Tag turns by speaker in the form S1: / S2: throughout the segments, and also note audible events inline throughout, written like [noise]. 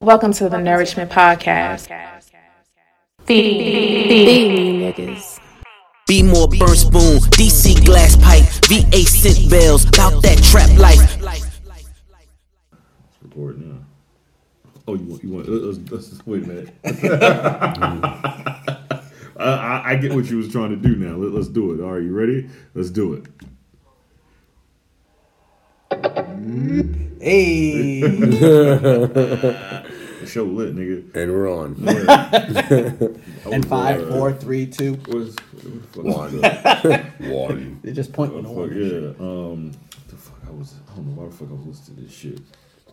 S1: Welcome to the Nourishment Podcast. Feed me, niggas.
S2: Be more burn spoon, DC glass pipe, VA scent bells, bout that trap life.
S3: Record now. Oh, you want? You want? Let's, let's, let's- wait a minute. [laughs] I, I, I get what you was trying to do now. Let, us do it. All right, you ready? Let's do it.
S4: Hey,
S3: The show lit, nigga.
S5: And we're on.
S4: [laughs] and
S5: Oh,
S4: five, four, three, two.
S3: What's, what [laughs]
S5: One.
S3: the fuck?
S5: One.
S4: They just point one
S3: Fuck
S4: order.
S3: yeah. Um, the fuck I was. I don't know why the fuck I was listening to this shit.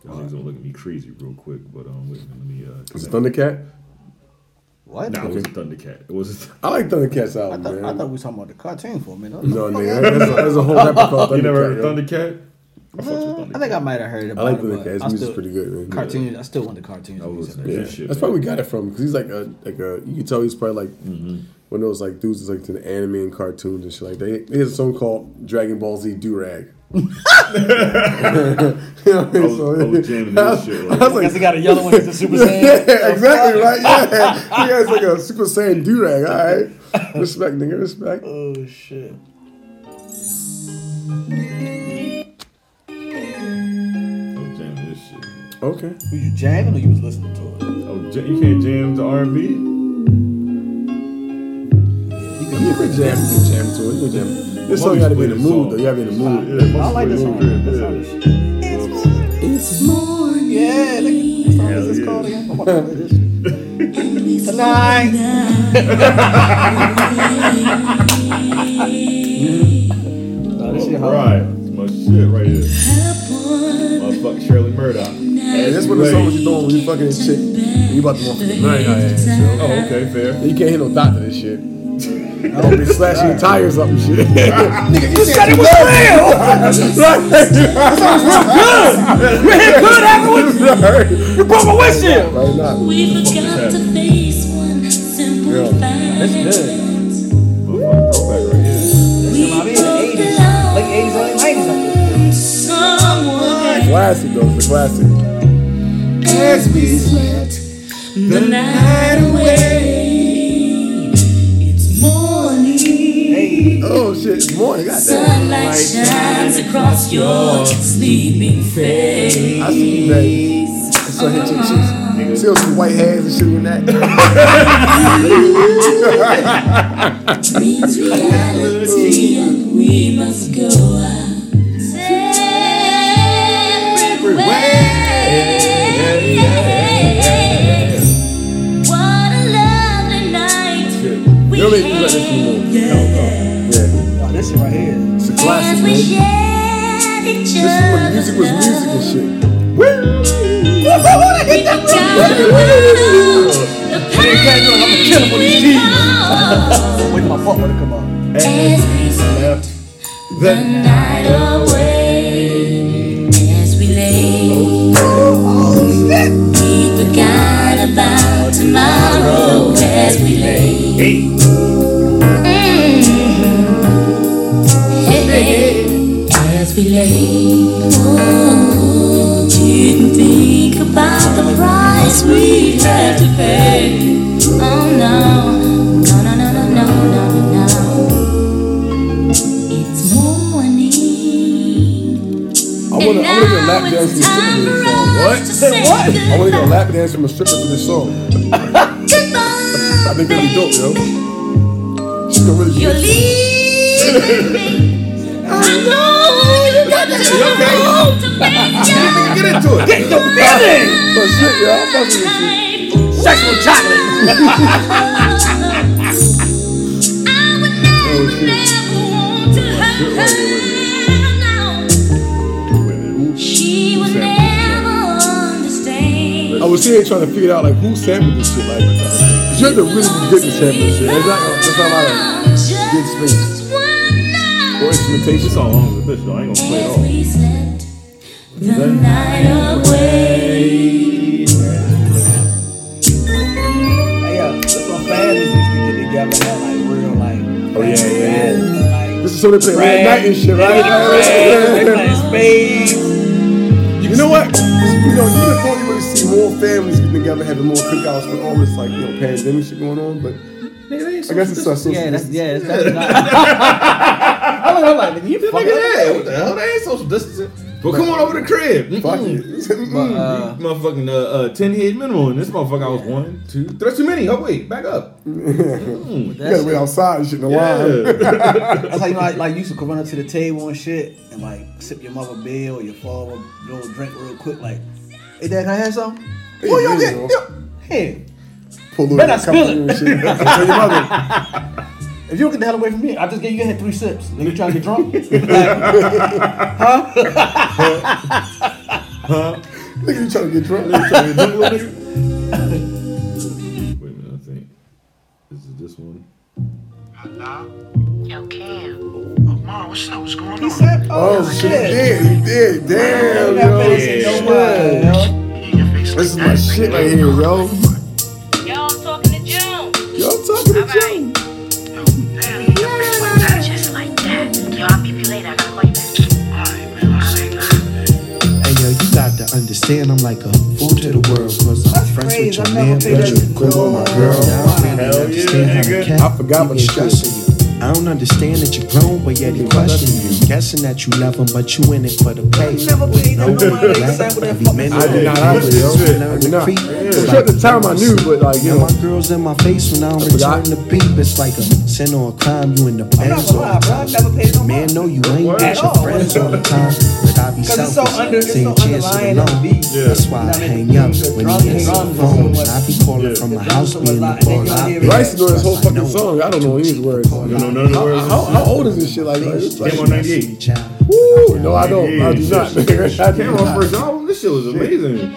S3: Y'all niggas gonna look at me crazy real quick, but um, wait a minute. Let me. Uh,
S5: Is it Thundercat?
S4: What?
S3: Nah, it was a Thundercat. It was. A
S5: I like Thundercat's
S4: I,
S5: album,
S4: thought,
S5: man.
S4: I thought we were talking about the cartoon for a minute. I,
S5: no,
S4: [laughs]
S5: nigga. There's a, there's a whole rapper called Thundercat.
S3: you never heard of
S5: yo.
S3: Thundercat? I fucked with Thundercat.
S4: I think I might have heard about
S5: I like
S4: it. but
S5: Thundercat. His
S4: I
S5: music's
S4: still-
S5: pretty good, man.
S4: [laughs] Cartoon. I still want the cartoons.
S3: I was
S4: music.
S3: listening to
S5: Yeah.
S3: this shit.
S5: That's
S3: man.
S5: where we got it from. Because he's like a, like a, you can tell he's probably like one of those like dudes that's like to the anime and cartoons and shit like that. He has a song called Dragon Ball Z Durag. you know what I mean?
S3: I was, I was jamming
S5: [laughs]
S3: this shit. Like,
S5: was like,
S4: [laughs] Because he got a yellow one. He's a
S5: [laughs]
S4: Super Saiyan.
S5: yeah, exactly, right? Yeah. He has like a Super Saiyan Durag, all right? Respect, nigga, respect.
S4: Oh shit.
S3: I was jamming this shit.
S5: Okay.
S4: Were you jamming or you was listening to it?
S3: Oh, j- you can't jam to R&B.
S5: You
S4: [laughs]
S5: can jam, you can jam to it. You can jam. This song gotta be in the mood, though. You gotta be in the mood.
S4: I
S3: Yeah,
S4: like this song. That song is-
S5: It's morning.
S4: Yeah, look. What song is this called again? I'm about to play
S5: [laughs]
S4: this shit. Tonight. Oh, this shit hard.
S3: Right, it's my shit right here. Motherfucking Shirley Murdoch.
S5: Hey, that's what the song was you doing when you fucking this chick. You about to want to marry her ass, yo.
S3: Oh, okay, fair.
S5: You can't hit no doctor this shit. Don't be slashing your tires up and shit. [laughs] Nigga, you said it was real! That sounds real good! You hit good afterwards! You broke my windshield! Right now.
S6: We forgot to face one simple fact.
S3: Motherfucking throwback right here.
S6: We
S4: I mean,
S6: both
S4: the 80s. Like
S6: love
S4: 80s, early 90s. I'm like,
S5: [laughs]
S6: someone
S5: Classic, though. It's a classic.
S6: as we slept the night away. It's morning.
S5: Oh, shit. It's morning. Goddamn.
S6: Sunlight shines across your
S5: [laughs]
S6: sleeping face.
S5: I see you, baby. That's what hit your cheeks. See all some white hands and shit with that?
S6: It's reality, and we must go out. Everywhere. What a lovely night we
S5: You'll make me let this be
S6: had.
S5: more. Yeah.
S4: wow, this shit right here.
S5: It's a
S6: As
S5: classic,
S6: we
S5: man.
S6: shared each
S5: This is when music was
S6: other's
S5: music
S6: love.
S5: and shit.
S6: We got the pain we caused.
S4: Wait till my butt wanna come up.
S6: As we slept the night away, as we lay, we forgot about tomorrow as we lay. Mm-hmm. Mm. Hey, hey, As we lay, oh, didn't think about the price we had to pay. Oh no, no, no, no, no, no, no, no. It's morning.
S5: I want to get a lap dance from a stripper to this song. I want to get a lap dance from a stripper to this song. I think that'd be dope, yo. She can really be
S6: You're leaving me. I know you got the time to make your
S5: Get into it. Get your feeling. Oh shit, yo. I'm fucking with you.
S6: time. Sexual [laughs] chocolate. I would
S5: Oh,
S6: never,
S5: shit.
S6: never want to hurt her. No, she would never understand.
S5: I was here trying to figure out like who sampled this shit. Like, 'cause you had to really be good to sample this shit. There's not, there's not a lot of good space or instrumentation.
S3: This all long as a bitch, though. I ain't gonna play it
S6: As
S3: all.
S6: we slept the night away.
S4: Hey, yo, that's what fans used to get together. That, like real, like.
S5: Oh, yeah, yeah, yeah.
S4: yeah.
S5: This is something they play late night and shit,
S4: They
S5: right? Right, right, right.
S4: playing spades.
S5: You know what? You know, you never thought you would see more families getting together, having more cookouts with all this like you know pandemic shit going on. But I guess it's social.
S7: Yeah, that's yeah, that's,
S5: [laughs]
S7: that's not. I look, I'm like, nigga, you
S3: Look
S7: fucking
S3: at that. What the hell? They ain't social distancing. But come on over to the crib.
S5: Fuck
S3: Mm-mm.
S5: it. Mm.
S7: Uh,
S3: Motherfucking Mm. uh, uh, 10 head minimum. in This motherfucker, I was one, two, three. That's too many. Oh, wait. Back up.
S5: You gotta wait
S7: that's,
S5: outside and shit in the
S8: [laughs]
S5: line.
S3: Yeah. [laughs]
S7: that's like you know, like, like you used to come run up to the table and shit, and like sip your mother beer or your father little drink real quick. Like, hey dad, can I have some? Oh, yo,
S5: yeah,
S7: yeah,
S5: yo.
S7: yeah. Hey,
S5: Pull over
S7: Better
S5: a couple
S7: spill it.
S5: of shit. Tell your mother.
S7: if you don't get the hell away from me, I just gave you you had three sips. Nigga, you trying to get
S5: [laughs]
S7: drunk? Like,
S5: Nigga, you trying to
S3: [laughs]
S5: get drunk?
S3: Wait a minute, I think. Is it this one?
S7: he said, oh,
S5: Oh
S7: shit.
S5: shit! Yeah, you did. Damn,
S7: That
S5: yo.
S7: face ain't no mind, yo.
S5: This is my shit right here, yo.
S9: Y'all talking to June.
S5: Yo, I'm talking to
S9: Alright.
S5: you.
S9: Just like that. Yo, I'll be late. I gotta call you back.
S8: Hey yo, you got to understand I'm like a fool to the world Cause I'm friends
S7: crazy.
S8: with your
S7: I never
S8: man,
S7: paid
S8: but
S7: attention
S8: you cool with my girl I don't really understand how the cat
S5: I forgot my
S8: you
S5: shit.
S8: I don't understand that you're grown, but yet he question you Guessing that you love him, but you in it for the pay
S7: Never paid no
S8: With
S7: mind.
S8: black,
S7: Exactly that
S8: every
S7: fucking
S8: minute
S5: I did
S8: of
S5: not
S8: the hours,
S5: either, yo.
S8: you learn
S5: I
S8: to
S5: did not.
S8: creep.
S5: Sure, at the time I knew, but like, you
S8: Now my
S5: know.
S8: girl's in my face when I don't
S5: I forgot.
S8: return the beep. It's like a sin or a crime. You in the
S7: I'm not
S8: bands all
S7: gonna lie,
S8: the
S7: bro.
S8: time.
S7: I've never paid no
S8: Man,
S7: mind.
S8: no, you ain't
S7: At
S8: with your
S7: all.
S8: friends all the time. But I be
S7: Cause it's so
S8: selfish.
S7: under, it's
S8: Taking
S7: so
S8: chances
S7: underlying
S8: alone.
S7: on beat.
S8: That's why I
S7: Yeah.
S8: hang up when
S7: Drums-
S8: he answers the
S7: drums are so
S8: phone.
S7: much-
S8: I be calling from my
S7: drums
S8: house,
S7: are
S8: being the
S7: a lot, and then
S8: ball
S7: you
S8: out.
S7: don't hear it.
S5: But I used to know this whole
S8: Stress, I know
S5: fucking
S8: it.
S5: song. I don't know any of the words.
S8: No,
S3: No, no, no.
S5: How, how, how old is this shit? Like, it's like
S3: Came on 98.
S5: Woo! No, I don't. I do
S3: [laughs]
S5: not. [laughs] I do
S3: Came on
S5: not.
S3: first album. This shit was amazing.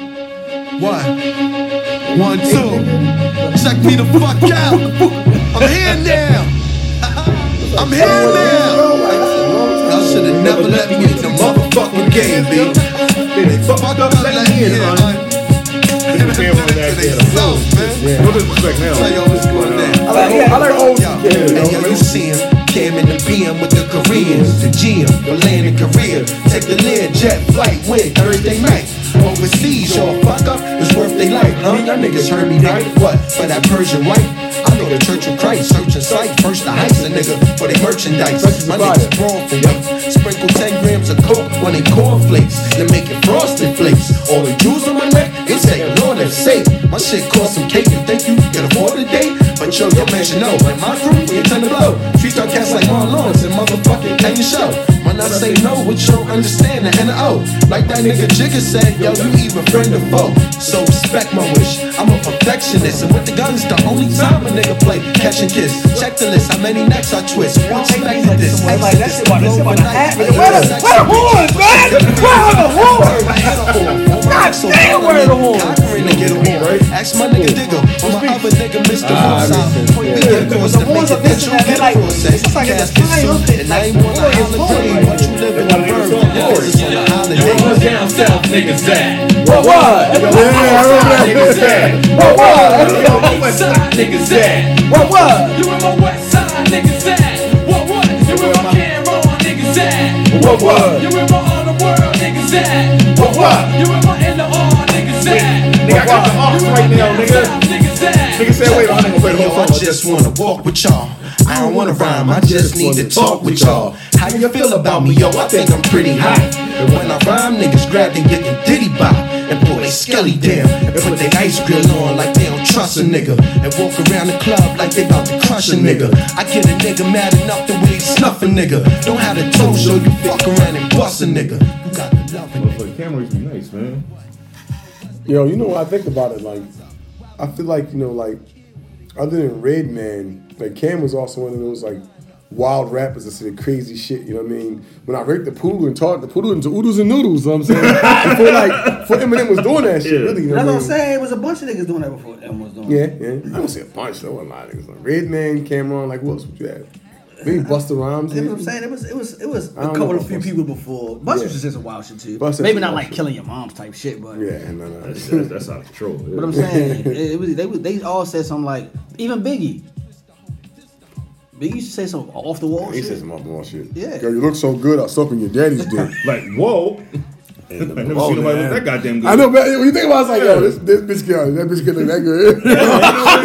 S10: One, one, two. Check me the fuck out. I'm here now. [laughs] I'm here now. Y'all should have never let me in the motherfucking game, bitch. They fucked up like here, man. Yeah.
S3: What is this like
S10: Tell
S3: now?
S10: y'all what's going on.
S5: I like old- I like old
S10: Yo, and yo, you see him. Cam in the BM with the Koreans, the GM, the land in Korea. Take the lead jet flight with Thursday night. Overseas, y'all fuck up, it's worth they life, huh? Y'all niggas heard me right, what? For that Persian wife? I know the Church of Christ, search and sight, first the heist, a nigga, for they merchandise. My niggas brawl for weight. Sprinkle 10 grams of coke on they cornflakes, then make it frosted flakes. All the jewels on my neck, they say, Lord, that's safe. My shit cost some cake, you think you can afford a date? But yo, your man should know, like my crew, when you turn to blow. Treat your cats like Marlons and motherfucking can you show? When I say no, what you don't understand, the N O. Like that nigga Jigga said, yo, you either friend or foe. So respect my wish, I'm a perfectionist. And with the guns, the only time a nigga play, catch and kiss. Check the list, how many necks I twist. One expected this,
S7: Like, like, that shit about- that shit about to happen.
S10: Overnight,
S7: Where the- where the horns, man? Where are the horns?
S10: God
S7: damn, where are the horns?
S10: Conquering to get a horn. Ask my nigga Digger, or my other nigga Mr. Forsyth. Point me in course
S7: The
S10: to make
S7: horns
S10: it
S7: are missing
S10: natural
S7: that, they're
S10: get
S7: like-
S10: a horse.
S7: it's just like it's
S10: Cast your
S7: fire up
S10: suit,
S7: there.
S10: and I ain't wanna
S7: Boy, it's
S10: holiday,
S7: hard.
S10: but you live in a bird. This is on a holiday.
S11: down south niggas at?
S7: What? What?
S11: Niggas at?
S7: What? What?
S11: East side niggas at?
S7: What? What?
S11: You in my west side niggas at? What what? You in my Cameron niggas at?
S5: What was?
S11: You in my all the world niggas at? What what? You in my in the all niggas at?
S3: Nigga, I got the ox right now, nigga.
S11: South niggas at?
S3: Nigga said, wait, I'm gonna play the
S10: Yo,
S3: whole
S10: I
S3: song.
S10: just wanna walk with y'all. I don't wanna rhyme, I just need to talk with y'all. How you feel about me, yo? I think I'm pretty hot. And when I rhyme, niggas grab they get the diddy bop and pull they skelly down and put they ice grill on like they don't trust a nigga and walk around the club like they about to crush a nigga. I get a nigga mad enough the way they snuff a nigga. Don't have the toe show you fuck around and bust a nigga. You got to love a nigga.
S3: Motherfucking camera used to be nice, man.
S5: Yo, you know what I think about it? Like, I feel like you know, like other than Redman, like Cam was also one of those like wild rappers that said crazy shit. You know what I mean? When I raped the poodle and talked the poodle into oodles and noodles, you know what I'm
S7: [laughs]
S5: saying before like before Eminem was doing that shit,
S3: Yeah.
S5: really. You
S7: That's
S5: know what
S7: what
S5: I
S7: I'm
S5: mean?
S7: saying. It was a bunch of niggas doing that before. Them was doing.
S5: Yeah, yeah. I don't see a bunch though. A lot of niggas. Like Redman, Cameron, like who else would you have? Maybe Busta Rhymes.
S7: That's what
S5: maybe?
S7: I'm saying. It was it was it was a
S5: don't know
S7: couple of
S5: about
S7: few
S5: Busta.
S7: people before. Busta
S5: Yeah.
S7: was just a wild shit too.
S5: Busta
S7: Maybe
S5: was
S7: not
S5: wild
S7: like
S5: shit.
S7: killing your mom's type shit, but
S5: Yeah, no,
S7: [laughs]
S5: no.
S3: That's, that's, that's out of control.
S7: But I'm
S5: [laughs]
S7: saying it, it was, they was- they all said something like even Biggie. Biggie used to say some off the wall
S5: He
S7: shit.
S5: says some other more shit.
S7: Yeah.
S3: [laughs]
S5: Girl, you look so good. I suck on your daddy's dick.
S3: Like, whoa.
S5: in the
S3: I never seen nobody look that goddamn good.
S5: I know, but when you think about it, it's like, yo,
S3: Yeah.
S5: this, this bitch can that bitch can look that good.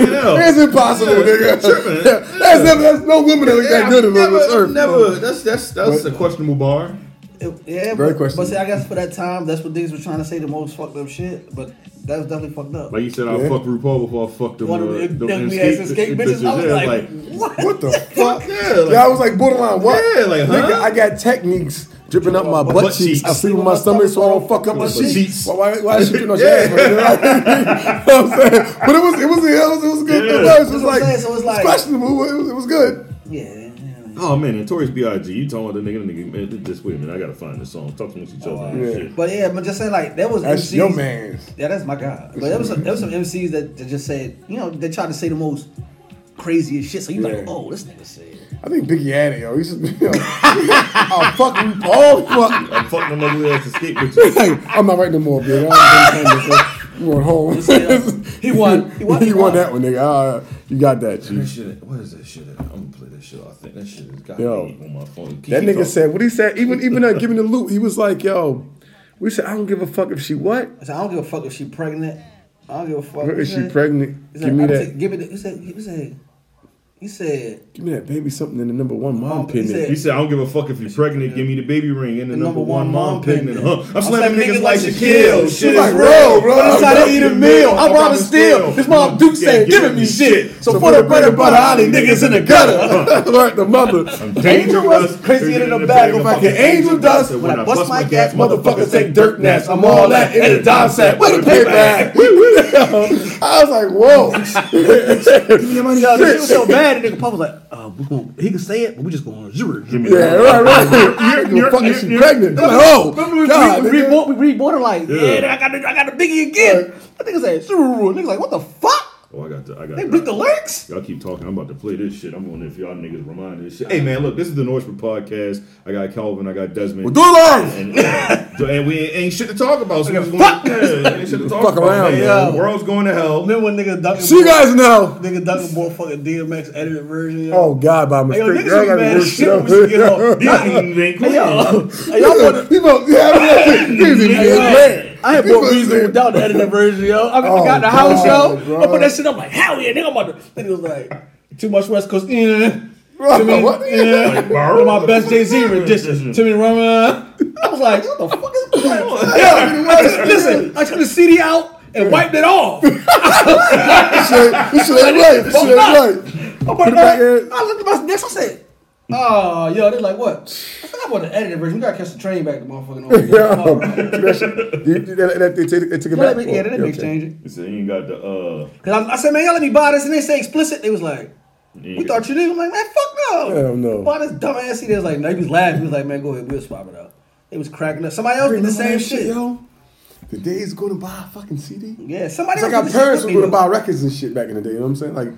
S3: hell.
S5: [laughs] it's impossible,
S3: [laughs] Yeah,
S5: nigga.
S3: tripping.
S5: [laughs] That's, never, that's no woman that look
S3: Yeah,
S5: that good
S3: I've
S5: on this
S3: never,
S5: earth.
S3: never. That's that's that's a questionable bar.
S7: It- yeah,
S5: Very
S7: but,
S5: questionable.
S7: but see, I guess for that time, that's what niggas were trying to say the most fucked up shit, but that was definitely fucked up.
S3: Like you said, I
S5: Yeah.
S3: fuck RuPaul before I fucked them.
S7: One
S3: Uh,
S7: of the
S3: them
S7: ugly ass escape bitches. I was
S3: yeah,
S7: like,
S3: [laughs]
S5: What the
S3: fuck
S5: fuck?
S3: yeah, like,
S5: yeah, I was like borderline. What?
S3: Yeah, like, huh?
S5: Nigga, I got techniques dripping up my butt,
S3: butt
S5: cheeks. I
S3: cheeks.
S5: sleep with my stomach so I don't fuck up my
S3: Butt
S5: sheets.
S3: cheeks.
S5: Why, why, why is
S3: [laughs]
S5: she dripping on your ass? man? [laughs] You know what I'm saying? But it was, it was, it was, it was good.
S3: Yeah.
S5: It was,
S7: That's
S5: it was
S7: what I'm
S5: like,
S7: saying, so it's
S5: it was
S7: like-
S5: questionable. It was, it was good.
S7: yeah.
S3: oh man, notorious B.I.G. You talking about the nigga? The nigga, man, just wait a minute. I gotta find this song. Talk amongst each other. and
S5: Oh, yeah.
S3: shit.
S7: But yeah, but just saying like that was
S5: That's
S7: MCs.
S5: your man's.
S7: Yeah, that's my guy. But there was some, there was some MCs that, that just said, you know, they tried to say the most craziest shit. So you
S5: Yeah.
S7: like, oh, this nigga said.
S5: I think Biggie had it, yo. He should be, [laughs] yo. oh, fuck RuPaul. Fuck. [laughs]
S3: I fucked them ugly ass escape bitches.
S5: Like, I'm not writing no more, Big. I'm going home. [laughs]
S7: He won. He won.
S5: he won that one, nigga. Uh, you got that,
S3: That
S5: Chief.
S3: shit, what is that shit? At? I'm gonna play that shit. I think that shit has got
S5: Yo.
S3: me on my phone.
S5: That
S3: Keep
S5: nigga
S3: talking.
S5: said what he said. Even even uh, giving the loot, he was like, "Yo, we said I don't give a fuck if she what
S7: I said, I don't give a fuck if she pregnant. I don't give a fuck.
S5: or
S7: He
S5: if she
S7: said-
S5: pregnant.
S7: he said,
S5: Give me
S7: I
S5: that.
S7: said, give me that. He said, he said, he said,
S5: Give me that baby something in the number one mom
S7: Oh, he
S5: opinion.
S3: He said, I don't give a fuck if you're pregnant, give me the baby ring and the, number, one mom pregnant. Huh? I'm slamming niggas like Shaquille. Shit
S5: like,
S3: is
S5: bro,
S3: real,
S5: bro, I'm trying to eat a meal. I'm robbing still. His mom Duke said, giving me shit. So for the bread and butter, I need niggas in the [laughs] gutter. Learned the mother. Angel was crazier than a bag of fucking angel dust. When I bust my gas, motherfuckers take dirt naps. I'm all that in the dime sack. What a [laughs] payback. [laughs] I was like, whoa.
S7: yo, this shit was so bad. The nigga Pop was like, uh, we gonna, he could say it, but we just gonna zero. [laughs]
S5: Yeah, right, right. You're fucking she pregnant. I'm like, oh, God.
S7: we, we,
S5: nigga.
S7: rebought, we rebought it like, yeah, I got the, I got the biggie again. I think I said, zero. Nigga like, what the fuck?
S3: Oh, I got the, I got
S7: They bleeped the lyrics.
S3: Y'all keep talking. I'm about to play this shit. I'm on if y'all niggas remind this shit. Hey man, look, this is the Norseman podcast. I got Calvin, I got Desmond.
S5: Do it live.
S3: and, and, and we ain't shit to talk about. So we just want yeah, ain't shit to talk
S5: Fuck
S3: about.
S5: around,
S3: man.
S5: man.
S3: The world's going to hell.
S7: Remember when nigga Duncan
S5: See you guys [laughs] now.
S7: Nigga Duncan bought fucking DMX edited version. Yo.
S5: Oh, God, by
S7: Hey, yo,
S5: mistake.
S7: niggas
S5: Y'all
S7: be
S5: gotta
S7: mad
S5: work
S7: as
S5: shit
S7: shit when we used to get
S5: out. [laughs]
S7: home.
S3: These niggas ain't
S7: Hey, yo,
S3: clean.
S7: hey, y'all bought
S5: He vote- yeah, I mean, that's it. Easy, man. Man.
S7: I had
S5: People
S7: bought Reason
S5: said-
S7: without the edited version, yo. I,
S5: Oh,
S7: I got in the house,
S5: God,
S7: yo.
S5: bro.
S7: I put that shit up like, hell yeah, nigga, I'm about to. Nigga was like, too much West Coast, yeah. To me,
S5: [laughs] What?
S7: yeah. One of
S3: [laughs]
S7: my best Jay Z renditions. Timmy Rama. I was like, what the fuck is going on? Yo, I just, listen, I took the CD out and wiped it
S5: [laughs]
S7: off.
S5: This shit ain't- this shit ain't right. This shit ain't right.
S7: I, bought
S5: Put it back
S7: that,
S5: in.
S7: I looked at my next, I said, Oh, yo, they're like, what? I said, I bought the edited version. We gotta catch the train back to motherfucking.
S5: Yeah. um, That shit- you- you- that- that- They take- they took it
S7: Yeah,
S5: back.
S7: they, yeah, they didn't
S5: Okay.
S7: exchange it.
S3: He said, you ain't got the uh.
S7: Cause I, I said, man, y'all let me buy this, and they say explicit. They was like,
S3: you ain't
S7: we
S3: got-
S7: thought you knew. I'm like, man, fuck no.
S5: Hell no.
S7: Buy this dumbass CD. They was like, no, he was laughing. He was like, man, go ahead, we'll swap it out. They was cracking up. Somebody else did the
S5: Remember
S7: same
S5: that
S7: shit.
S5: yo? The days going to buy a fucking CD.
S7: Yeah, somebody
S5: It's like
S7: else
S5: our
S7: did the
S5: parents
S7: shit
S5: were
S7: with me,
S5: going to buy
S7: though.
S5: records and shit back in the day. You know what I'm saying? Like,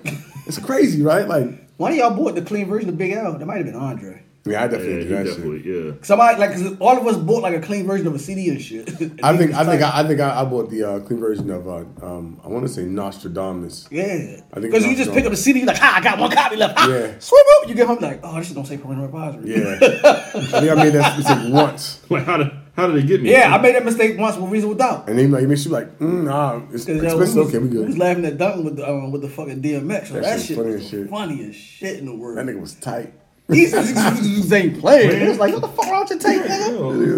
S5: it's crazy, right? Like,
S7: One of y'all bought the clean version of Big L. That might have been Andre.
S5: yeah, I
S3: Yeah,
S5: definitely
S3: he
S5: did that shit.
S3: definitely, yeah.
S7: Somebody like 'cause all of us bought like a clean version of a CD and shit. [laughs] And niggas
S5: I think I
S7: was
S5: think
S7: tight.
S5: I, I think I, I bought the uh, clean version of uh, um, I want to say Nostradamus.
S7: yeah,
S5: I think
S7: because you
S5: it's
S7: just
S5: Andre.
S7: pick up the CD, you like, ah, I got one copy left. Ah,
S5: Yeah.
S7: swoop up. You get home, like, oh, this shit don't say parental advisory.
S5: Yeah, [laughs] I think I made that mistake once,
S3: Like how did how did they get
S7: [laughs]
S3: me?
S7: yeah. I made that mistake once with Reason Without.
S5: and then like, it makes you like, mm, nah, it's
S7: Cause, yo,
S5: expensive.
S7: we was-
S5: okay, we
S7: We was
S5: good.
S7: laughing at Duncan with the um, with the fucking DMX. So
S5: That
S7: that,
S5: shit's
S7: shit
S5: funny
S7: was
S5: as
S7: the
S5: shit.
S7: funniest shit in the world.
S5: That nigga was tight.
S7: These niggas ain't playing. It was like, what the fuck wrong with your tape, nigga?
S5: [laughs]
S3: Yo,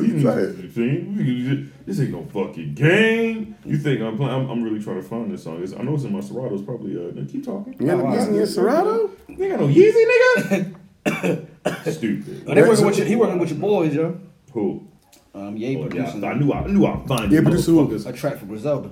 S3: you think- This ain't no fucking game. You think I'm playing? I'm, I'm really trying to find this song. It's, I know it's in my Serato. It's probably. Uh, keep talking.
S5: You got a piece in your Serato?
S3: You got no Yeezy,
S7: [laughs]
S3: nigga. Stupid.
S7: But they working with your, he working with your boys, yo.
S3: Who?
S7: Um, yeah, he
S3: Oh, yeah,
S7: producing
S3: I, I knew. I, I knew I'd find
S5: Yeah,
S3: you
S5: producer who?
S3: motherfuckers.
S7: a track for Griselda.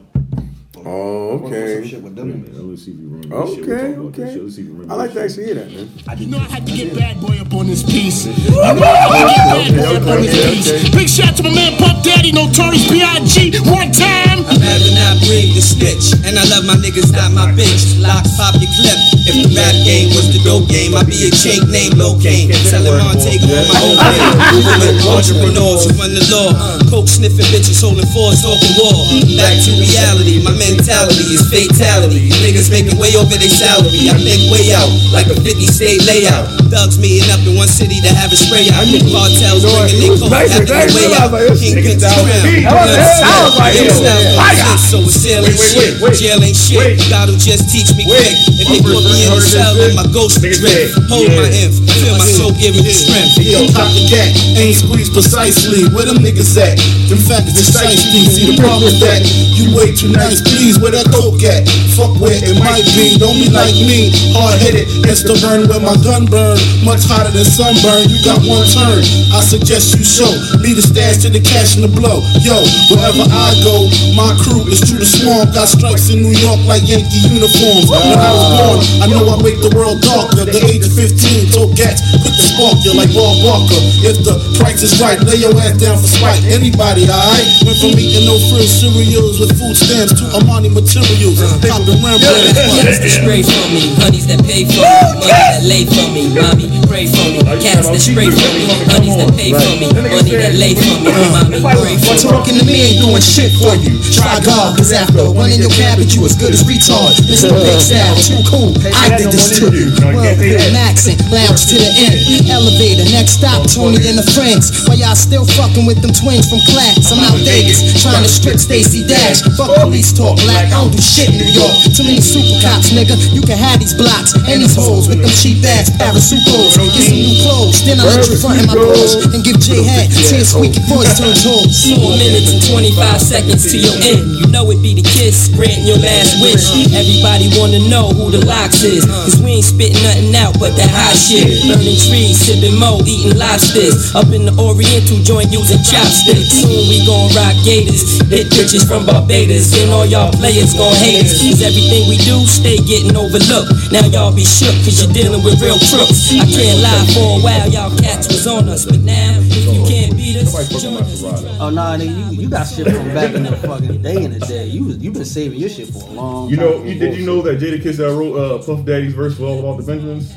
S5: Oh,
S7: Working with some
S5: okay.
S7: shit with
S3: Wait a
S7: them.
S3: minute, Let's see if you remember. this shit. We'll
S5: Okay,
S3: talk about this
S5: okay.
S3: shit. Let's see if you remember.
S5: I like
S3: this
S5: to
S3: shit.
S5: actually hear that, man.
S10: You know I had to get Bad Boy up on this piece. You know I had to get Bad Boy up on this piece. Big shout to my man Pump Daddy, Notorious B.I.G. One time.
S11: I'd rather not breathe this bitch. And I love my niggas, not my bitch. Lock, pop your clip. If the rap game was the dope game, I'd be a chink named Locaine. Tell him I'll take him on my own way. Moving with entrepreneurs who run the law. Coke sniffing bitches holding fours, talking war. Back to reality, my
S12: mentality is fatality. You niggas making way over their salary. I think way out, like a 50 state layout. Thugs meeting up in one city to have a spray out. New cartels bringing their coke after the way out. Kingpins around. Blood
S5: sounds like
S12: sound.
S5: him.
S12: Sounds like
S5: Fire.
S12: shit, So it's jail ain't shit. Jail ain't shit. God'll just teach me quick. If they put me in a cell, then my ghost will drip. Hold my inf. Feel my soul giving me strength.
S10: Yo, pop the cat, ain't squeeze precisely. Where them niggas at? Them factors excite me. See the problem with that? You way too nice, please. Where that coke at? Fuck where it might be. Don't be like me, hard headed. Insta burn where my gun burn. Much hotter than sunburn. You got one turn. I suggest you show. Leave the stash to the cash and the blow. Yo, wherever I go, my crew is true to swarm. Got stripes in New York like Yankee uniforms. When I was born, I know I make the world darker. The age of 15, told cats, put the spark you like Bob Barker. If the price is right, lay your ass down for spite. Anybody, alright? Went from eating no frill cereals with food stamps to Armani materials.
S11: Uh,
S10: Popping rim brands.
S11: Cats that spray for me, honeys that pay for me, money that lay for me, mommy pray for me, cats that spray for me, honeys that pay for me, money that lay for me, mommy pray for me.
S10: Talking to me ain't doing shit for you. Try God, cause after one in your cabbage, you as good as retard. This the big sound, too cool. I did this to you. Well,
S13: Maxing, lounge to the end. Elevator, next stop, Tony and the friends. While y'all still fucking with them twins from Clax. I'm out Vegas, trying to strip Stacy Dash. Fuck police talk, black. I don't do shit in New York. Too many super cops, nigga. You can have these blocks and these hoes with them cheap ass parasucos. Get some new clothes, then I let you front in my Porsche and give J hat till your squeaky voice turns hoarse.
S11: Four minutes and 25 seconds to your end. You know it be the kiss, granting your last wish. Everybody wanna know who the locks is.
S13: Uh.
S11: Cause we ain't spitting nothing out but that hot shit. Burning trees, sipping mo, eating lobsters. Up in the Oriental joint using chopsticks. Soon we gon' rock gators. Hit bitches from Barbados. Then all y'all players gon' hate us. Cause everything we do stay getting overlooked. Now y'all be shook cause you're dealing with real crooks. I can't lie for a while, y'all cats was on us. But now, if you can't beat us, join us.
S7: Oh nah, nigga, you, you got shit from back in the fucking day and the day. You you been saving your shit for a long
S3: You
S7: time.
S3: know, you, did you know that Jada Kiss uh, wrote uh, Puff Daddy's verse for All About the Benjamins?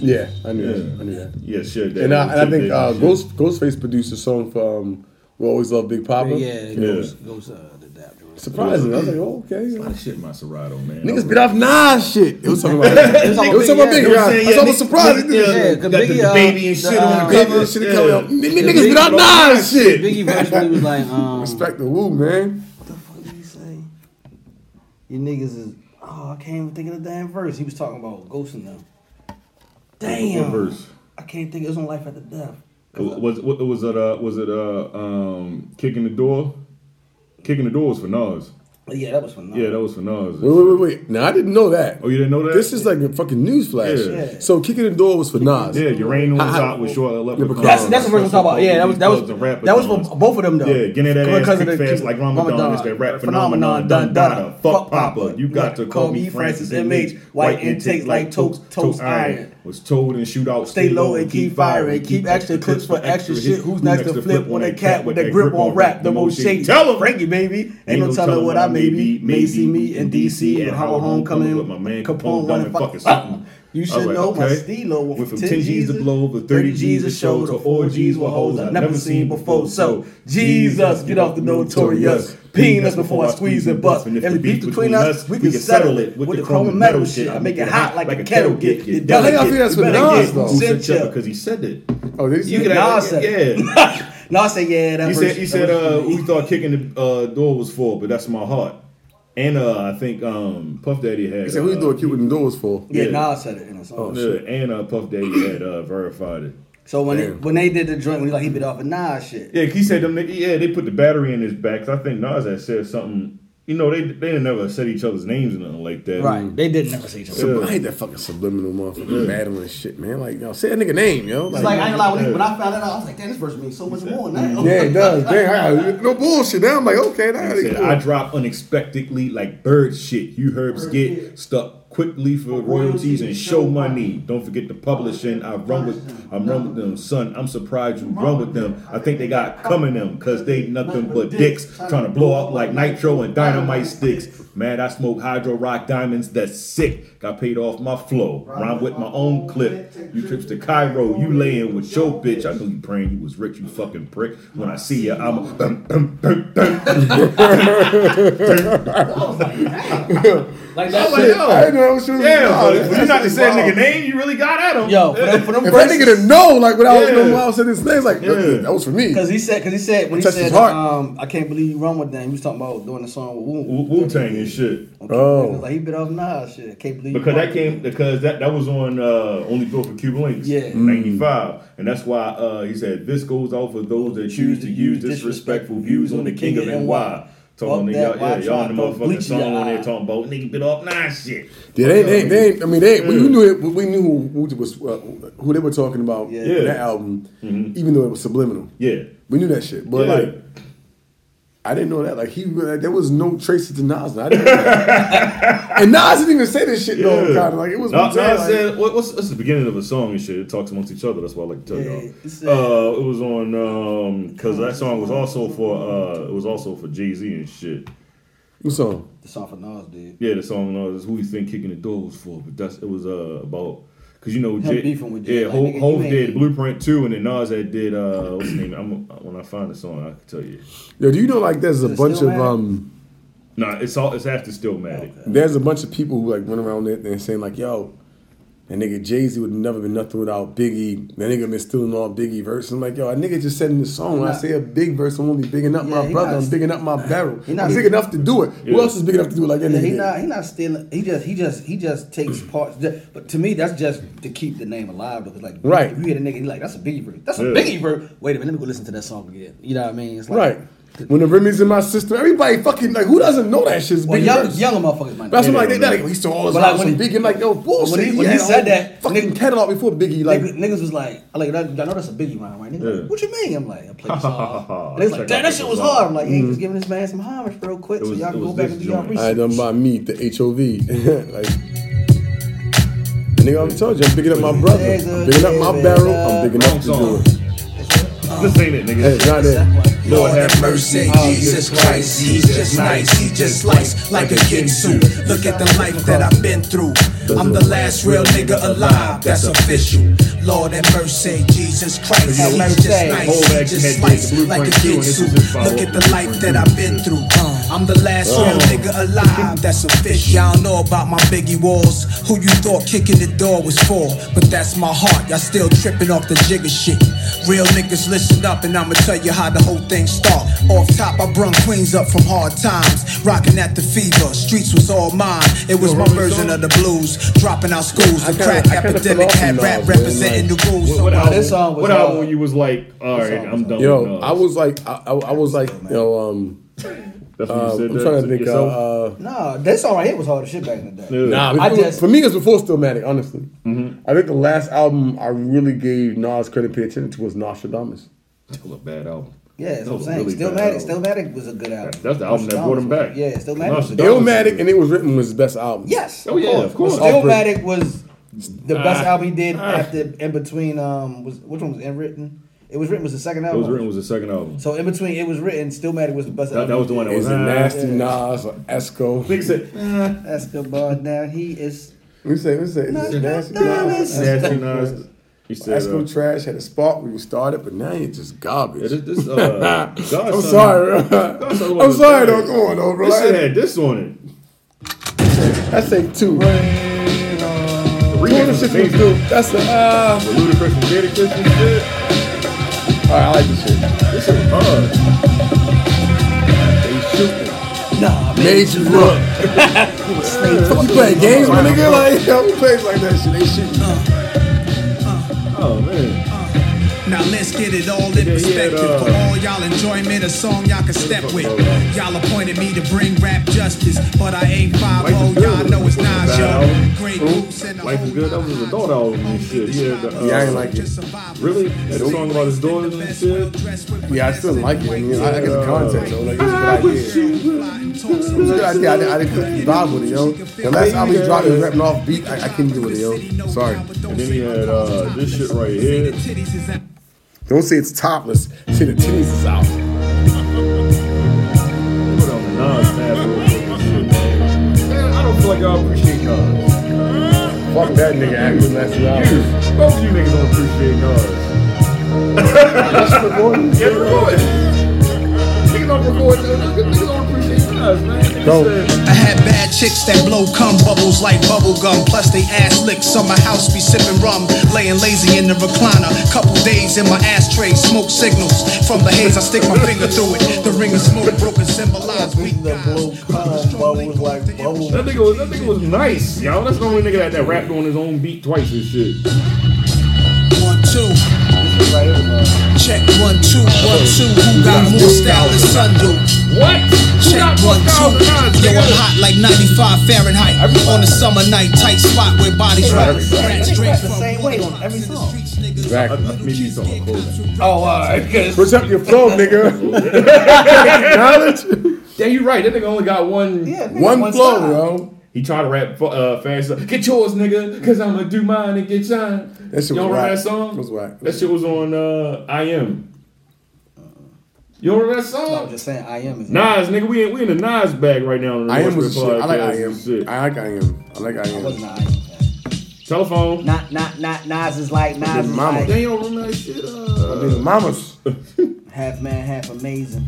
S5: Yeah, I knew
S3: Yeah.
S5: that. I knew that.
S3: Yeah, sure, Daddy.
S5: And I, and I
S3: Sure,
S5: think
S3: Daddy,
S5: uh,
S3: sure.
S5: Ghost Ghostface produced a song for um, "We Always Love Big Papa."
S3: Yeah, Ghost-
S7: Ghost, uh, did that.
S5: Surprising. I was like, oh, okay.
S3: A lot of shit, in my Serato, man.
S5: Niggas bit off Nas shit. It was talking [laughs] about.
S3: It was
S5: it was
S3: all
S5: talking about
S3: Biggie,
S5: Big
S3: yeah. You
S5: Rock.
S3: know what I'm saying?
S5: That's
S3: Yeah,
S5: almost
S3: Nick-
S5: surprising.
S3: yeah, yeah, 'cause Biggie, uh, the, uh,
S5: Baby and shit
S3: yeah.
S5: on the cover. N- n-
S3: Biggie
S5: Niggas bit off
S3: wrote
S5: Nas
S3: Nas
S5: shit.
S3: shit. Biggie
S7: virtually was like, um,
S5: respect the woo, man.
S7: You niggas is oh I can't even think of the damn verse. He was talking about ghosts and them. Damn.
S3: What verse?
S7: I can't think. It was on Life After Death.
S3: Was what was it? Uh, was it uh, um, kicking the door? Kicking the door was for Nas.
S7: Yeah, that was for Nas.
S3: Yeah, that was for Nas.
S5: Wait, wait, wait, wait. Now I didn't know that. Oh,
S3: you didn't know that?
S5: This is like a fucking news flash.
S3: Yeah.
S5: So kicking the door was for Nas.
S3: Yeah, Uranium
S5: How-
S3: was
S5: how-
S3: out with short leopard.
S7: That's that's the verse I'm talking about. Yeah, that was that was that was for both of them though.
S3: Yeah, get in that
S7: Because
S3: ass
S7: of
S3: kick
S7: the-
S3: fast like Ramadan.
S7: Ramadan.
S3: It's that rap phenomenon. Dun dada. Fuck Papa. You got to call me Francis M.H. White intakes like toast, toast iron. Was told and shoot out.
S7: Stay low and keep firing. Keep extra clips for extra shit. Who's next to flip on a cat with a grip on rap? The most shady. Tell him, Frankie, baby. Ain't no telling what I may be. May see me in D.C. and how a homecoming with my man Capone running fucking something. You should know my stilo
S3: Went from 10 G's to blow to 30 G's a show to 4 G's with hoes I've never seen before. So, Jesus, get off the notorious. Penis before I squeeze and bust. And if the beef between us, we can settle it with the chrome and metal shit. I make it hot like a kettle get. It
S5: But how y'all feel that's with Nas though?
S3: Because he said it.
S5: Oh, they
S3: You
S5: said
S3: can
S5: that?
S3: Nas said it. Yeah.
S7: Nas said, yeah, that
S3: He
S7: verse-
S3: said, he
S7: that
S3: said,
S7: verse-
S3: uh, we thought kicking the uh, door was for, but that's my heart. And uh, I think um, Puff Daddy had.
S5: He said, "Who you
S3: uh,
S5: doing kicking the doors for?"
S7: Yeah, Nas said it in a song.
S3: yeah, and uh, Puff Daddy had uh, verified it.
S7: So when they,
S3: Damn.
S7: when they did the joint, when he like he bit off a Nas shit.
S3: Yeah, he said them. nigg- Yeah, they put the battery in his back. 'cause I think Nas had said something. You know, they they didn't never said each other's names or nothing like that.
S7: Right. They didn't never say each other.
S5: Sub- I hate that fucking subliminal motherfucking
S3: Yeah.
S5: battle and shit, man. Like, yo, say that nigga name, yo.
S7: It's like I ain't lie when, he, when I found that out, I was like, damn, this verse means so much more now.
S5: Yeah,
S7: [laughs]
S5: it does. Damn, I- no bullshit. Now I'm like, okay, now
S3: He said,
S5: cool.
S3: I drop unexpectedly like bird shit. You herbs get stuck quickly for royalties and show money. Don't forget the publishing. I run with I'm run with them, son. I'm surprised you run with them. I think they got coming them because they nothing but dicks trying to blow up like nitro and dynamite sticks. Mad I smoke hydro rock diamonds that's sick. Got paid off my flow. Rhyme with my own clip. You trips to Cairo, you laying with your bitch. I know you praying you was rich, you fucking prick. When I see you, I'm [clears throat] a dum, dum, dum, dum.
S5: Like that shit. I didn't know what she was
S3: Yeah,
S5: about.
S3: but when you not the same nigga name, you really got at him.
S5: Yo,
S3: for them,
S5: if that nigga didn't know, like when I was
S3: Yeah.
S5: when I was saying his name, like that that was for me.
S7: Because he said, because he said, when he
S5: It touched his
S7: said,
S5: heart.
S7: um, I can't believe you run with that. He was talking about doing the song with Wu.
S3: Wu Tang and shit.
S5: Oh.
S7: Like he bit off Nas shit. Can't believe you
S3: Because
S7: run
S3: that came because that, that was on uh, only built for Cuban links.
S7: Yeah.
S3: ninety five, and that's why uh, he said this goes out for those that choose to use disrespectful views on the king of NY. Talking to
S7: Fuck
S3: y'all,
S7: that
S3: yeah,
S7: white
S3: y'all in the
S7: tribe,
S3: motherfucking
S7: bleach
S3: song
S7: your
S3: on there
S7: eye.
S3: talking about nigga bit off nine shit.
S5: Yeah, they, they, they, I mean, they, we knew it, we knew who, who was uh, who they were talking about in
S3: Yeah. Mm-hmm.
S5: that album, even though it was subliminal.
S3: Yeah,
S5: we knew that shit, but
S3: Yeah.
S5: like, I didn't know that. Like, he like, there was no traces to Nas. and I didn't know that. and Nas didn't even say this shit though. Kind of like it was.
S3: Nah,
S5: one time,
S3: nah, it
S5: like-
S3: said- what- what's, what's the beginning of a song and shit? It talks amongst each other. That's what I like to tell y'all. uh, it was on um because that song was also for uh it was also for Jay Z and shit.
S5: What song?
S7: The song for Nas, dude.
S3: Yeah, the song uh, is "Who You Think Kicking the Doors For," but that's it was uh about because you know
S7: Him beefing with Jay,
S3: yeah
S7: like,
S3: Ho-
S7: nigga, you
S3: Hove
S7: ain't-
S3: did Blueprint too, and then Nas had did uh what's his name? I'm when I find the song I can tell you.
S5: Yo, do you know like there's a bunch of um,
S3: Nah, it's all it's after Stillmatic.
S5: there's a bunch of people who like went around there and saying like, yo, that nigga Jay Z would never been nothing without Biggie. That nigga been stealing all Biggie verses. I'm like, yo, a nigga just said in the song, when I say a big verse, I'm only bigging up
S7: Yeah,
S5: my
S7: he
S5: brother.
S7: not-
S5: I'm bigging up my barrel.
S7: He not-
S5: I'm big enough to do it. Who
S7: Yeah.
S5: else is big enough to do it like that
S7: Yeah,
S5: nigga?
S7: he
S5: did?
S7: not he not stealing. He just he just he just takes
S5: [clears throat]
S7: parts. Ju- But to me, that's just to keep the name alive. Because like
S5: Right.
S7: you hear the nigga, you like that's a Biggie verse. That's a
S5: Yeah.
S7: Biggie verse. Wait a minute, let me go listen to that song again. You know what I mean? It's like,
S5: Right. When the Remy's in my system, everybody fucking like who doesn't know that shit's
S7: Well,
S5: big.
S7: young, younger motherfuckers might.
S5: That's
S7: know.
S5: what like they that like, he stole all his
S7: But, like,
S5: like,
S7: when
S5: from
S7: he-
S5: Biggie. I'm like, yo, bullshit.
S7: When he, when
S5: had
S7: he
S5: a
S7: said
S5: whole
S7: that,
S5: fucking catalog before Biggie, like
S7: niggas, niggas was like, I like, I know that's a Biggie rhyme, right? Niggas like, what you mean? I'm like, I
S5: [laughs]
S7: played this off. And it's like,
S5: Check
S7: damn,
S5: out
S7: that shit was
S5: Biggie.
S7: hard. I'm like, hey,
S5: Mhm.
S7: just giving this man some homage real quick,
S5: It
S7: so
S5: was-
S7: y'all
S5: it
S7: can
S5: was
S7: go back
S5: this
S7: and do y'all
S5: joint. [laughs] I
S7: research.
S5: done by meat, the HOV. [laughs] like, nigga, I already told you, I'm picking up my brother. I'm picking up my barrel. I'm picking up to do it.
S3: This ain't it, nigga.
S5: Hey, it's not it.
S11: Lord have mercy, Oh, Jesus Christ, he's just nice, he just sliced like a ginsu. Look at the life that I've been through. I'm the last real nigga alive, that's official. Lord have mercy, Jesus Christ,
S14: Have
S11: he's
S14: mercy.
S11: just nice, he just sliced like a ginsu. Look at the life that I've been through. I'm the last real nigga alive, that's official. Y'all know about my biggie walls. Who you thought kicking the door was for? But that's my heart, y'all still tripping off the jigger shit. Real niggas, listen up, and I'ma tell you how the whole thing start. Off top, I brung Queens up from hard times. Rocking at the fever, streets was all mine. It was my version of the blues. Dropping out schools, the crack epidemic had rap representing the rules.
S3: What album? what
S11: hard.
S3: album you was like? All right, I'm done. with
S5: Yo,
S3: Nas.
S5: I was like, I, I, I was like, yo, um,
S3: That's
S5: uh,
S3: when you said
S5: I'm
S3: that
S5: trying to
S3: to
S5: think. Uh,
S3: yourself?
S5: uh,
S7: Nah, this song right here was hard as shit back in the day.
S5: Nah,
S7: I
S5: it was-
S7: just
S5: for me, it was before Stillmatic, honestly. I think the last album I really gave Nas credit, pay attention to was Nostradamus.
S3: That was a bad album.
S7: Yeah, that's
S5: That
S7: what I'm
S5: was
S7: saying.
S5: really
S7: Still
S5: bad
S7: Matic, Still Matic was a good album.
S5: That's the album that brought him
S7: Nostradamus
S5: back.
S7: was- Yeah, Still Matic. was a good album.
S5: Illmatic and it was written was his best album.
S7: Yes.
S5: Oh yeah, of course.
S7: Stillmatic was the best
S5: Ah.
S7: album he did
S5: Ah.
S7: after in between. Um, was which one was in written? It was written was the second
S3: It
S7: album.
S3: was written was the second album.
S7: So in between, it was written. Stillmatic was the best.
S3: That,
S7: album
S3: that was
S7: he
S3: the one that
S7: did.
S3: was
S5: Nas or [laughs] Esco.
S3: Nigga said
S11: [laughs]
S7: Nah, Escobar. Now he is.
S5: We say, we say,
S7: Nas-
S5: nasty
S7: Nas-
S5: Nas.
S3: Nasty Nas. He said,
S5: Esco
S3: uh,
S5: trash had a spark when we started, but now it's just garbage.
S3: Yeah, this- this,
S5: [laughs]
S3: uh, Godson-
S5: I'm sorry.
S3: Godson
S5: [laughs] I'm
S3: was
S5: sorry, though.
S3: bad.
S5: Come on, though, bro.
S3: This shit had this on it.
S5: That's take two. Doing the shit we
S3: amazing.
S5: do. That's a. Uh,
S3: Ludacris and Jadakiss and shit.
S5: Alright, I like this shit. This
S3: shit hard.
S5: They shooting.
S7: Nah,
S5: made you look. you playing games, my nigga? Like, yo, who plays like that shit? They shooting.
S3: Oh man.
S11: Now let's get it all in perspective
S3: uh,
S11: for all y'all enjoyment. A song y'all can step with. Y'all appointed me to bring rap justice, but I ain't five O. Y'all know it's
S3: Bad
S11: Nas,
S3: album.
S11: yo. Great roots and
S3: Ooh, Life is good. That was his adult album and shit. Yeah, the, uh,
S5: Yeah, I ain't like it.
S3: Really? That song about his daughters and shit.
S5: Yeah, I still like it. I, mean, I, I get the context, though. Like, it was
S3: I
S5: a good
S3: wish
S5: idea. It was a good idea. I didn't, I didn't couldn't vibe with it, yo. The last album he dropped, it was rapping off beat. I, I couldn't do it, yo. Sorry.
S3: And then he had uh, this shit right here.
S5: Don't say it's topless. Say the titties is out.
S3: Put on the Nas tab.
S5: Fuck that nigga acting that's the album. Both of you niggas don't appreciate [laughs] yours.
S3: Yes, record. Niggas don't record. Niggas don't appreciate yours, man.
S5: Go.
S11: I had bad chicks that blow cum bubbles like bubble gum. Plus they ass licks. So my house be sipping rum, laying lazy in the recliner. Couple days in my ashtray, smoke signals from the haze. I stick my finger through it. The ring of smoke broken symbolize weak guys.
S3: Bubbles like bubbles.
S5: That nigga was that nigga was nice, y'all. That's the only nigga that, that rapped on his own beat twice and shit.
S11: One two. Check one two one two. Who got more style than Sundu?
S3: What? Who
S11: Check
S3: got more
S11: one
S3: style
S11: two.
S3: than us,
S11: Yo,
S3: nigga?
S11: I'm hot like 95 Fahrenheit on a summer night, tight spot where bodies rock. Rats drink
S7: the same way on every song.
S5: Exactly. Let me need some clothing.
S3: Oh, alright.
S5: Switch up your flow,
S3: [laughs]
S5: nigga. Knowledge.
S3: Yeah, you right. That nigga only got one.
S5: One flow, yo.
S3: He tried to rap fu- uh, fast. uh, Get yours, nigga, cause I'ma do mine and get shine.
S5: That
S3: you don't
S5: shit was
S3: remember
S5: whack.
S3: that song?
S5: It was whack. Uh-uh.
S3: That shit was on uh, I Am. You don't remember that
S7: I'm
S3: song?
S7: just saying, I am. Is
S3: Nas, nigga, we in, we in the Nas bag right now. on the
S5: I am
S3: Northwood
S5: was the shit. I like I
S3: podcast
S5: am.
S3: and shit.
S5: I like I am. I like I
S7: I
S5: am.
S7: wasn't I am.
S3: Telephone.
S7: Not, not, not. Nas is like Nas is
S5: Mama.
S7: like
S3: They don't remember that shit.
S5: My
S3: Uh,
S5: nigga
S3: [laughs]
S5: Mamas.
S7: half man, half amazing.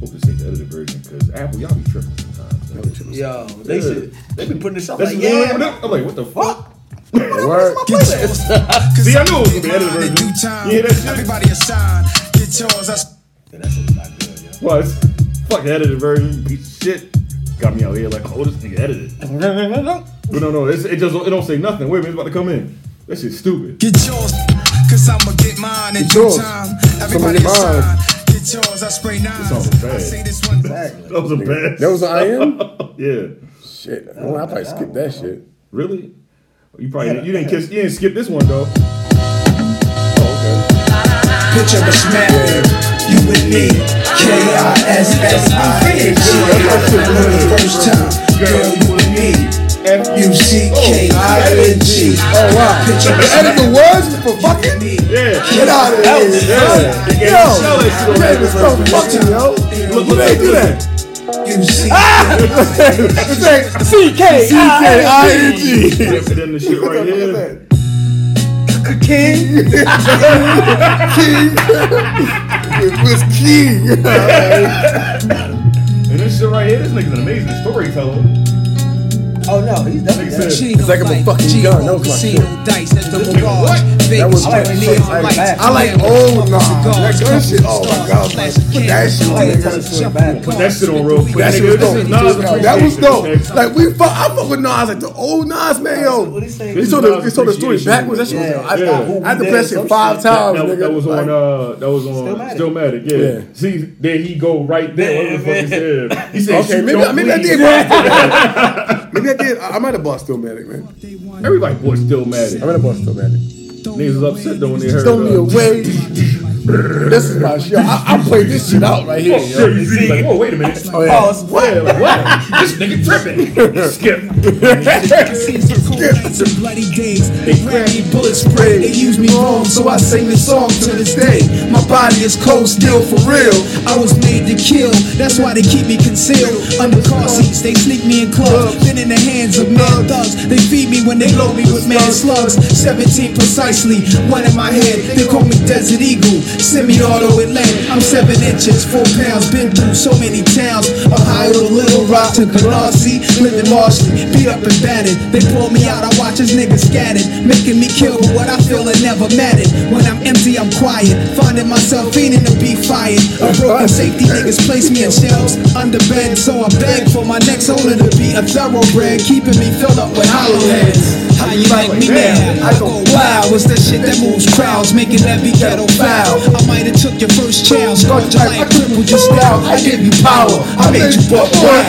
S5: Hope this ain't the edited version, cause Apple, y'all be tripping sometimes.
S7: Yo, they should. They be putting this up
S3: that's
S7: like,
S3: the one
S7: yeah,
S3: I'm like, I'm like, what the fuck?
S5: Word.
S3: See, I knew it was the edited
S11: In
S3: version.
S11: due time,
S3: Yeah, that shit.
S11: everybody assigned. Get yours. I
S7: Yeah, that shit's not good, yo.
S3: Was fuck the edited version, piece of shit. Got me out here like, oh, this nigga edited. but no, no, it's, it just don't- it don't say nothing. Wait a minute, it's about to come in. That shit's stupid.
S11: Get yours, cause I'ma get mine in
S5: Get
S11: due
S5: yours.
S11: time.
S5: Somebody
S11: Everybody
S5: mine.
S11: assigned. Get yours, I spray nines.
S3: song was
S11: I
S3: bad.
S11: say this one.
S3: That was a bad.
S5: That was an I am.
S3: [laughs] yeah.
S5: Shit. I don't- I probably skipped that shit.
S3: Really? You probably you didn't kiss, you didn't skip this one though.
S11: Picture of a smack. You and me. K-I-S-S-I-N-G. the first time. Girl, you and me. F-U-C-K-I-N-G.
S5: Oh wow.
S11: Picture of a
S5: Edit the words for fucking.
S3: Yeah.
S5: Get out of here.
S3: Yeah.
S5: Yo,
S3: Show that shit on
S5: you made me so fucking yo.
S3: Look,
S5: You
S3: look,
S5: made me do
S3: look.
S5: that.
S11: smack.
S5: It's like C K I N G.
S3: And then the shit right here.
S5: King. King. It was King.
S3: And this shit right here, this nigga's an amazing storyteller.
S7: Oh no, he's
S3: Nigga
S7: definitely.
S3: said,
S11: It's
S5: like I'm a fucking gun. That was my
S11: dice at the
S3: What?
S11: mirage.
S5: That was my
S11: neon
S5: shit. I
S11: lights,
S5: like- I like old nah. That gun shit. Oh my god. man. Put that shit on
S7: Like,
S5: there.
S7: tell the story back.
S3: Put that shit on real quick.
S5: That shit
S3: nigga. This
S5: was dope.
S3: is Nas
S5: That was
S3: appreciation.
S5: dope. Like we fuck, I fuck with Nas like the old Nas man, yo.
S7: What he say?
S5: He
S3: This
S5: told
S3: is
S5: the he
S3: Nas
S5: told the story
S3: appreciation.
S5: backwards. That shit was.
S7: Yeah.
S5: I,
S3: Yeah.
S5: I, I had to play that shit five
S3: That,
S5: times,
S3: that,
S5: Oh, nigga.
S3: that was on
S5: Like,
S3: uh that was on
S7: Stillmatic.
S3: Stillmatic, yeah.
S5: Yeah.
S3: See, there he go right there. What the fuck is there? He said,
S5: Okay,
S3: "Shoot,
S5: maybe I,
S3: don't
S5: maybe I
S3: bleed."
S5: did. bought- maybe I did. I, I might have bought Stillmatic, man.
S3: Everybody bought Stillmatic.
S5: I might have bought Stillmatic.
S3: Niggas was upset though when they heard.
S5: Throw me
S3: uh,
S5: away. this is my shit. I, I played this shit out right here,
S3: Oh, sure,
S5: yo.
S3: you see, like, whoa, wait a minute.
S5: Oh yeah.
S7: Pause.
S3: What? what? this nigga
S5: [laughs]
S3: tripping. Skip.
S11: Seems so cold nights and bloody days. They grab me bullet spray. They use me wrong, so I sing this song to this day. My body is cold still for real. I was made to kill, that's why they keep me concealed. Under car seats, they sneak me in clubs. Been in the hands of mad thugs. They feed me when they load me with mad slugs. 17 precisely, one in my head. They call me Desert Eagle, semi-auto Atlantic. I'm seven inches, four pounds. Been through so many towns, Ohio to Little Rock to Canarsie, living largely, beat up and battered. They pull me out, I watch his niggas scattered, making me kill but what I feel it never mattered. When I'm empty, I'm quiet, finding myself feeding to be fired. A broken safety niggas place me in shelves under bed, so I beg for my next owner to be a thoroughbred, keeping me filled up with hollow heads. How you like me now? I go wild. It's that shit that moves crowds, making every ghetto foul. I might have took your first chance, start your life crippled your style. I give you power, I made you buck wild.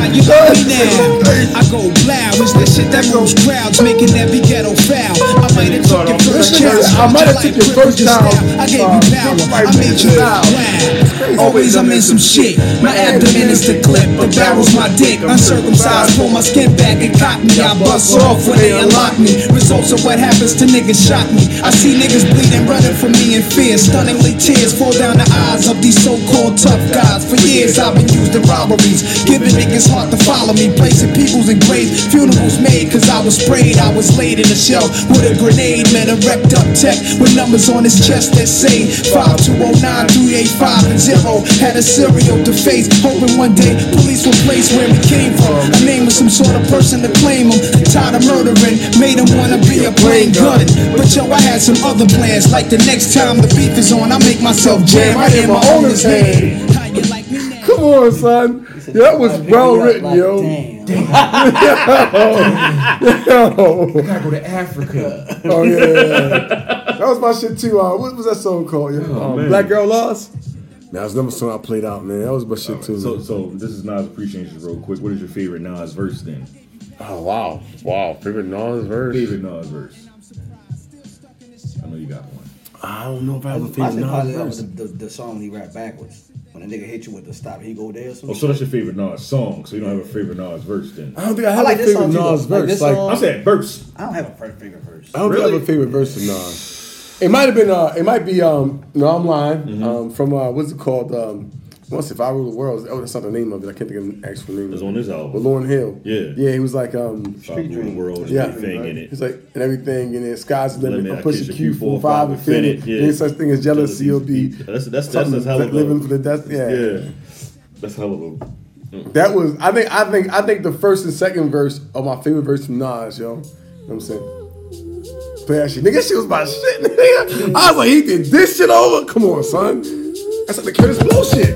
S11: How you like me now? I go loud. It's that shit that moves crowds, making every ghetto foul. I might have took your first chance,
S5: I might have took your first
S11: style.
S5: down. Uh,
S11: I gave you power, I made you look wild. Always I'm in some shit. My abdomen is the clip, the barrel's my dick. Uncircumcised, pull my skin back and cock me. I bust off when they and lock me. Results of what happens to niggas shock me. I see niggas bleeding, running from me in fear. Stunningly, tears fall down the eyes of these so-called tough guys. For years, I've been used in robberies, giving niggas heart to follow me, placing people's in graves. Funerals made, cause I was sprayed. I was laid in a shell with a grenade, man, a wrecked up tech with numbers on his chest that say 5209, 385, and 0. Had a serial to face, hoping one day police will place where we came from. A name with some sort of person to claim him. Tired of murdering, made him wanna be a plain gun. But yo, I had some other plans. Like the next time the beef is on, I make myself jam. I am my owner's name.
S5: Come on, son. That was well written, yo. yo.
S7: I gotta go to Africa.
S5: Oh yeah, yeah, yeah. that was my shit too. Uh, what was that song called? yo? Um,
S7: man.
S5: Black Girl Lost. Nah, it's never song I played out, man. That was my shit too.
S3: So, so this is Nas appreciation real quick. What is your favorite Nas verse then?
S5: oh wow, wow, favorite Nas verse.
S3: Favorite Nas verse. I know you got one.
S5: I don't know if I have a
S7: I
S5: favorite
S7: think
S5: Nas
S7: probably that
S5: verse.
S7: was the, the, the song he rapped backwards. When a nigga hit you with the stop, he go there. or some
S3: Oh, so that's your favorite Nas song. So you don't have a favorite Nas verse then?
S5: I don't think I have
S7: I like
S5: a
S7: this
S5: favorite
S7: song, too,
S5: Nas
S7: though. Like
S5: verse.
S7: this
S5: Like,
S7: song-
S3: I'm saying verse.
S7: I don't have a favorite favorite verse.
S5: I don't think I have a favorite verse of Nas. It might have been. Uh, it might be. Um, no, I'm lying. Um, from uh, what's it called? Um, once if I rule the world. Oh, that's not the name of it. I can't think of the actual name.
S3: It's
S5: of it.
S3: on this album.
S5: With Lauren Hill.
S3: Yeah.
S5: Yeah. He was like. Um,
S3: Street the world, and
S5: yeah.
S3: everything in it.
S5: He's like and everything in it. Sky's the limit.
S3: Limit,
S5: I'm
S3: I
S5: pushing
S3: kiss
S5: Q
S3: your
S5: four five infinite.
S3: yeah.
S5: Ain't such thing as jealousy. You'll be
S3: That's that's that's,
S5: something
S3: that's hell of a
S5: living for the death. Yeah.
S3: yeah. That's hell of a.
S5: That was. I think. I think. I think the first and second verse are my favorite verse from Nas. Yo, you know what I'm saying. Play that shit, nigga. She was my shit, [laughs] nigga. I was like, he did this shit over. Come on, son. That's like the Curtis Blow shit.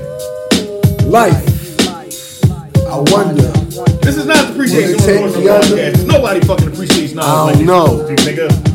S5: Life. I wonder.
S3: This is not appreciation.
S5: Wanna take
S3: Awards
S5: the other-
S3: podcast. Nobody fucking appreciates Nas.
S5: I
S3: like
S5: don't
S3: this,
S5: know.
S3: Nigga.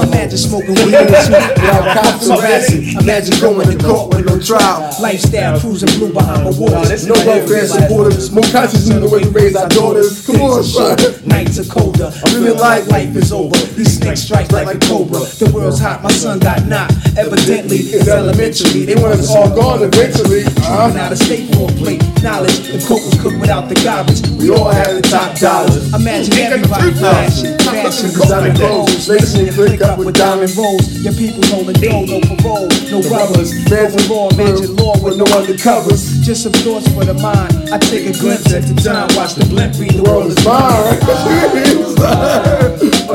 S11: Imagine smoking weed in the street without cops harassing. Imagine going to court with no trial. Lifestyle cruising blue behind the walls.
S5: No welfare supporters. More conscious in the way we raise our daughters. Come on, son.
S11: Nights are colder. I really like life is over. These snakes strike like a cobra. The world's hot. My son got knocked. Evidently, it's elementary.
S5: They want us all gone eventually. Uh-huh.
S11: Coming out of state for a plate. Knowledge. The coke was cooked without the garbage. We all had the top dollar. Imagine everybody flashing. Fashion designing clothes. Lacing your click up with diamond rolls. Your people holding dough, no parole, no rubbers. Imagine law, imagine law with no undercovers. Just some thoughts for the mind. I take a glimpse at the time. Watch the blimp read the world is mine.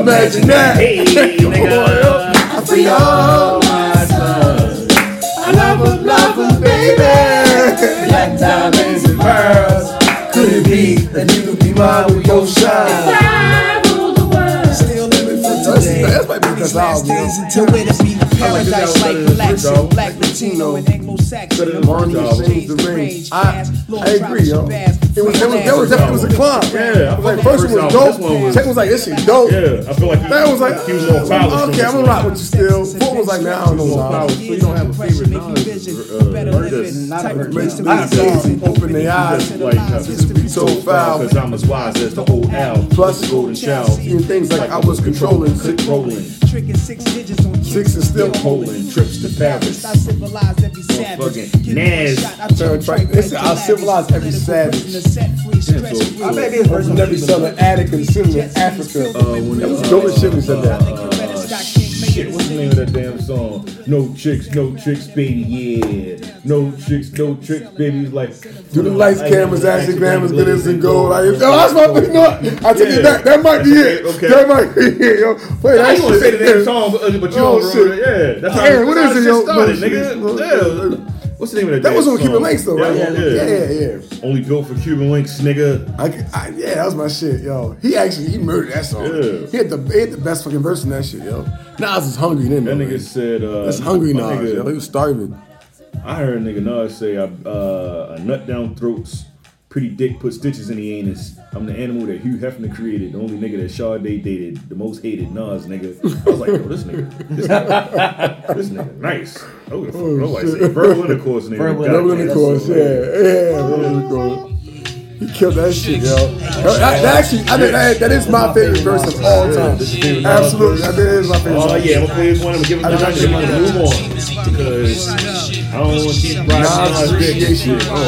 S5: [laughs] Imagine that.
S3: Hey, nigga.
S5: I free all my sons. I love them, love them, baby. Black diamonds and pearls. Could it be that you could be mine with your shine?
S11: Still living for today.
S5: That's my biggest
S11: These
S5: album.
S11: last
S5: yo.
S11: days until it be paradise like relaxing.
S5: dog.
S11: Black Latino and
S5: Better than
S11: Anglo-Saxon.
S5: Martin Lawrence, the range. I- I agree, yo. It was, it was, that was definitely it was a climb.
S3: Yeah, I
S5: It was like
S3: fuck
S5: first
S3: with
S5: it
S3: first
S5: was
S3: album.
S5: dope.
S3: This one was-
S5: Second was like this shit dope.
S3: Yeah, I feel like he,
S5: That was like
S3: he was on
S5: okay,
S3: power.
S5: I'm gonna rock with you still. Four was like now I don't know.
S3: Wow,
S5: Nas.
S3: so you don't have a favorite Nas, uh, verse that's-
S5: Open their eyes.
S3: Like, uh, this would be so foul, cause I'm as wise as the old owl.
S5: Plus,
S3: golden child.
S5: seeing things like I was controlling.
S3: Click rolling,
S11: six digits on
S5: Six is still
S3: polling, trips to Paris.
S11: I civilized every savage.
S3: Fucking
S11: Give me a
S3: Nas.
S11: shot, I turn
S5: Turn
S11: track.
S5: track. Listen, I
S11: Relax.
S5: civilized every
S11: Political
S5: savage.
S11: prisoner set free, stretch
S3: so-
S11: free.
S3: I bet
S5: Maybe it's verse every southern attic and sitting in Africa.
S3: Uh,
S5: That was dope as shit we said that.
S3: Shit, what's the name of that damn song? No chicks, no chicks, baby, yeah. No chicks, no tricks, baby. He's like,
S5: Do the lights, cameras, action, glamours, glitters, and gold. I, oh, that's my
S3: Gold.
S5: you know what? I take
S3: Yeah.
S5: it back. That might be it.
S3: Okay.
S5: That might be it, yo. Wait,
S3: I
S5: that
S3: ain't gonna
S5: shit-
S3: say the
S5: [laughs]
S3: damn song, but, uh, but you
S5: Oh,
S3: don't
S5: shit.
S3: remember. it. Yeah, that's how
S5: Aaron, what
S3: that's
S5: is
S3: how
S5: it,
S3: shit
S5: yo?
S3: started, nigga. Yeah. What's the name of that?
S5: That was
S3: damn
S5: on
S3: song?
S5: Cuban Links, though, right?
S3: Yeah,
S5: Yeah,
S3: yeah,
S5: yeah, yeah.
S3: Only built for Cuban Links, nigga.
S5: I, I, yeah, that was my shit, yo. He actually he murdered that song.
S3: Yeah.
S5: He had the he had the best fucking verse in that shit, yo. Nas is hungry, didn't
S3: That
S5: he?
S3: nigga said, uh,
S5: That's hungry
S3: my
S5: Nas,
S3: nigga-
S5: yo. He was starving.
S3: I heard a nigga Nas say, I, uh, "A nut down throats, pretty dick put stitches in the anus. I'm the animal that Hugh Hefner created, the only nigga that Sade dated, the most hated Nas nigga." I was like, "Yo, this nigga, this nigga, this nigga nice." Oh, the fuck, nobody said verbal intercourse, nigga.
S7: Verbal
S3: God
S5: Double
S3: damn,
S5: in the
S3: that's
S5: course,
S3: so
S5: yeah,
S3: weird.
S5: yeah, double in the course. He killed that shit, yo. That, that- that actually, I think that, that is my favorite verse of all time.
S3: This is favorite Nas
S5: Absolutely,
S3: verse.
S5: I think it is my favorite.
S3: Oh
S5: song.
S3: yeah, I'm gonna play this one. I'm gonna give him
S5: I
S3: the
S5: just-
S3: hundred. I'm gonna move on because I don't want to keep riding
S5: Nas
S3: Nas' dick.
S5: appreciation. Oh.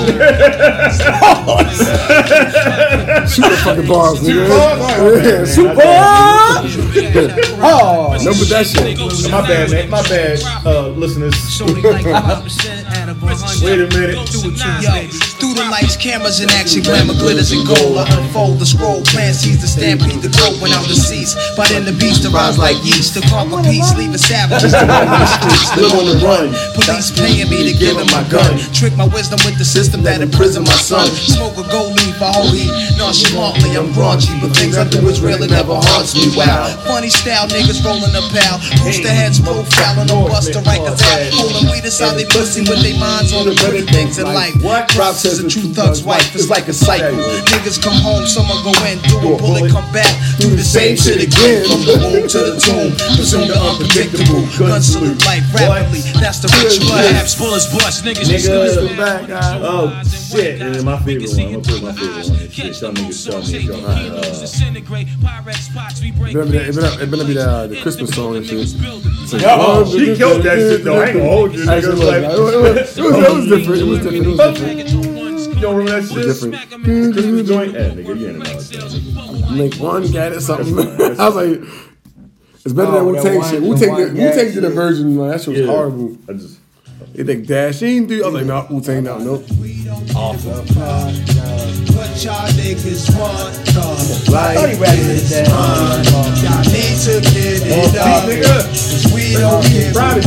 S5: Shoot the fucking bars, nigga. Yeah,
S3: Shoot
S5: bars.
S3: Oh,
S5: Number that shit.
S3: My bad, man. My bad, uh, listeners. Wait a minute.
S11: Through the lights, cameras in action, glamour glitters and gold. I unfold the scroll, plan sees the stampede, the growth when I'm deceased. But in the beast arrives like yeast, the conquer peace, leaving savages to roam the streets. Live on the run, police paying me to give him my gun. Trick my wisdom with the system that imprisoned my son. Smoke a gold leaf, I hold heat. Nonchalantly, I'm raunchy, but things I do is real, it never haunts me. Wow, funny style, niggas rolling a pal. Booster heads profiling on Buster Rikers out. Holding weed inside they pussy with their minds on the dirty things in life. What? Rob says a true thug's wife is like a cycle. Niggas come home, someone go in, do a bullet, come back, do the same shit again. From the womb to the tomb, presume the unpredictable. Gun salute life rapidly, that's the ritual. Perhaps bullets bust, niggas just lose
S3: back, Oh, shit. And then my favorite one. I'm going to put my favorite one. Shit, some niggas tell me it's your high. Uh,
S5: It better be that- it better- it better be that, uh, the Christmas song and shit. It's like,
S3: Yo,
S5: oh,
S3: she killed that shit, though. I ain't gonna hold you, nigga.
S5: Actually,
S3: Like-
S5: it was- it was- it was-
S3: [laughs]
S5: it was different. It was different. It was different.
S3: You don't remember that shit?
S5: different.
S3: The Christmas joint? Yeah, nigga, you ain't about
S5: Like one got it something. [laughs] I was like, it's better
S3: Oh,
S5: than Wu
S3: that
S5: Tang
S3: one-
S5: shit.
S3: the
S5: Wu Tang,
S3: one
S5: Wu Tang
S3: gag
S5: did a
S3: shit.
S5: version. Like, that shit was
S3: Yeah.
S5: horrible.
S3: I just.
S5: It like dash. He didn't do. I was like, nah, Wu Tang, no, nope.
S3: Awful.
S11: What y'all niggas want, dog?
S5: Like
S11: Y'all need to get it up. Cause we don't give a fuck.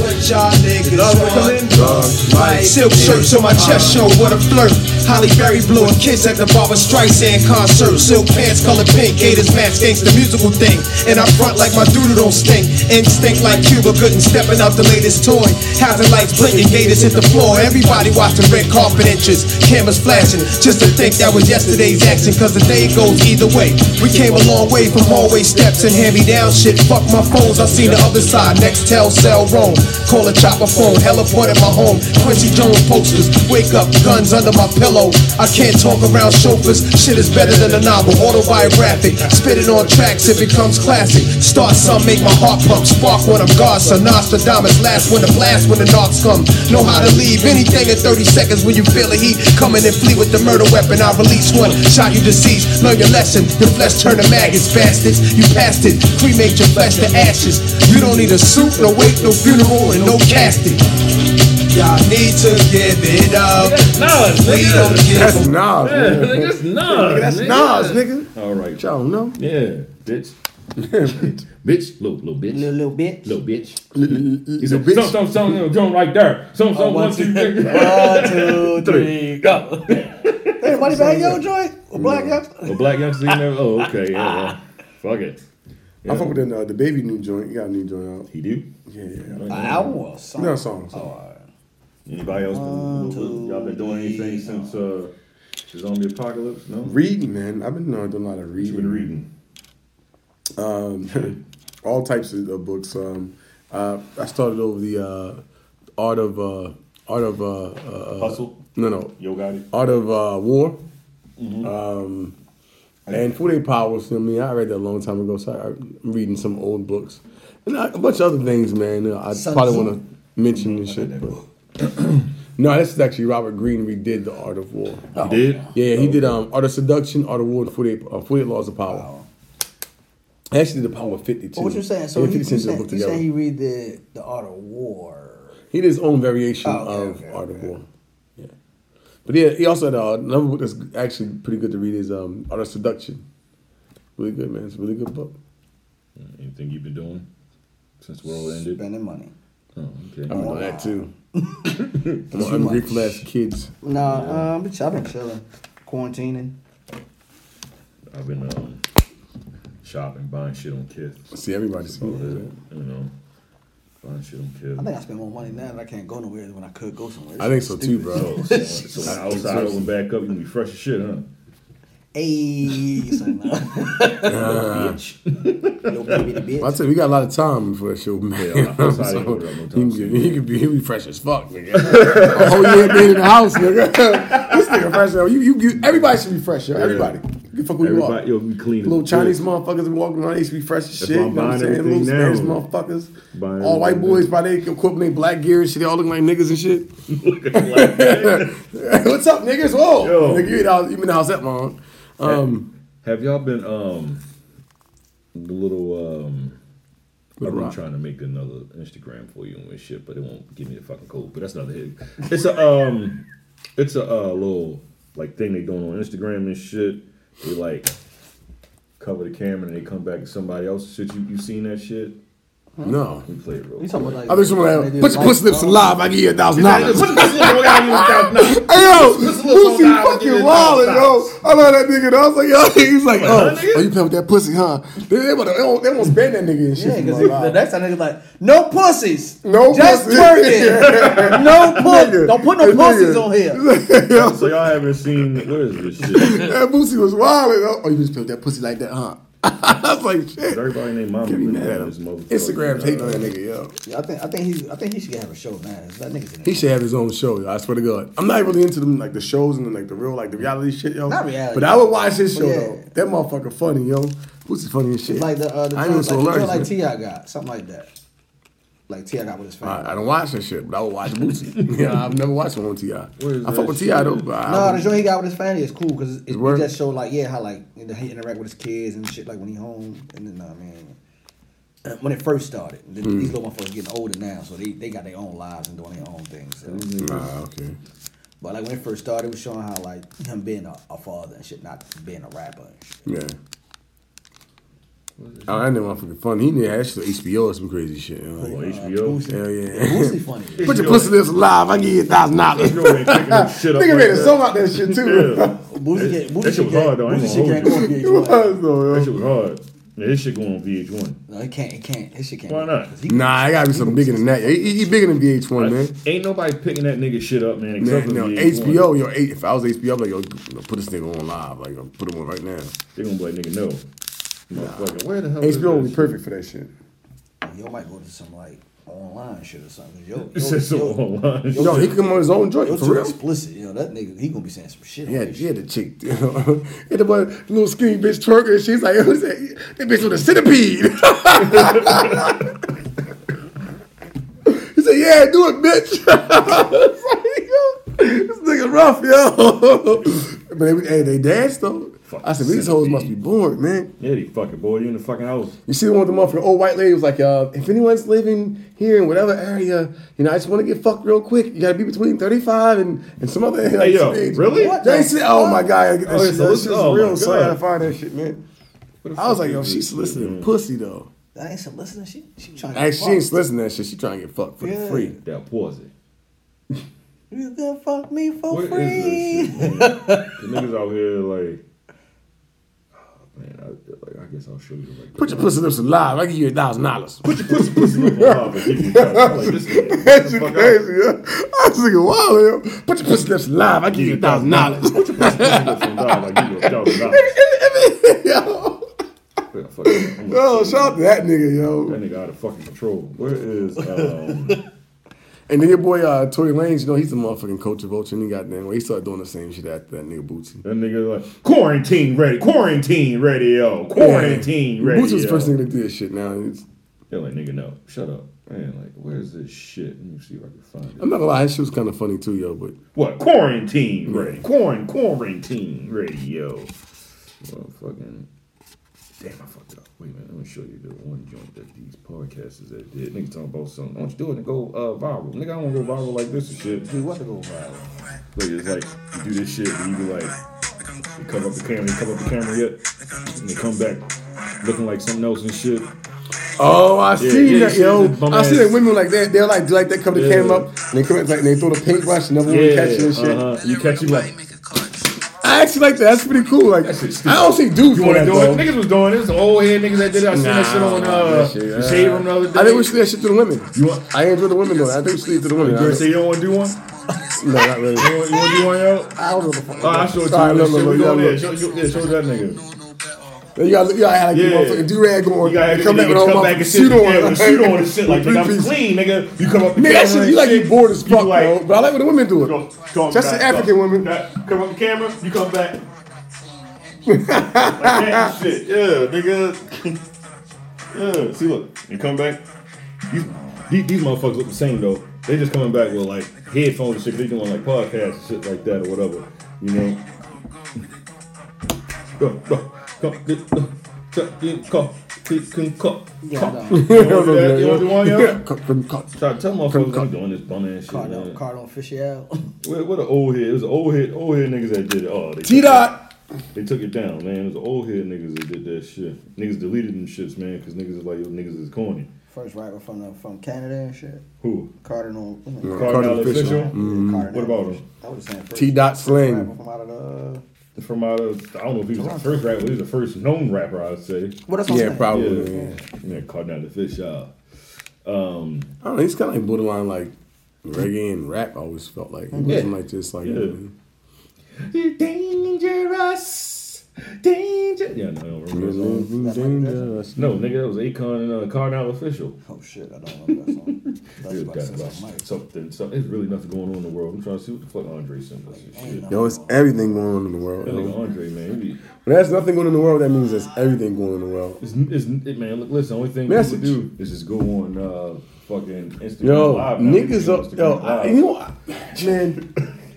S11: What y'all niggas want, dog? Like silk shirts on my chest show what a flirt. Holly Berry blew a kiss at the Barbara Streisand concert. Silk pants, color pink, gators, mask, gangsta musical thing. And I front like my doodle don't stink. Instinct like Cuba Gooden stepping out the latest toy. Housing lights blinking, gators hit the floor. Everybody watching red carpet inches, cameras flashing. Just to think that was yesterday's action, cause the day goes either way. We came a long way from hallway steps and hand me down shit. Fuck my phones, I seen the other side. Next tell cell roam. Call a chopper phone, hella point at my home. Quincy Jones posters, wake up, guns under my pillow. I can't talk around chauffeurs, shit is better than a novel. Autobiographic, spit it on tracks, it becomes classic. Start some, make my heart pump, spark when I'm God, son. Nostradamus, last when the blast, when the knocks come. Know how to leave anything in 30 seconds when you feel the heat. Coming and flee with the murder weapon, I release one. Shot you deceased, learn your lesson. Your flesh turn to maggots, bastards. You passed it, cremate your flesh to ashes. You don't need a suit, no wake, no funeral, and no casting. Y'all need to give it up. we don't give
S5: That's
S3: [laughs]
S5: Nas.
S3: Yeah,
S5: nigga.
S3: nigga, that's Nas,
S5: That's
S3: nigga.
S5: Nas, nigga.
S3: All right.
S5: Y'all know.
S3: Yeah, [laughs] bitch. bitch, little, little bitch. Little, little bitch. Little bitch. He said,
S5: bitch.
S3: Some, some, some, little joint right there. Some, some, Oh, one, two, three. [laughs] One, two, three, go.
S7: Hey, money bag yo joint? Or black yo?
S3: A black youngster in there? Oh, okay. Yeah, [laughs] yeah. Fuck it.
S5: I fuck with that, uh, the baby new joint. He got a new joint out.
S3: He do?
S5: Yeah, yeah.
S7: An album or a song?
S5: No song. song.
S3: Oh, Anybody else? Been, y'all been doing anything since uh, the zombie apocalypse? No?
S5: Reading, man. I've been uh, doing a lot of reading.
S3: You've been reading.
S5: um, all types of, of books. Um, uh, I started over the uh, art of uh, art of uh, uh, uh,
S3: Hustle?
S5: No, no,
S3: Yo got it?
S5: art of uh, war. Um, and Fude Powers. I mean, I read that a long time ago, so I, I'm reading some old books and I, a bunch of other things, man. Uh, I
S7: Sun
S5: probably
S7: Tzu.
S5: want to mention this shit, but. [clears throat] No, this is actually Robert Greene redid the Art of War.
S3: He did?
S5: Yeah, he did um, Art of Seduction, Art of War, and 48, uh, 48 Laws of Power. I actually did the Power of 50 too.
S7: But what you saying? So
S5: yeah,
S7: he,
S5: 50
S7: you
S5: Cent did
S7: saying,
S5: the book
S7: you saying
S5: together.
S7: he read the the art of war?
S5: He did his own variation
S7: Oh, okay,
S5: of
S7: okay,
S5: Art of War. Yeah, but yeah, he also had uh, another book that's actually pretty good to read is um, Art of Seduction. Really good, man. It's a really good book.
S3: Anything you've been doing since the world ended?
S7: Spending money.
S3: Oh, okay.
S5: I remember that too. I'm
S7: [laughs] Too
S5: an ungrateful ass kids.
S7: Nah, um, bitch, I've been chilling, quarantining.
S3: I've been um, shopping, buying shit on Kith.
S5: See, everybody's
S3: All
S5: good,
S3: that, you know, buying shit on Kith.
S7: I think I spend more money now that I can't go nowhere than when I could go somewhere.
S5: I think so too, bro.
S3: Oh, [laughs] so, so when outside open back up, you gonna be fresh as shit, huh?
S7: Hey, son,
S5: Uh, [laughs]
S7: little baby the bitch.
S5: I tell you, we got a lot of time for that show, man.
S3: Yeah, I'm sorry,
S5: [laughs]
S3: I
S5: So,
S3: ain't got no
S5: he,
S3: time.
S5: can, get- he can be he be fresh as
S3: [laughs]
S5: fuck, nigga. [laughs] a whole year being in the house, nigga. this nigga fresh. Yo. You, you, you, everybody should be fresh, yo. Everybody. You fuck who you are.
S3: Yo, we clean.
S5: Little
S3: as
S5: Chinese
S3: shit.
S5: motherfuckers be walking around, they used to be fresh as
S3: That's
S5: shit.
S3: why
S5: You
S3: I'm
S5: know what
S3: buying
S5: I'm saying? Little
S3: everything
S5: Spanish
S3: now.
S5: motherfuckers.
S3: Buying
S5: all white
S3: everything
S5: boys
S3: now.
S5: by their equipment, black gear and shit. They all look like niggas and shit. [laughs] What's up, niggas? Whoa.
S3: Yo.
S5: Nigga, you in the house, you been in the house that long. Um,
S3: [laughs] Have y'all been um the little um I've been
S5: rock.
S3: trying to make another Instagram for you and shit, but it won't give me the fucking code. But that's another hit. It's a um it's a uh, little like thing they doing on Instagram and shit. They like cover the camera and they come back to somebody else. Shit, you, you seen that shit?
S5: No.
S3: You play it real
S5: You
S3: quick.
S5: talking about like- I think someone had- put your pussy lips alive, I give you a thousand dollars.
S3: Put your pussy lips alive, I give you a thousand dollars.
S5: [laughs] Hey, yo,
S3: Put your pussy lips alive, I
S5: Boosie
S3: give you a
S5: fucking
S3: thousand
S5: wild, yo.
S3: dollars.
S5: I love that nigga. though. I was like, yo, [laughs] he's like,
S3: Wait,
S5: oh,
S3: huh, nigga?
S5: oh, you playing with that pussy, huh? They, they, wanna- they, won't- they won't spend that nigga and shit.
S7: Yeah,
S5: from
S7: because
S5: my life.
S7: the next time niggas like, no pussies.
S5: No
S7: Just [laughs]
S5: pussy.
S7: twerking. no pussies. Don't put no
S5: Nigga.
S7: pussies on here.
S3: So y'all haven't seen what is this shit?
S5: [laughs] that pussy was wild. though. Oh, you just playing with that pussy like that, huh? [laughs] I was like, shit.
S3: Is everybody named mama
S5: Get me
S3: been
S5: mad
S3: doing
S5: at him.
S3: this motherfucker? Uh,
S5: Instagram's hating on that nigga, yo.
S7: Yeah, I think I think he I think he should have a show, man. That nigga's in
S5: He should have his own show, yo. I swear to God. I'm not really into them like the shows and like the real like the reality shit, yo.
S7: Not reality.
S5: But I would watch his show
S7: But yeah.
S5: though. That motherfucker funny, yo. Pussy's funny as shit.
S7: Like the uh, the
S5: I
S7: I
S5: ain't even so
S7: like, the
S5: allergic.
S7: like
S5: to it.
S7: Ti got something like that. Like Ti got with his family.
S5: I, I don't watch that shit, but I would watch Boosie. [laughs] yeah, I've never watched one on Ti. I
S3: is
S5: fuck
S3: that
S5: with Ti
S3: shit?
S5: though, but I
S7: No,
S5: wouldn't-
S7: the joint he got with his family is cool because it, it
S5: work?
S7: just showed like yeah how like you know, he interact with his kids and shit like when he home and then I mean when it first started. Then
S5: Mm.
S7: These little motherfuckers getting older now, so they, they got their own lives and doing their own things. So.
S5: Mm-hmm. Nah, okay.
S7: But like when it first started, it was showing how like him being a, a father and shit, not being a rapper. And shit.
S5: Yeah. Oh, I know fucking funny. He need actually HBO or some crazy shit. You know?
S3: Oh, HBO.
S5: Hell yeah.
S7: Boosie funny.
S5: [laughs] Put your pussy lips alive. I give you a thousand dollars.
S3: Yo, they picking this shit up
S5: [laughs] Nigga
S3: like
S5: made a
S3: that.
S5: song out that shit too. [laughs]
S3: Yeah.
S7: Boosie get Boosie
S3: That shit was
S7: get-
S3: hard though. I ain't
S7: Boosie shit
S3: gonna
S7: can't
S3: hold
S7: go
S3: you.
S7: on
S5: It was
S7: VH1.
S5: though,
S3: That
S5: yo.
S3: shit was hard. Yeah, this shit going on VH1.
S7: No, it can't. It can't. His shit can't.
S3: Why
S7: go.
S3: not?
S7: He-
S5: Nah, I gotta be something bigger than that. He, he- he bigger than VH1, man.
S3: Ain't nobody picking that nigga shit up, man. Except
S5: Man,
S3: for
S5: no,
S3: VH1.
S5: HBO, yo, eight, if I was HBO, I'd be like, yo, you know, put this nigga on live, like, yo, put him on right now.
S3: They gonna be like, nigga, no. Motherfucker, where the hell is
S5: HBO would be
S3: this?
S5: perfect for that shit.
S7: Yo might go to some like online shit or something. Yo,
S3: [laughs] It says so
S7: yo,
S3: online.
S5: Yo, he could come on his own joint
S7: yo
S5: for
S7: too
S5: real.
S7: explicit. You know that nigga. He gonna be saying some shit. on
S5: Yeah,
S7: this
S5: yeah, the chick, [laughs] you know, and the boy, little skinny bitch twerking. and She's like, who's that? That bitch with a centipede. [laughs] he said, yeah, do it, bitch. [laughs] It's like, yo, this nigga rough, yo. [laughs] but they, hey, they danced though. I said, these hoes must be bored, man.
S3: Yeah, they fucking boy, you in the fucking house.
S5: You see the one with the motherfucking old white lady was like, uh, if anyone's living here in whatever area, you know, I just want to get fucked real quick. You gotta be between 35 and, and some other like,
S3: Hey, yo,
S5: some age.
S3: really?
S5: What They said, oh my god, I gotta get that
S3: Oh,
S5: shit.
S3: it's
S5: That
S3: a-
S5: shit's
S3: oh my
S5: real, so I
S3: God.
S5: gotta find that shit, man.
S3: What the
S5: I
S3: fuck
S5: was like, yo,
S3: is
S5: she's
S3: this shit,
S5: soliciting
S3: man?
S5: pussy though.
S7: That ain't some listening. She she trying to
S5: Actually, she ain't
S7: fuck.
S5: soliciting that shit. She trying to get fucked for
S7: Yeah.
S5: free.
S3: Yeah, pause it.
S7: You gonna fuck me for
S3: What
S7: free?
S3: is this
S5: [laughs]
S3: shit, man? the niggas out here like, oh, man, I, like, I guess I'll show you. Like,
S5: Put your pussy lips alive. I give you a thousand dollars. Put your pussy
S3: pussy lip alive and give
S5: [laughs]
S3: me a thousand. Like, this nigga,
S5: That's
S3: the
S5: crazy.
S3: fuck
S5: yo. [laughs] I was thinking, wow, yo. Put your pussy lips alive. I give you a
S3: [laughs]
S5: thousand dollars. [laughs]
S3: Put your pussy lips on God, like, give you a thousand dollars.
S5: Yo.
S3: Yeah, fuck it.
S5: [laughs]
S3: I'm gonna-
S5: Yo, Oh, shout out to that nigga, yo.
S3: That nigga out of fucking control. Where is um,
S5: And then your boy uh, Tory Lanez, you know, he's a motherfucking culture vulture. And he got damn well, he started doing the same shit after that nigga Bootsy.
S3: that nigga like quarantine ready, quarantine radio, quarantine
S5: Yeah.
S3: radio.
S5: Bootsy was the first nigga to do this shit. Now it's,
S3: Yo, like nigga, no, shut up, man. Like, where's this shit? Let me see if I can find it.
S5: I'm not gonna lie, his shit was kind of funny too, yo. But
S3: What quarantine ready? Quarant quarantine radio. Well, fucking. Damn, I fucked up. Wait a minute, let me show you the one joint that these podcasters that did. Nigga talking about something. Don't you do it and go uh, viral. Nigga, I don't go viral like this and shit.
S7: Dude, what to go viral?
S3: Like it's like you do this shit and you be like you cover up the camera, you cover up the camera yet, and they come back looking like something else and shit.
S5: oh, I
S3: Yeah,
S5: see
S3: yeah,
S5: that,
S3: you see
S5: yo.
S3: the bum
S5: I see that
S3: ass.
S5: women like that. They'll like do like that, cover the
S3: Yeah.
S5: camera up, and they come in, like and they throw the paintbrush, and never yeah,
S3: Yeah,
S5: catch it and shit.
S3: uh-huh. You catch you like
S5: I actually like that. That's pretty cool. Like I
S3: shit's
S5: don't see dudes
S3: you
S5: doing
S3: want
S5: that
S3: to do
S5: though.
S3: it. Niggas was doing this old head niggas that did it. I seen that shit on uh,
S5: that shit,
S3: the shade room the other day.
S5: I think we should do that shit to the women.
S3: You want-
S5: I enjoy the women though. I think we should do it to the women.
S3: You
S5: I-
S3: wanna say you don't want to do one?
S5: No, not really.
S3: You want, you want to do one, yo?
S5: I don't know the fuck.
S3: Oh, I showed you.
S5: All right,
S3: Right,
S5: look, look,
S3: we
S5: look,
S3: going
S5: look.
S3: there. Show, show, yeah, show that nigga.
S5: You gotta, you gotta have like
S3: Yeah.
S5: the motherfucking do-rag on.
S3: You gotta
S5: and
S3: come,
S5: back with
S3: come
S5: all
S3: back
S5: my
S3: and sit
S5: suit on.
S3: Yeah, with a suit on and shit like nigga, I'm
S5: Three-piece.
S3: clean, nigga. You come up the
S5: Nigga,
S3: camera
S5: that shit,
S3: and
S5: you like
S3: shit.
S5: you bored as
S3: You
S5: fuck,
S3: like,
S5: bro. But I like when the women do it.
S3: Go- go
S5: Just
S3: back
S5: [laughs] the African
S3: up.
S5: women. [laughs]
S3: Back- Come up the camera, you come back. like that shit. Yeah, nigga. [laughs] yeah. See, look, and come back. You, these, these motherfuckers look the same though. They just coming back with like headphones and shit. They doing like podcasts and shit like that or whatever. You know. Go, go, go, get, go, check in, call. Can cut, yeah, cut. You know
S5: [laughs]
S3: that? You know the one, yeah? Cut, cut. Try to tell motherfuckers I'm doing this bum ass shit.
S7: Cardon,
S3: man.
S7: Cardon Official. [laughs]
S3: Where, where the old head? It was the old head, old head niggas that did it. Oh, they
S5: T dot.
S3: They took it down, man. It was the old head niggas that did that shit. Niggas deleted them shits, man, because niggas is like, yo, niggas is corny.
S7: First rapper from the, from Canada and shit.
S3: Who?
S7: Cardinal.
S3: Cardinal, Cardinal Official?
S7: Official.
S3: Mm-hmm.
S7: Cardinal
S3: What about him?
S7: I was saying first.
S5: T dot
S7: first
S5: sling.
S7: rapper From out of the,
S3: From out of, I don't know if he was the first rapper, he was the first known rapper, I'd say.
S7: well, that's what I'm
S5: Yeah,
S7: saying.
S5: probably.
S3: Yeah, yeah Cardinal Official. Um,
S5: I don't know. He's kind of like borderline like reggae and rap. I always felt like he wasn't like just like.
S3: Yeah. Dangerous. Danger. Yeah, no, I don't remember that
S5: Mm-hmm.
S3: song.
S5: Dangerous.
S3: No, nigga, that was Akon and uh, Carnal Official.
S7: Oh shit, I don't remember [laughs] that song. That's
S3: Dude,
S7: about
S3: got about
S7: since I might.
S3: something, something. There's really nothing going on in the world. I'm trying to see what the fuck Andre sent us. and Shit.
S5: Yo, it's everything going on in the world.
S3: That nigga Andre, man. he
S5: [laughs]
S3: be-
S5: When there's nothing going on in the world, that means there's everything going on in the world.
S3: It's, it's, it, man, look, listen, the only thing
S5: Message.
S3: we would do is just go on uh, fucking Instagram
S5: Yo,
S3: Live. now.
S5: niggas
S3: We can
S5: up.
S3: do
S5: Yo,
S3: Instagram
S5: I,
S3: Live.
S5: you know, I, man.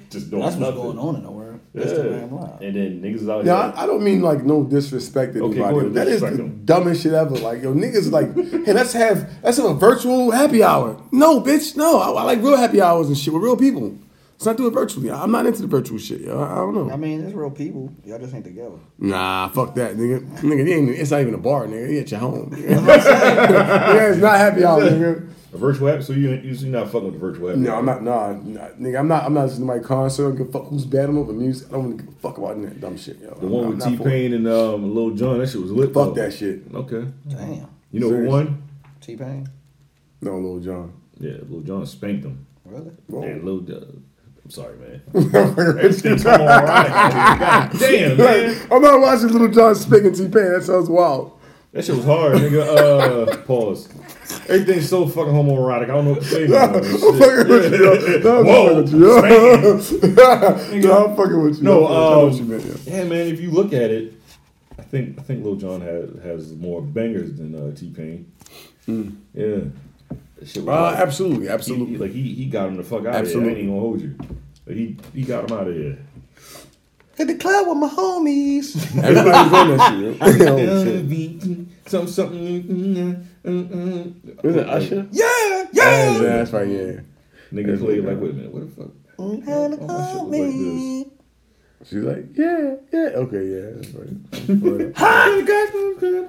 S3: just
S7: That's
S3: doing
S7: what's
S3: nothing.
S7: going on in the world. Instagram
S3: Yeah.
S7: Live.
S3: And then niggas is out
S5: Yeah,
S3: here.
S5: I, I don't mean like no disrespect to
S3: Okay, go
S5: anybody.
S3: ahead,
S5: That is
S3: disrespect
S5: the
S3: them.
S5: dumbest shit ever. Like yo, niggas like, hey, let's have let's have a virtual happy hour. No, bitch, no. I, I like real happy hours and shit with real people. Let's not do it virtually. I'm not into the virtual shit. Yo, I, I don't know.
S7: I mean, it's real people. Y'all just ain't together.
S5: Nah, fuck that, nigga. Nigga, you ain't, it's not even a bar, nigga. You at your home. [laughs] nigga. yeah, it's not happy hour, nigga.
S3: a virtual app, so you ain't- you're not fucking with the virtual app.
S5: No, I'm not. Nah, nah, nigga, I'm not. I'm not listening to my concert. I don't give a fuck who's bad. I don't know the music. I don't wanna give a fuck about that dumb shit. Yo.
S3: The one with T
S5: I'm not for it.
S3: Pain and um, Lil Jon, that shit was lit.
S5: Fuck
S3: though.
S5: that shit.
S3: Okay.
S7: Damn.
S3: You know who
S5: Serious.
S3: won?
S7: T Pain?
S5: No, Lil John.
S3: Yeah, Lil Jon spanked him.
S7: Really?
S3: And Lil, uh, I'm sorry, [laughs] man. Everything's come all [laughs] right. God damn, man.
S5: I'm not watching Little John speaking T Pain. That sounds wild.
S3: That shit was hard, nigga. Uh, pause. Everything's so fucking homoerotic. I don't know what to say. [laughs] anymore.
S5: I'm fucking with you. yo. No, I'm
S3: Whoa,
S5: fucking with you. yo. no, [laughs]
S3: Nigga.
S5: I'm fucking with you.
S3: No,
S5: I'm
S3: um,
S5: fucking with you, man,
S3: yeah, man. If you look at it, I think I think Lil Jon has has more bangers than uh, T Pain. Hmm. Yeah, that shit was
S5: yeah. Uh,
S3: like-
S5: absolutely,
S3: he- he-
S5: absolutely.
S3: like he he got him the fuck out
S5: Absolutely.
S3: of here. I ain't gonna hold you. Like, he he got him out of here.
S7: Hit the club with my homies.
S5: Everybody's on that shit. yo. Oh,
S3: E.
S5: shit.
S3: Something something.
S5: Is it Usher? Yeah,
S7: yeah.
S5: That's, that's right. Yeah,
S3: Nigga played like wait a minute. What the fuck?
S7: Gonna call me.
S5: she's like, yeah, yeah. Okay, yeah. That's right. huh?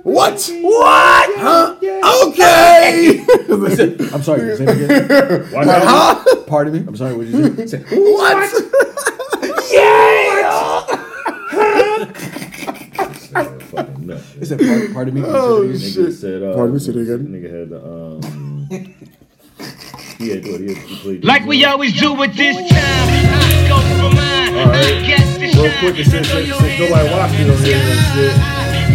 S5: What? What? Huh?
S3: [laughs]
S5: Okay.
S7: I'm sorry, you say it again.
S3: Why not?
S7: Pardon me. I'm sorry, what did you say?
S5: what?
S3: Fucking no.
S7: He said, pardon, pardon me.
S5: Oh,
S7: Consider
S5: shit.
S3: Nigga said, uh,
S5: Pardon me, say that again.
S3: Nigga had the um. he had what he had he played.
S15: Like we always do with this time. I go for mine. I
S3: Alright.
S15: get the
S3: Real
S15: shine.
S3: quick, and since,
S15: Throw
S3: since
S15: your
S3: nobody watched it over here and shit,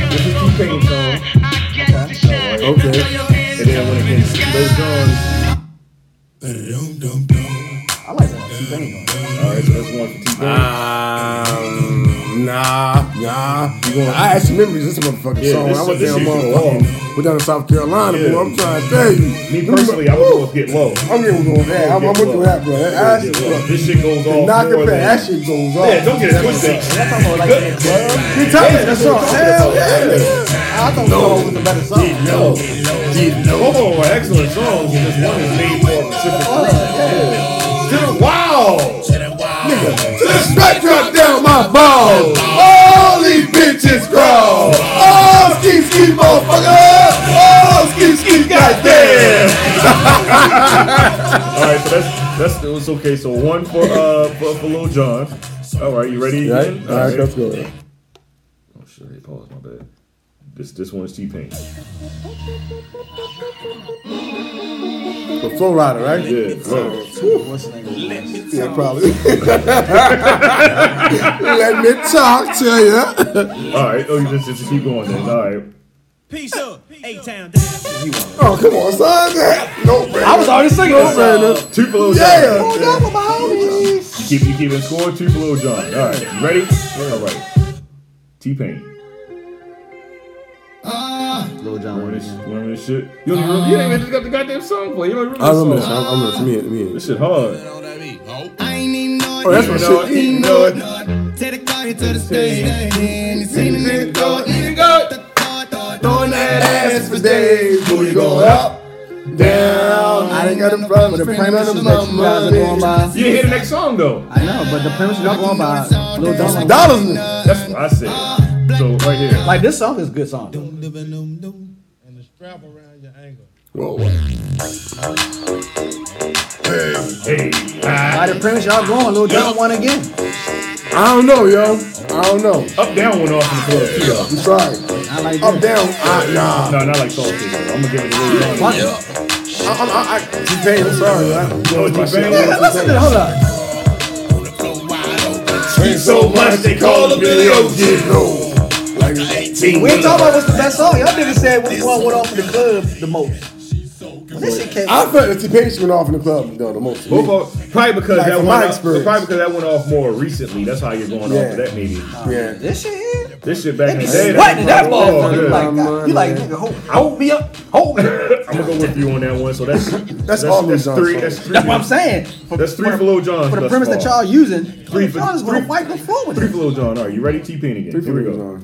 S3: this is T Pain song.
S15: I get the shine.
S5: Okay.
S3: And then when it gets Lil Jon's,
S7: I like that. T Pain.
S3: alright, so that's one for T Pain.
S5: Ah. Um, nah, nah. I actually remember this motherfucking
S3: Yeah,
S5: song.
S3: this-
S5: I was
S3: this
S5: down
S3: shit go
S5: motherfucking. We're down in South Carolina,
S3: Yeah.
S5: boy. I'm trying to tell you.
S3: Me personally, I would go with Get Low.
S5: I'm getting with that. I'm, I'm with you on that, bro. That, that
S3: Get
S5: shit,
S3: Low.
S5: bro.
S3: This shit goes off
S5: Knock
S3: more
S5: it back.
S3: than.
S5: That shit goes off.
S3: yeah, don't get it twisted.
S7: That's almost like in the
S3: [laughs]
S7: club.
S5: You tell me that song. Hell yeah.
S7: I thought no. was a better song.
S3: No, Both are Oh, excellent songs, and this one is made for a specific purpose. Wow!
S5: This back drop down my balls. All these bitches grow. Oh, ski ski motherfucker. Oh, ski ski goddamn.
S3: [laughs] All right, so that's that's it was okay. So one for uh for, for Lil Jon. All right, you ready?
S5: Right?
S3: again?
S5: All right, let's go.
S3: Oh shit, hey, pause. My bad. This this one's T Pain.
S5: The Flow Rider, right?
S3: Yeah, bro.
S7: What's the name of it?
S5: Yeah, probably. [laughs] Let me talk to you.
S3: All right. Oh, you just, just keep going then. All right.
S2: Peace up, A Town.
S5: Oh, come on, son. No, man.
S7: I was already singing
S5: no,
S7: this song.
S5: man.
S3: Two for Lil Jon.
S5: Yeah.
S7: Going down with my homies.
S3: You keep you keeping score. Two for Lil Jon. All right, you ready? All right. T Pain.
S5: Ah,
S7: Lil Jon
S3: Remember
S7: Wayne.
S3: this, remember this shit? You don't even remember, you ain't even got the goddamn song played. You don't remember
S5: I remember
S3: this
S5: this. I
S3: song.
S5: remember this. Me, and- me. and-
S3: This shit hard.
S5: Oh, that's my
S3: know it,
S5: shit.
S3: you know it.
S5: Throwing that ass for days. Booty going up, down. I ain't got a problem with the premise of my money.
S3: You didn't hear the next song though.
S7: I know, but the premise is not going by Lil Jon Wayne.
S5: Dollars in it.
S3: That's what I said. So right here.
S7: Like this song is a good song. though.
S5: Whoa, whoa.
S3: Hey,
S7: By the premise y'all going, Lil Jon Wayne again.
S5: I don't know, yo. I don't know.
S3: up down went off in the club too. though.
S5: I'm sorry.
S7: I like
S5: Up
S7: that.
S5: down. I, nah.
S3: No, not like salty. though. I'm gonna give it a little.
S7: What?
S5: I, I'm, I, I, T-Pain, I'm sorry. I,
S3: Oh, T-Pain?
S7: Yeah, listen to it. Hold up.
S5: Drink so much they call him Billy Ocean. No, like an 18.
S7: We ain't talking about what's the best song. Y'all niggas said which one went off in the club the most. This shit came.
S5: I felt that T-Pain should went off in the club though the most.
S3: Both of, probably because
S5: Like,
S3: that
S5: from
S3: went
S5: my
S3: off,
S5: experience.
S3: probably because that went off more recently. That's how you're going off
S5: Yeah.
S3: of that maybe.
S5: yeah.
S7: This shit here.
S3: This shit back
S7: They
S3: in
S7: be
S3: the day.
S7: sweating that
S3: was- oh,
S7: motherfucker. You
S3: yeah.
S7: like, God, you like, nigga, hold, hold me up, hold me. That's
S3: I'm gonna go with you on that one. So that's that's
S5: all
S3: that's
S5: Lil Jon's
S3: three.
S5: fault.
S3: That's three.
S7: what I'm saying. For,
S3: That's three
S7: for,
S3: for Lil Jon.
S7: for the
S3: thus
S7: premise that
S3: far.
S7: y'all using. Three
S3: Three
S7: for
S3: for-
S7: John's
S3: three
S7: gonna
S3: for-
S7: wipe the floor with
S3: Three for
S7: it.
S3: Lil John. All right, you ready? T Pain again.
S5: Three
S3: Here we go.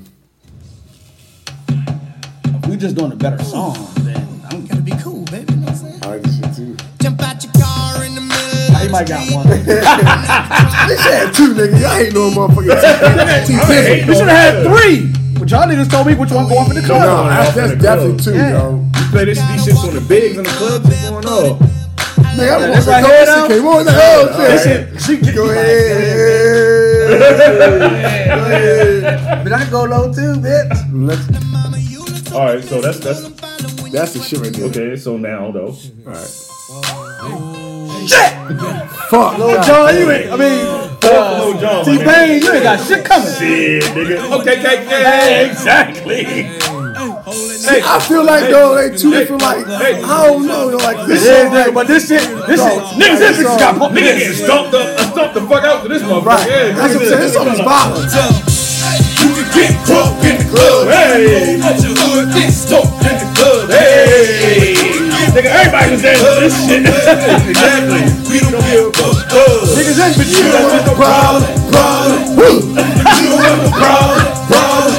S5: fingers
S7: We just doing a better song. Then I don't-
S4: Gotta be cool, baby. You know what I'm saying?
S5: on. I like this shit too.
S4: Jump out your car in the middle.
S7: He might got one.
S5: This shit had two niggas. I ain't no [laughs] motherfucking T-Pain.
S7: You should have had three. But y'all niggas told me which one go off in the
S5: No,
S7: club.
S5: no, that's, that's definitely two,
S7: Yeah.
S5: yo.
S3: You play this these shits on the bigs in the club. What's going on?
S5: Nigga, I
S7: this
S5: want
S7: right
S5: to
S7: here,
S5: go
S7: though?
S5: this came on the hell
S7: That
S5: shit.
S7: shit, she get
S5: Go
S7: you
S5: ahead.
S7: But I go low too, bitch.
S5: Let's-
S3: All right, so that's that's
S5: That's the shit right there.
S3: okay. So now though, all right.
S5: Fuck.
S7: Lil
S5: God.
S7: John, you ain't. I mean,
S3: Lil Jon, my
S7: T Pain,
S3: nigga.
S7: you ain't got shit coming.
S3: Yeah, nigga. Okay, okay, yeah, exactly. Hey,
S5: I feel like though they two different like
S3: hey.
S5: I don't know though, like this
S7: Yeah,
S5: shit
S7: nigga,
S5: like
S7: but this shit, this shit,
S5: Dog.
S7: niggas, this shit
S5: Dog.
S7: got pumped.
S3: Nigga getting stomped up. I stomped the fuck out to this motherfucker.
S5: right.
S3: Yeah,
S5: That's what I'm saying. This song is violent.
S10: You can get drunk in the club.
S3: Hey.
S10: Let your hood get stoked in the club.
S3: Hey, nigga, everybody was dancing to this shit.
S10: Exactly. We don't give a fuck.
S7: Niggas in, but you
S10: That's just a problem, problem. You don't have a problem, problem.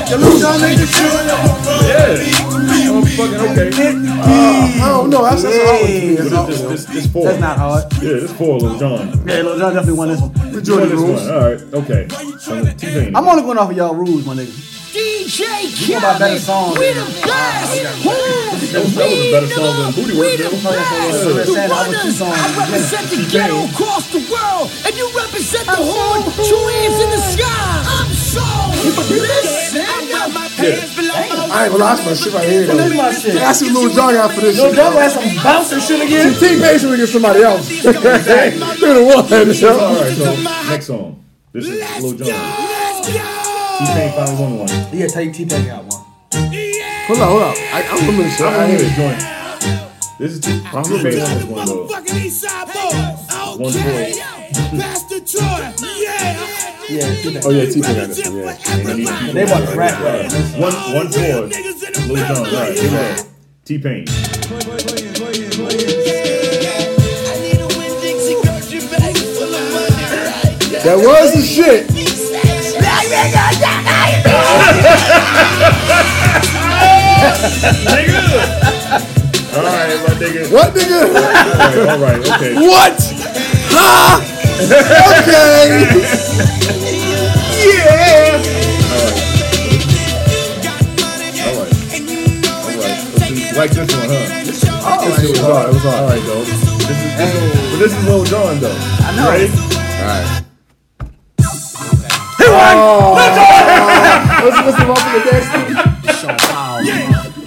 S3: Fucking okay.
S5: I don't know. That's just hard to me. That's all.
S3: This, this, this four.
S7: That's not hard.
S3: Yeah, this four, Lil John.
S7: Yeah, Lil Jon definitely won this one.
S5: We doing
S3: This
S5: the rules.
S3: one. All right, okay. So, T-Pain.
S7: I'm only going off of y'all rules, my nigga.
S6: DJ
S7: You know about better songs.
S6: We the best. Woo.
S3: That was, that was a better song than Booty
S6: We
S3: Work.
S6: the
S3: though.
S6: best.
S7: Yeah.
S6: The
S7: Saying I was too
S6: runners.
S7: song.
S6: I represent the ghetto across the world, and you represent the hood. Two hands in the sky. I'm so listen. I got my
S5: I ain't gonna lie, that's my shit right here. Though.
S7: This is my shit.
S5: That's what Lil Jon got for this
S7: Lil
S5: shit.
S7: Jon had some bouncing shit again.
S5: T Pain should get somebody else. They're the
S3: All
S5: one.
S3: right, so next song. This is Lil John. T-Pain finally won one.
S7: Yeah, take T-Pain out one.
S5: Hold on, hold on. I, I'm from the shit.
S3: I
S5: I
S3: don't hear
S5: hear
S3: this
S5: it.
S3: joint. This is T-Pain won this one though. One four.
S7: Yeah, T-Pain.
S5: Oh yeah, T Pain got this. one, Yeah.
S7: They want to rap. right?
S3: One one four. Lil John. All right, here we go. T-Pain.
S5: That was the shit.
S3: Nigga. All right, my nigga.
S5: What nigga?
S3: All right, all right, okay.
S5: [laughs] What? Ha! [laughs] Okay.
S3: Alright. Alright. Like this one, huh? This shit was hard. It was hard. Alright, though. This is, this is, but this is Lil Jon, though. I know. Ready?
S5: Let's listen to the dance. team.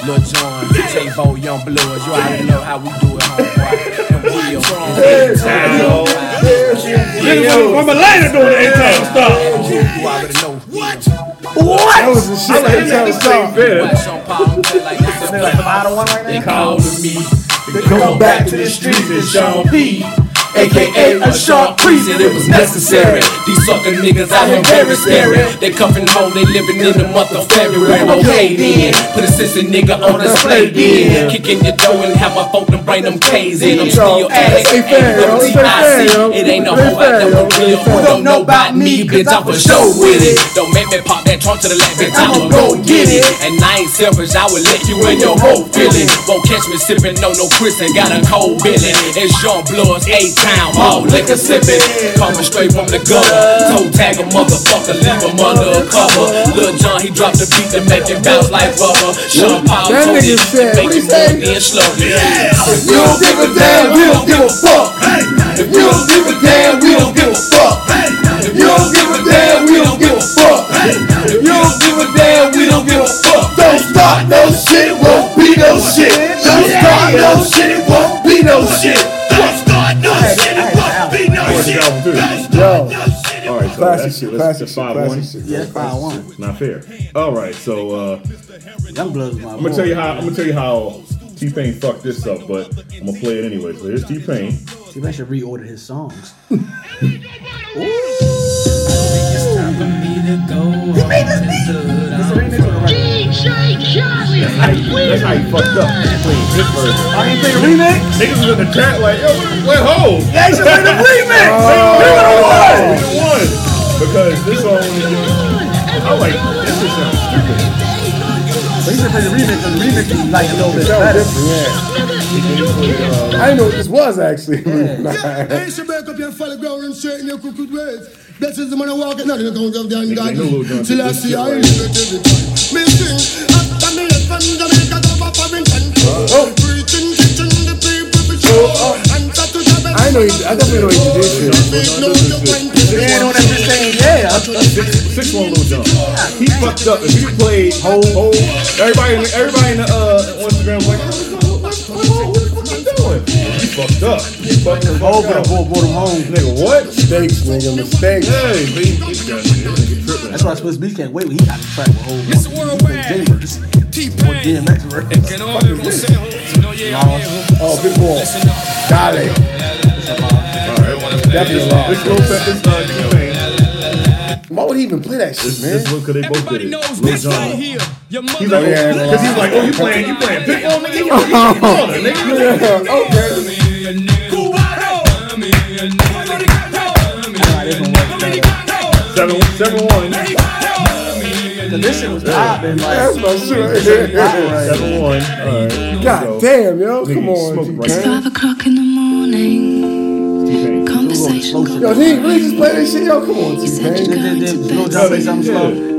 S16: Lil Jon, J-Bo, Young Bloods, you already know how we do it, homeboy. And we are from
S3: Nigga, from Atlanta doing the intro stuff.
S16: you already know.
S5: That was the shit.
S3: Like, this
S5: Every
S3: ain't the
S5: time
S3: same
S5: we
S3: bit.
S16: Sean Paul, play like this.
S7: They like five to one right now.
S16: Call to me.
S5: come back to the streets,
S16: It's Sean P.
S10: aka a sharp priest, and it was necessary. These sucker niggas out here very scary. They cuffin' home, they living in the month of February. Okay then, put a sissy nigga on display then. Kick in your door and have my phone to brain them K's in. I'm still addict, ain't no DIC. It ain't no hoe out there for real. Who don't know about me, bitch, I for sure with it. Don't make me pop that trunk to the left, bitch, I'ma go get it. And I ain't selfish, I would let you in your whole feeling. Won't catch me sippin' no no Chris and got a cold billy. It's young bloods, eight town, all liquor sippin'. Coming straight from the gutter. Toe tag a motherfucker, leave him under a cover. Lil John, he dropped the beat to make it bounce like rubber. Sean Paul
S5: That
S10: told
S5: nigga
S10: it
S5: said-
S10: to make it more than slugger. If
S5: You don't give a damn, we don't give a fuck. If you don't give a damn, we don't give a fuck. If you don't give a damn, we don't give a fuck. If you don't give a damn, we don't give a fuck. Don't start no shit, won't be no shit. Don't start no shit, won't be no shit. Don't start no shit, won't be no shit.
S3: All right, so that
S5: Classic shit,
S3: shit,
S5: classic
S3: that's
S5: shit,
S3: five
S5: classic
S3: one.
S5: shit, yeah,
S3: five one. Not fair. All right, so uh,
S7: Young Blood's my
S3: I'm gonna tell you how I'm gonna tell you how T Pain fucked this up, but I'm gonna play it anyway. So here's T Pain.
S7: T Pain should reorder his songs.
S5: You made this
S3: That's how you, that's how you fucked up. Playing this version.
S7: I ain't playing remix.
S3: Niggas was in the chat like, yo, what, what ho?
S5: Yeah, you should play the
S3: [laughs]
S5: remix.
S3: Nigga,
S5: Oh.
S3: what the one. Because this song, I like this shit sounds stupid.
S7: But he should play the remix because the remix is like a little bit better.
S5: Yeah. I didn't know what this was actually. [laughs]
S4: I should back up your follow ground and straighten your crooked ways. This is the man I walk at, nothing going down down God. Till I see I live it every time. Me sing, after me left from Jamaica, go back for Britain. Preaching, teaching the people for sure. Answer to the best.
S5: I know. You, I definitely know what you did. shit.
S7: Yeah, on everything. Yeah.
S3: Six one little jump. He fucked up. If you played whole, whole, everybody, in the- everybody in the uh, Instagram was like, what, what, what, what, what the fuck you doing? He fucked up. He fucked the fuck
S7: Over the
S3: up.
S7: board, board them home.
S3: Nigga, what?
S5: Mistakes, nigga. Mistakes.
S3: Hey, but he- he got- he nigga tripping.
S7: That's why Swiss Beats can't wait when he got the track with whole. It's worldwide. Jammers. Or DMX. right? Fuck is this?
S5: Oh, big ball. Got it. Definitely
S3: This
S5: lost.
S3: little set, this uh, T Pain.
S5: Why would he even play that shit,
S3: This,
S5: man?
S3: this one, cause they both did it. Lil
S15: this
S3: Jon.
S15: right here. Your mother.
S3: He's like,
S5: Yeah,
S3: because he's like, oh, you playing, you playing big ball, nigga, you want to get your brother, nigga. You like,
S5: Yeah, [laughs] okay.
S3: Seven, seven one.
S7: This shit was popping.
S5: That's
S7: Like,
S5: my shit.
S3: Seven one. All right.
S5: God damn, yo. Come on.
S3: smoke
S5: G-Pain.
S3: right
S6: Five o'clock in the morning,
S3: T-Pain.
S6: conversation goes
S5: Yo, did he really just play this shit? Yo, come on, T-Pain.
S7: then, then, then,
S3: No,
S7: John
S3: they
S7: say something slow.
S3: did.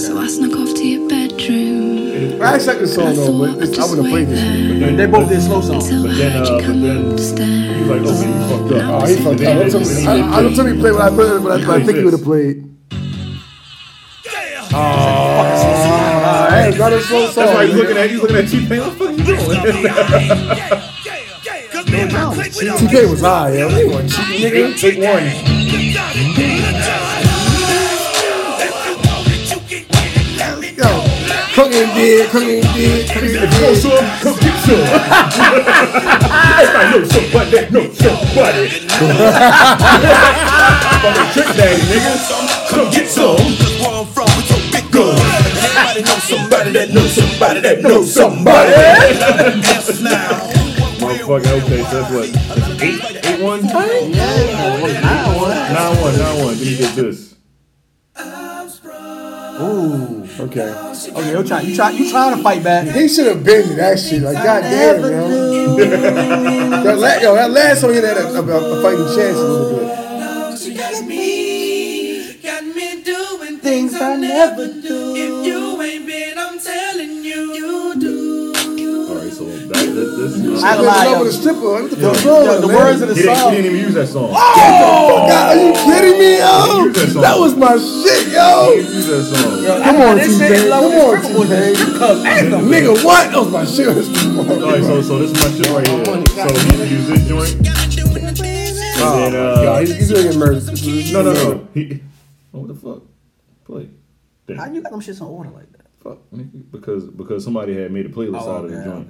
S6: So I snuck off to your bedroom.
S5: I actually like this song, though, but it's, I wouldn't play this shit.
S7: They both did slow songs.
S6: Till
S3: But
S6: I
S3: then,
S6: heard
S3: uh,
S6: you
S3: but
S6: come
S3: then he's
S6: upstairs.
S3: like, oh, man, you fucked up.
S5: Oh, he fucked up. Don't tell me- I I don't tell me to play what I play, but I, but I think he would have played. Oh, hey, got a slow song.
S3: That's why he's looking at he's looking at T Pain. What the fuck you doing?
S5: TK was high, yo. He was
S3: [laughs]
S5: cheating, nigga.
S3: Big one.
S5: Yo, Cook ain't dead, Cook ain't dead, Cook ain't
S3: If you want some, come get some. I know somebody that knows somebody. Fucking trick daddy, nigga. Come get some.
S10: Where I'm from with your big gun. Everybody knows somebody that knows somebody that
S3: Know
S10: knows
S3: somebody.
S10: us now.
S3: Motherfucker, okay, so that's what. It's eight, eight one. Nine one, nine one. Then you get this.
S5: Okay.
S7: Okay, you trying, you trying, you trying to fight back.
S5: He should have been that shit. Like, goddamn, yo. that la- yo, that last song he had a, a, a fighting chance a little bit.
S15: Got me doing things I never do. If you ain't been, I'm telling you, you do.
S3: All right, so that, that, this. Is,
S7: I lie,
S5: He was
S7: yo.
S5: over the stripper. What the fuck's
S7: Yo,
S5: wrong
S7: the
S5: man?
S7: words of the
S3: he, didn't, he
S7: song. Oh!
S3: didn't even use that song.
S5: God, are you kidding me, yo?
S3: Use that song.
S5: That was my shit,
S3: He
S5: yo.
S3: didn't use that song.
S5: Come on,
S7: This shit is
S5: T-Pain.
S7: low. This
S5: Come
S7: stripper
S5: on,
S7: was a
S5: T-Pain.
S7: Cub anthem.
S5: Nigga, what? That was my shit.
S3: All right, so so this is my shit right here. So he used this joint, and then
S5: Yo,
S3: uh,
S5: he's, he's gonna get murdered.
S3: no, no, no. He, oh, what the fuck? Play.
S7: How you got them shits in order like that? Oh,
S3: Fuck, nigga. Because because somebody had made a playlist out of the joint.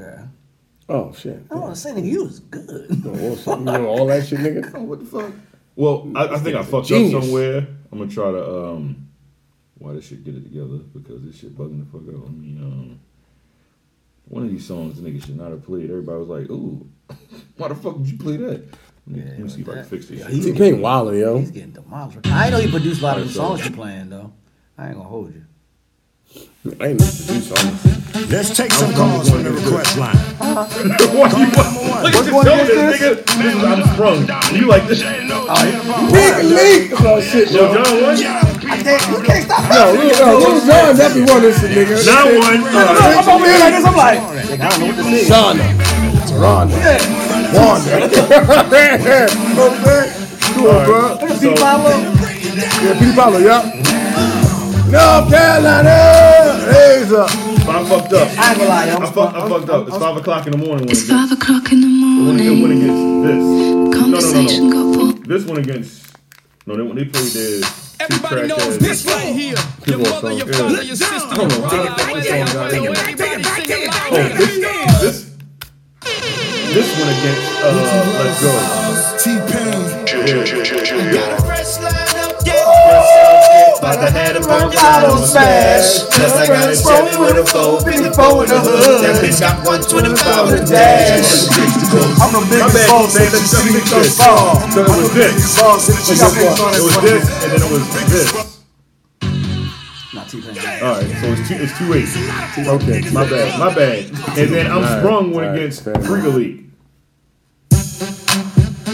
S5: Oh shit.
S7: I want to say, nigga, you was good.
S5: No, all, something, you know, all that shit, nigga.
S7: Oh, what the fuck?
S3: Well, I, I think I fucked up
S5: Genius.
S3: somewhere. I'm gonna try to um, why this shit get it together because this shit bugging the fuck out. I mean, um, one of these songs the nigga should not have played. Everybody was like, "Ooh, [laughs] why the fuck did you play that?" Let me, let me see if I can fix this. shit.
S5: T Pain Wilder, yo.
S7: He's getting demolished. I know you produced a lot of the songs you playing though. I ain't gonna hold you.
S5: I ain't missed the juice on
S10: Let's take some calls from the request line.
S3: What you want? Look at your shoulders, nigga. Man, I'm sprung. You like this?
S5: Big leak! Oh shit,
S3: Yo,
S5: yo.
S3: John one.
S5: No, Lil no, Lil John definitely won this shit, nigga.
S3: John one. Uh,
S7: I'm over here like this. I'm like, nigga, I don't know what this is.
S5: Shonda. Rhonda. [laughs] Wanda. Come on, bro.
S7: See Pablo?
S5: Yeah, Pete Pablo, yeah. North Carolina! Raise up.
S3: I fucked up.
S7: I ain't gonna lie,
S3: I,
S7: I'm
S3: fuck, I fucked up. It's five o'clock in the morning when it
S6: It's
S3: gets,
S6: five o'clock in the
S3: when it,
S6: morning.
S3: when it gets this. No, no,
S6: Conversation
S3: no,
S6: got pulled.
S3: no. This one against. No, they, when they played their two
S17: Everybody
S3: crack
S17: knows
S3: ass.
S17: this right here. Your
S5: People
S17: mother,
S5: are
S17: your
S5: so
S17: father,
S5: good.
S17: your sister,
S3: Hold
S17: your
S3: on.
S17: brother.
S3: Oh, this, this, this one against uh, Let's Go.
S10: T-Pain.
S3: But I had a
S7: Bottle smash.
S18: Plus I got a seven with a four, been the four in the hood. That bitch got one twenty-five with a dash.
S7: I'm the
S3: My
S7: biggest
S3: bad,
S7: boss
S3: man,
S7: in the
S3: that's just
S7: city.
S3: me
S7: so
S3: shit.
S7: far.
S3: So it was this.
S7: Boss in the
S3: So
S7: city.
S3: guess
S7: so
S3: what?
S7: far.
S3: It was this, and then it was this.
S7: Not T-Pain.
S3: All right, so it's two, it's two eight.
S5: Okay.
S3: My bad, my bad. And then I'm
S5: All right,
S3: sprung when
S5: all
S3: it
S5: right,
S3: gets
S5: fair enough.
S3: Free League.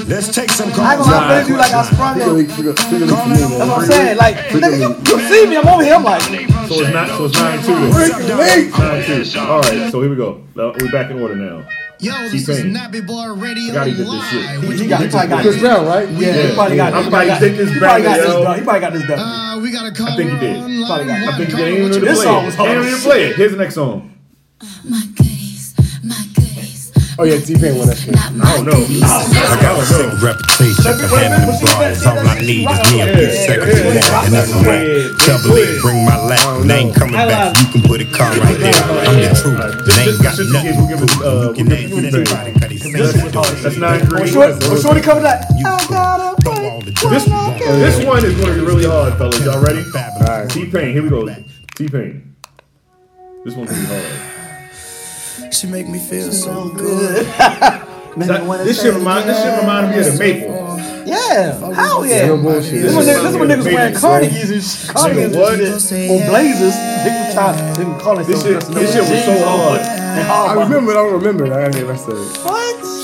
S10: Let's take some
S7: I ain't
S10: calls
S7: gonna lie,
S10: from the
S7: baby, you like I
S10: request line.
S7: sprung
S5: Figure
S7: you.
S5: leak, figure- figure leak for me,
S7: That's what
S5: man.
S7: I'm saying. Like, nigga, you, you see me? I'm over here. I'm like,
S3: So it's not, so it's nine two.
S5: Figure leak.
S3: Nine two. All right, so here we go. Now, We're back in order now.
S19: Yo, this is
S3: T-Pain.
S19: Nappy Bar Radio
S3: Gotta get this shit.
S19: Live.
S7: he got, he probably got
S5: Chris
S7: this.
S5: Brown, right?
S7: Yeah, he probably got
S3: I'm
S7: this.
S3: about to take this
S7: He
S3: back,
S7: probably got this.
S3: yo.
S7: done. He probably got this done.
S19: Uh, we got a call.
S3: think he did.
S7: Probably got it.
S3: I think they ain't even need to play
S7: This song was
S3: it. They ain't
S7: hard
S3: even
S7: as
S3: play it. Here's the next song.
S6: My gaze, my gaze.
S5: Oh yeah, T Pain won that shit.
S6: Not my
S3: I don't know.
S6: gaze.
S10: I got a sick reputation for handling bras. All I need is me a good secretary and that's a wrap. Double it, bring my lap. and I ain't coming back. You can put a car right there. I'm the truth. It ain't got nothing to
S3: uh,
S10: prove. You can ask anybody 'cause they say you don't.
S3: That's nine three.
S7: Short, when Shorty comes like,
S10: You
S7: I gotta
S10: throw
S7: play.
S10: all the
S3: This,
S10: juice you want.
S3: this one is going to be really hard, fellas. Y'all ready?
S10: Fabulous.
S3: T Pain, here we go. T Pain. This one's gonna be hard.
S10: She make me feel so good. [laughs]
S3: That- this shit remind this shit reminded me of the Maple.
S7: Yeah, hell
S5: No
S7: yeah.
S5: bullshit.
S7: This when niggas, this when niggas wearing
S3: Nigga,
S7: cardigans and shit, cardigans
S3: what?
S7: and shit, or blazers. Niggas try, they can call it
S3: This shit, this shit was so hard.
S5: I remember. it, I don't remember. it. I don't even rest of it.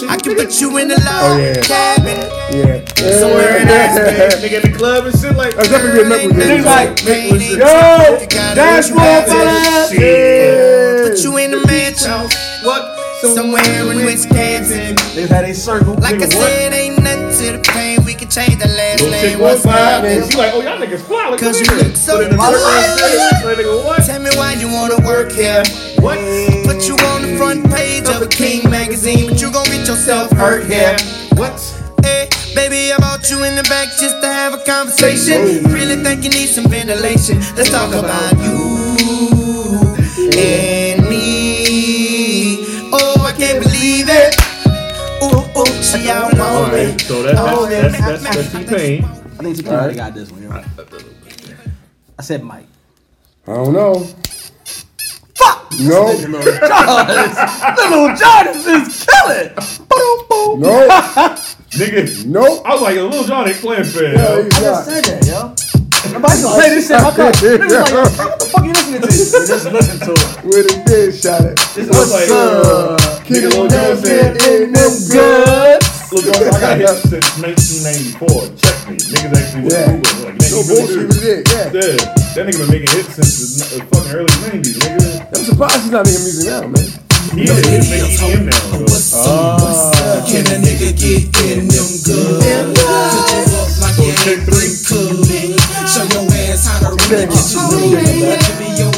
S10: I can put you in the
S5: Oh
S10: log
S5: yeah.
S10: cabin.
S5: Yeah.
S3: Somewhere in
S5: Yeah.
S3: that nigga in the club and shit like.
S5: I definitely remember
S7: Niggas
S5: this.
S7: like,
S10: Rainy
S7: yo,
S10: gotta
S7: that's
S10: be
S7: more
S10: driving.
S7: fun.
S10: Put you in the mansion. What? Somewhere in Wisconsin.
S7: They had a circle.
S10: Like I
S7: Nigga, what?
S10: said, ain't nothing to the pain. We can change the last name. What's up?
S3: And She like, oh y'all niggas fly. Like,
S10: Cause
S3: come
S10: you
S3: here.
S10: look so
S3: Put in the
S10: fly.
S3: circle and shit. Like, nigga, what?
S10: Tell me why you wanna work here.
S3: What?
S10: Put you on the front page of a King magazine, but you gon' get yourself hurt here. What? Hey, baby, I bought you in the back just to have a conversation. Really think you need some ventilation. Let's talk about you and me. Oh, I can't believe it. Ooh, ooh, she out
S3: All
S10: on me.
S3: right, so that's
S10: Oh,
S3: that's
S10: yeah.
S3: that's that's, that's T Pain.
S7: I think T Pain already got this one. yo. I said [laughs] Mike.
S5: I don't know.
S7: Fuck!
S5: No.
S7: Little Jonas is killing. Boom, boom.
S5: No.
S3: Nigga,
S7: [laughs]
S5: No.
S3: I was like, a little John ain't playing fair.
S5: No,
S3: yo.
S5: he's
S7: I just
S5: not.
S7: said that, yo. Nobody's gonna play this shit in my car. Niggas like, what the fuck you listening to?
S10: [laughs]
S7: Just listen to it.
S5: With a dick shot it.
S3: I was like, uh,
S5: Kick
S3: nigga,
S5: it
S3: Lil
S5: on
S3: John
S5: that
S3: said,
S5: bed in them goods.
S3: Lil John, I got hit since 1994. Check me, niggas actually was
S5: Yeah.
S3: cool. Like, nigga,
S5: No
S3: really do.
S5: bullshit with it. Yeah.
S3: Yeah, that nigga been making hits since the n- the fucking early 90s, nigga.
S5: I'm surprised he's not making music now, man.
S3: He is he's making EDM now, though. Ah.
S17: Can a nigga get in them good? Put you up like you ain't been good. Show your ass how to really get you good. Give me your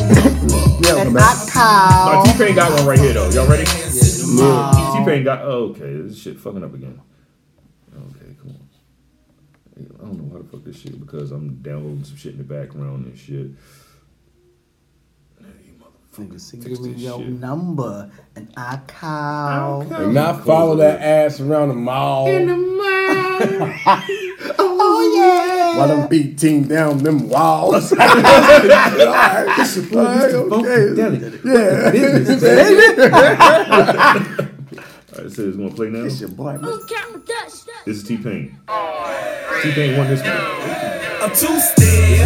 S17: number.
S5: Yeah, man.
S3: Nah, T Pain got one right here though. Y'all ready? T Pain got. Oh, okay, this shit fucking up again. Okay, come on. I don't know how to fuck this shit because I'm downloading some shit in the background and shit. Hey,
S7: through your number and I call.
S5: And not follow that ass around the mall. In the
S3: [laughs]
S5: mall.
S7: Oh yeah.
S5: While them feet ting down them
S3: [laughs]
S5: walls. [laughs] All right, okay. Yeah.
S3: Business, All right, so it's gonna play now.
S7: It's your boy. Mr.
S3: This is T Pain. T Pain won this one.
S11: I'm two step.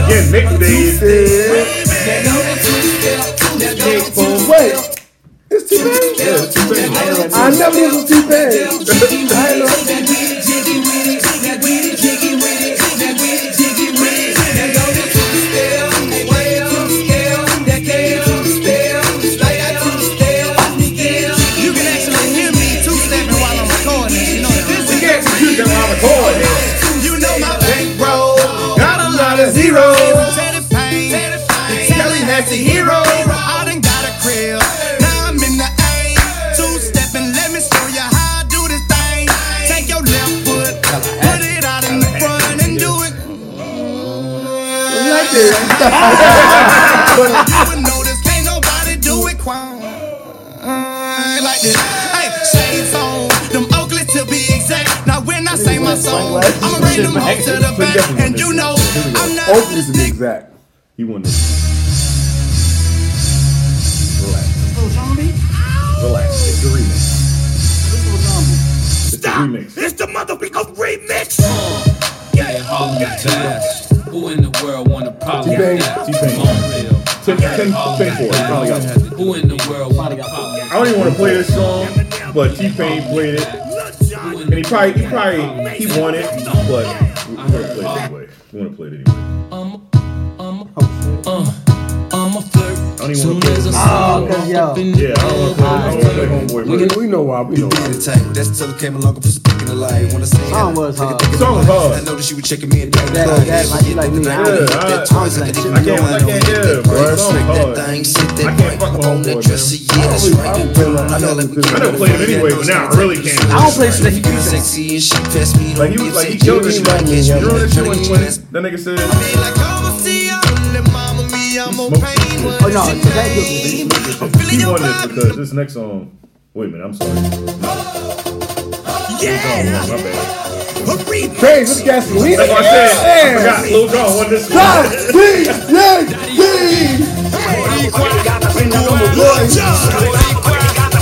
S3: Again, Nick Days.
S11: That number two step. That number two step.
S5: Wait. It's T Pain.
S11: That two
S5: I
S11: step.
S5: never knew it was T Pain. I ain't know.
S11: Zero. Telly has a hero. I done got a crib. Now I'm in the A. Two stepping, let me show you how I do this thing. Take your left foot, put it out in the front, and do it. You would notice, can't nobody do it quite like this. Hey, shades on, them Oakleys to be exact. Now when I say my song, I'ma bring them home to the back, and you know I'm not
S5: Oakley to be exact.
S3: He won this. Relax. It's the remix. It's the remix.
S11: It's the motherfucking remix.
S10: Yeah, all the test. Who in the world want a problem
S5: T-Pain,
S10: with that?
S3: T-Pain.
S10: Come on, real.
S3: Ten, ten, ten for it. He probably got it.
S10: Who in the world want a problem with
S3: I don't even want to play this song, but T Pain played it, and he probably, he probably, he won it, but we- we're gonna play it anyway. We want to play it anyway.
S10: I'm a flirt.
S3: I don't even want to play this.
S7: Oh, cause yo.
S3: Yeah, I don't want to play. I don't want to play Homeboy.
S5: We,
S3: verse.
S5: we know why. We know why.
S11: the table. That's till it came along and put some dick in the light. Wanna say
S7: Song was hard.
S3: Song
S11: I
S3: hard.
S11: noticed you were checking me in that
S7: That,
S11: club.
S7: that, like you like me. I
S3: Yeah,
S7: don't know.
S3: I,
S11: Toys like that.
S3: I can't, I can't, yeah, bro. It's song
S11: That
S3: hard.
S11: thing shit
S3: I
S11: that
S3: can't fuck with homeboy, man. I don't play it anyway, but now I really
S7: I
S3: can't.
S7: don't play shit that he do.
S11: sexy and she passed me
S3: Like he was like he killed this man. You know that shit when when that nigga said.
S7: Oh no, cause that gives me
S3: He won this because this next song. Wait a minute, I'm sorry. Yeah. My bad.
S5: Crazy, this guy's leaning.
S3: That's what I said. I forgot. Lil Jon won this one.
S5: God, please, yes, please.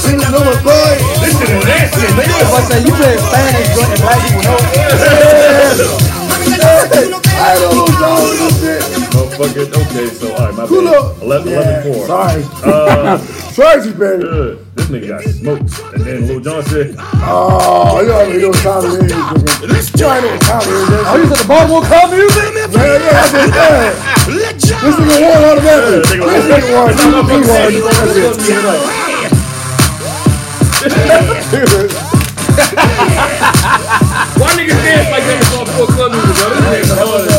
S3: This shit is nasty, nigga.
S7: But say you play Spanish, but and black people know.
S3: [laughs]
S5: I don't know, dog. This shit.
S3: Motherfucker. Okay, so all right, my
S5: Cool
S3: bad.
S5: up.
S3: 11,
S5: Yeah,
S3: 11 4.
S5: Sorry.
S3: Uh,
S5: Sorry, you baby.
S3: good. This nigga got smoked. And then Lil Jon said,
S5: Oh, you already know what time it is. nigga. You already know what time it is. nigga.
S7: Oh, you said the Baltimore Club music?
S5: Yeah, yeah, I said, yeah. This nigga won automatically. This nigga won. This nigga won. This nigga won.
S10: Why niggas dance like that before four club music, bro? This nigga's hard
S5: uh,
S10: as shit.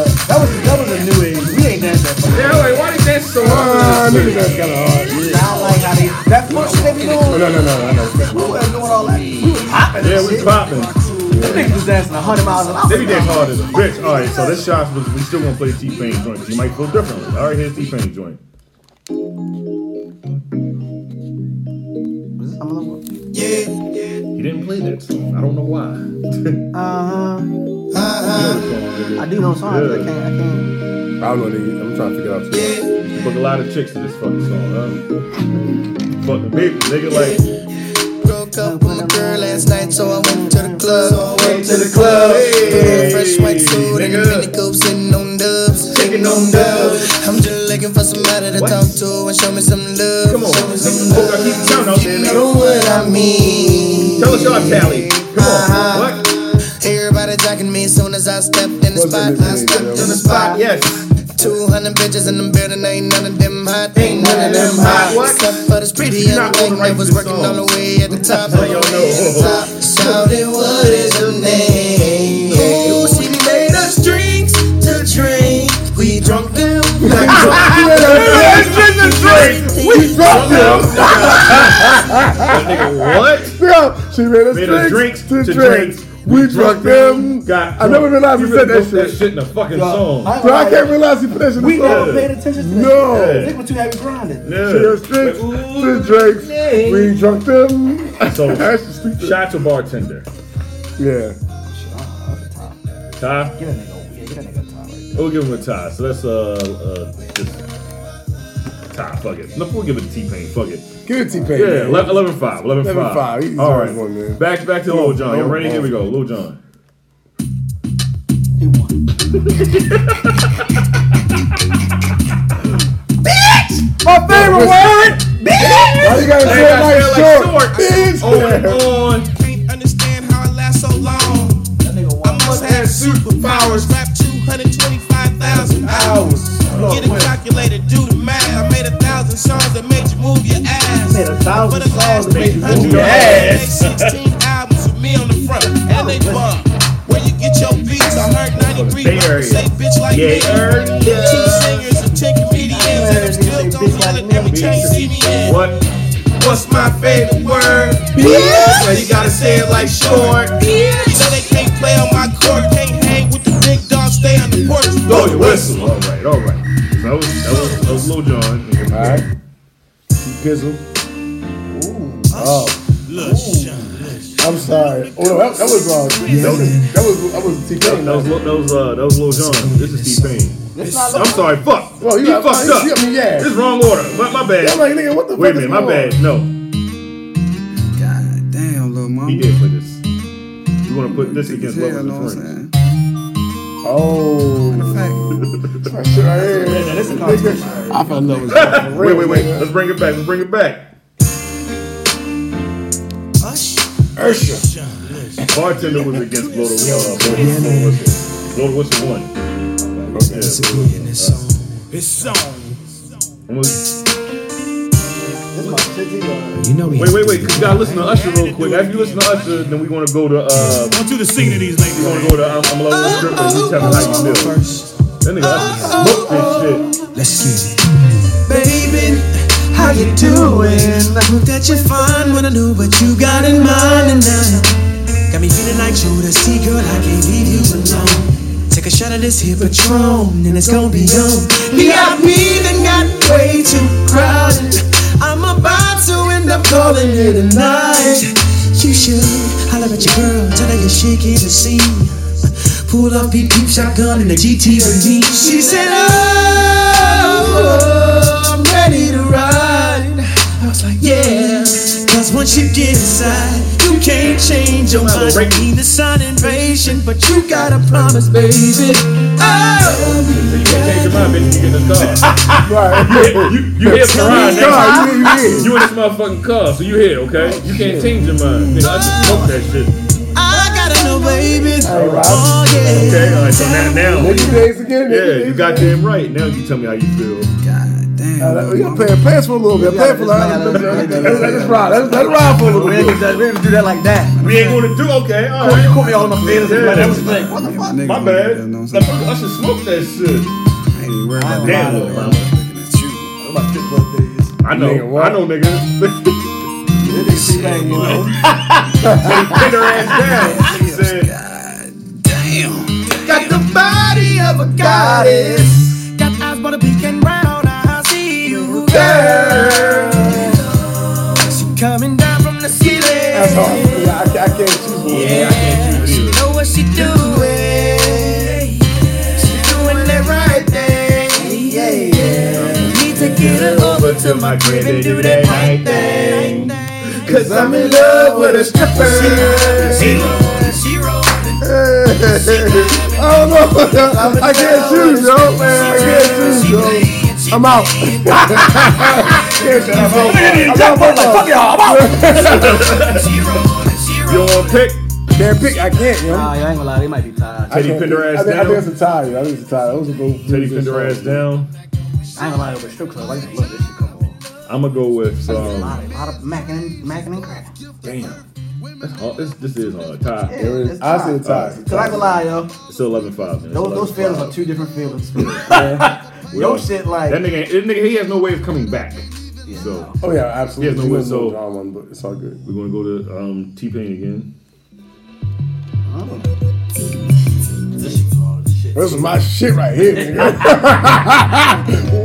S7: That was that was a new age. We ain't dancing.
S10: Yeah, like, why they dance so hard?
S5: Ah, nigga, that's kind of hard.
S7: I don't like how they. That's much shit they be
S5: No,
S7: doing.
S5: no, no, no, no.
S7: We wasn't doing all that. We was hopping.
S3: yeah, we popping.
S7: Them niggas was dancing 100 miles an hour.
S3: They be that hard as a bitch. All right, so this shot was, we still gonna play T-Pain joint because you might feel differently. All right, here's T-Pain joint. He didn't play that song. I don't know why.
S7: Uh huh. I
S3: I
S7: do know songs. but I can't. I can't.
S5: I don't know, nigga. I'm trying to figure out. shit.
S3: Fuck a lot of chicks to this fucking song. Huh? Fucking baby, nigga, like
S11: Broke up with my girl last night, so I went to the club. So I went to the club. Put on a fresh white suit and a
S3: nigga.
S11: mini coupe, sitting on dubs. Taking on dubs. I'm just looking for somebody to talk to and show me some love.
S3: Come on.
S11: show me some
S3: Nigga, I keep counting out there,
S11: You
S3: nigga.
S11: know what I mean.
S3: tell us your tally. Come on,
S11: Uh-huh.
S3: what?
S11: Everybody jacking me as soon as I stepped in the
S5: What's
S11: spot.
S5: in the
S11: I stepped
S5: video?
S11: in the spot.
S3: Yes.
S11: 200 bitches in the building, ain't none of them hot. Ain't none of them
S3: hot.
S11: hot. Except for this pretty
S3: You're
S11: young
S3: not gonna
S11: thing
S3: write
S11: that was
S3: this
S11: working
S3: song.
S11: all the way at the top. All the
S3: y'all
S11: way at
S3: know.
S11: the top. Shouted, what is your name? Oh, she made us drinks to drink. We drunk them. like drunk.
S5: We dropped him.
S3: That nigga, what?
S5: Yo, she made us
S3: Made us
S5: drinks,
S3: drinks to
S5: drink.
S3: drinks.
S5: We drunk them.
S3: Got
S5: I never realized he
S3: really
S5: said that
S3: put that
S5: shit.
S3: shit in the fucking song.
S5: Bro, I can't realize he put that shit in
S7: We
S5: the song.
S7: never paid attention to that.
S5: No.
S7: Think what you had me grinding.
S3: Yeah.
S5: Cheers, drinks, to drinks. We drunk them. [laughs]
S3: So,
S5: That's just stupid.
S3: shout out to bartender.
S5: Yeah.
S3: Ty?
S7: Get a nigga, yeah, get a nigga top right
S3: We'll give him a tie. So that's uh, uh just tie. Fuck it. No, we'll give it to T Pain. Fuck it.
S5: Give it to T-Pain.
S3: Yeah, 11, 11 5. 11,
S5: 11 five. He's
S3: All
S5: always
S3: right.
S5: one, man.
S3: Back back to
S5: Come
S3: Lil
S5: on,
S3: John.
S5: come
S3: Y'all
S5: on,
S3: ready?
S5: come
S3: Here we
S5: on.
S3: go. Lil John.
S5: Bitch! My favorite word! Bitch! Why you gotta say it like short? Bitch!
S3: Oh,
S5: [laughs]
S3: on.
S10: Can't understand how it lasts so long. I must have superpowers. Rap 225,000 hours. Get a calculator, do the math. I made a thousand songs that made you move your ass.
S7: Made a thousand
S10: For the
S7: songs
S10: last
S7: that made you move
S10: 800
S7: your ass.
S10: I made 16 albums with me on the front. LA Bump. Where you get your beats, I heard 93
S3: Bay Area.
S10: rappers say bitch like
S3: Yeah.
S10: me. Two singers and 10 comedians, and I'm still gon' yell it every time you see me in.
S3: What?
S10: What's my favorite word?
S5: Bitch.
S10: So you gotta say it like short. So they can't play on my court, can't hang with the big dogs, stay on the porch.
S3: Blow your whistle. All right, all right. So that was, that was, that was Lil John.
S5: All right. Pizzle. Oh. I'm sorry. Oh, no, that, that was uh, that was that was that was T-Pain.
S3: That was, Lil- that was, uh, that was Lil John. This is T Pain.
S7: It's not
S3: I'm sorry, fuck.
S5: Bro, you
S3: you
S5: got-
S3: fucked
S5: you
S3: up.
S5: got me, yeah.
S3: This is wrong order. My, my bad.
S5: I'm like, nigga, what the
S3: Wait a
S5: fuck is
S3: minute, my
S5: going on?
S3: bad. No,
S11: God damn, little mama.
S3: he did put this. You want to put this against
S11: Hell,
S3: Love
S11: know what
S3: is a Friend? [laughs]
S11: I'm saying?
S5: Oh. That's my shit right here.
S7: Yeah, this is constant.
S11: I fell in love
S3: [laughs]
S11: with it.
S3: Wait, wait, wait. Let's bring it back. Let's bring it back.
S5: Ursha.
S3: Bartender was against Blow the Whistle. Uh, Blow the Whistle. Blow the Whistle won. Yeah.
S10: It's on.
S3: I'm gonna-
S7: This is my shit, T-Pain.
S20: You know we
S3: Wait, wait, wait. You gotta listen to Usher real quick. After you listen to Usher, then we want to go to. uh
S10: I want you to sing to these ladies.
S3: We want to go to. I'm, I'm a little stripper. You tell me how you feel. That nigga Usher smoked this shit.
S20: Let's get
S10: Baby, how you doing? I hope that you're fine when I know what you got in mind tonight. Got me feeling like Judas. See, girl, I can't leave you alone. Take a shot of this here Patron, and it's gonna be on. Me, I mean, and got way too crowded. I'm about to end up calling it a night. You should holler at your girl, tell her you're shaking the scene. Pull up, beat, peep, shotgun, and a GT for me. She said, Oh, I'm ready to ride. I was like, Yeah, cause once you get inside, you can't change your mind. I mean, the sun invasion, but you gotta promise, baby. Oh,
S3: You can't change your mind, bitch. You get in the car.
S5: Right.
S3: You, you here for Ryan, nigga.
S5: God, you really is.
S3: You in this motherfucking car, so you here, okay? You can't change your mind. Nigga, I just smoked that shit.
S10: I gotta know, baby.
S5: Rob.
S10: Oh, yeah.
S3: Okay, all right, so now, now.
S5: Nigga days again.
S3: Yeah, you
S5: nigga days again.
S3: goddamn right. Now you tell me how you feel.
S11: God
S5: Nah,
S11: damn.
S5: that-
S11: little
S5: You
S11: mama.
S5: gotta play, play us for a little bit. Play it for a little bit. Let it ride. Let it- let it ride for a little
S7: We ain't
S5: bit.
S7: gonna do that- we ain't gonna do that like that.
S3: We ain't gonna do okay. All
S7: You
S3: right.
S7: caught me all in my feelings.
S3: Yeah.
S7: Like, that was like, what the
S11: Yeah, my
S7: fuck?
S11: nigga
S3: My
S11: don't
S3: bad.
S11: do that, know what I'm
S3: That
S11: saying?
S3: fucker Usher smoked that shit.
S11: I ain't even worried about that.
S3: Damn,
S11: I'm
S3: little
S11: looking at you.
S7: That's my strip club days.
S3: I know.
S5: Nigga, what?
S3: I know,
S11: [laughs]
S3: nigga.
S7: This nigga
S3: [laughs]
S7: T-Pain, you know.
S3: Pin her ass down. She said,
S10: Got the body of a goddess. Got eyes but a beacon round. I see you, girl. She coming down from the
S5: That's all.
S10: ceiling.
S5: Yeah, I, ca- I can't choose one.
S3: yeah, I can't choose either.
S10: Know what she doing? She doing that right thing. Yeah, yeah. Need to get her over to my crib and do that right thing. Cause I'm in love with a stripper. She rolling, she rolling.
S5: I don't know. I can't choose, yo. Man, I can't choose, yo. I'm out. Can't choose, I'm out. I'm out. I'm out.
S3: You don't want to pick?
S5: Can't pick. I can't, yo.
S7: Nah, y'all ain't gonna lie, they might be tired. I
S5: I
S3: Teddy
S5: can't
S3: pinned her
S5: pick.
S3: ass
S5: I think, I
S3: down.
S5: think it's a tie. yo. I think it's a tie. That was a good.
S3: Teddy pinned her ass down.
S7: ain't gonna lie, over strip club, I used to love this shit. Come on.
S3: I'm gonna go with.
S7: A
S3: Um,
S7: lot of, lot of macking and, macking and cracking.
S3: that's hard. uh, This, this is hard. Tie.
S5: It was,
S7: It's
S5: I
S7: tied.
S5: say a tie.
S7: Cause I ain't gonna lie, yo.
S3: It's still 11 5. Man.
S7: Those, those feelings are two different feelings. yeah. Yo, shit, like.
S3: That nigga, that nigga, he has no way of coming back. So
S5: Oh yeah,
S3: Yeah, no
S5: absolutely.
S3: way,
S5: You know
S3: so-
S5: John one, but it's all good.
S3: we're gonna go to um, T Pain again.
S5: This is my shit right here, nigga.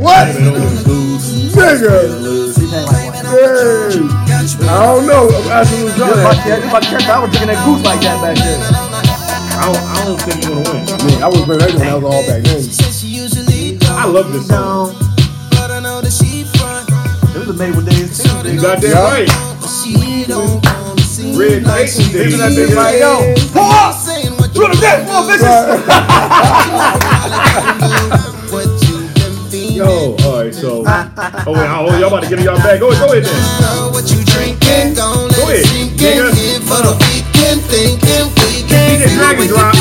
S5: [laughs] what? Nigga. Hey. I don't know. I'm asking what's
S7: If I
S5: going
S7: cared- [laughs] if I cared, I was drinking that goose like that back then.
S3: I don't, I don't think you're gonna win.
S5: I mean, I was playing that when I was all back then.
S3: I love this song.
S7: This is Mabel Days.
S3: You got that right. Red Nation Day.
S7: Isn't that bitch like, yo, pull up! Through the deck, more bitches!
S3: Yo, all right, so. Oh, wait, oh, y'all about to get in y'all bag. Go ahead, go ahead then.
S2: What you drinking? Don't
S3: Go ahead, nigga.
S2: for the weekend, thinking we
S3: Beat that dragon drop.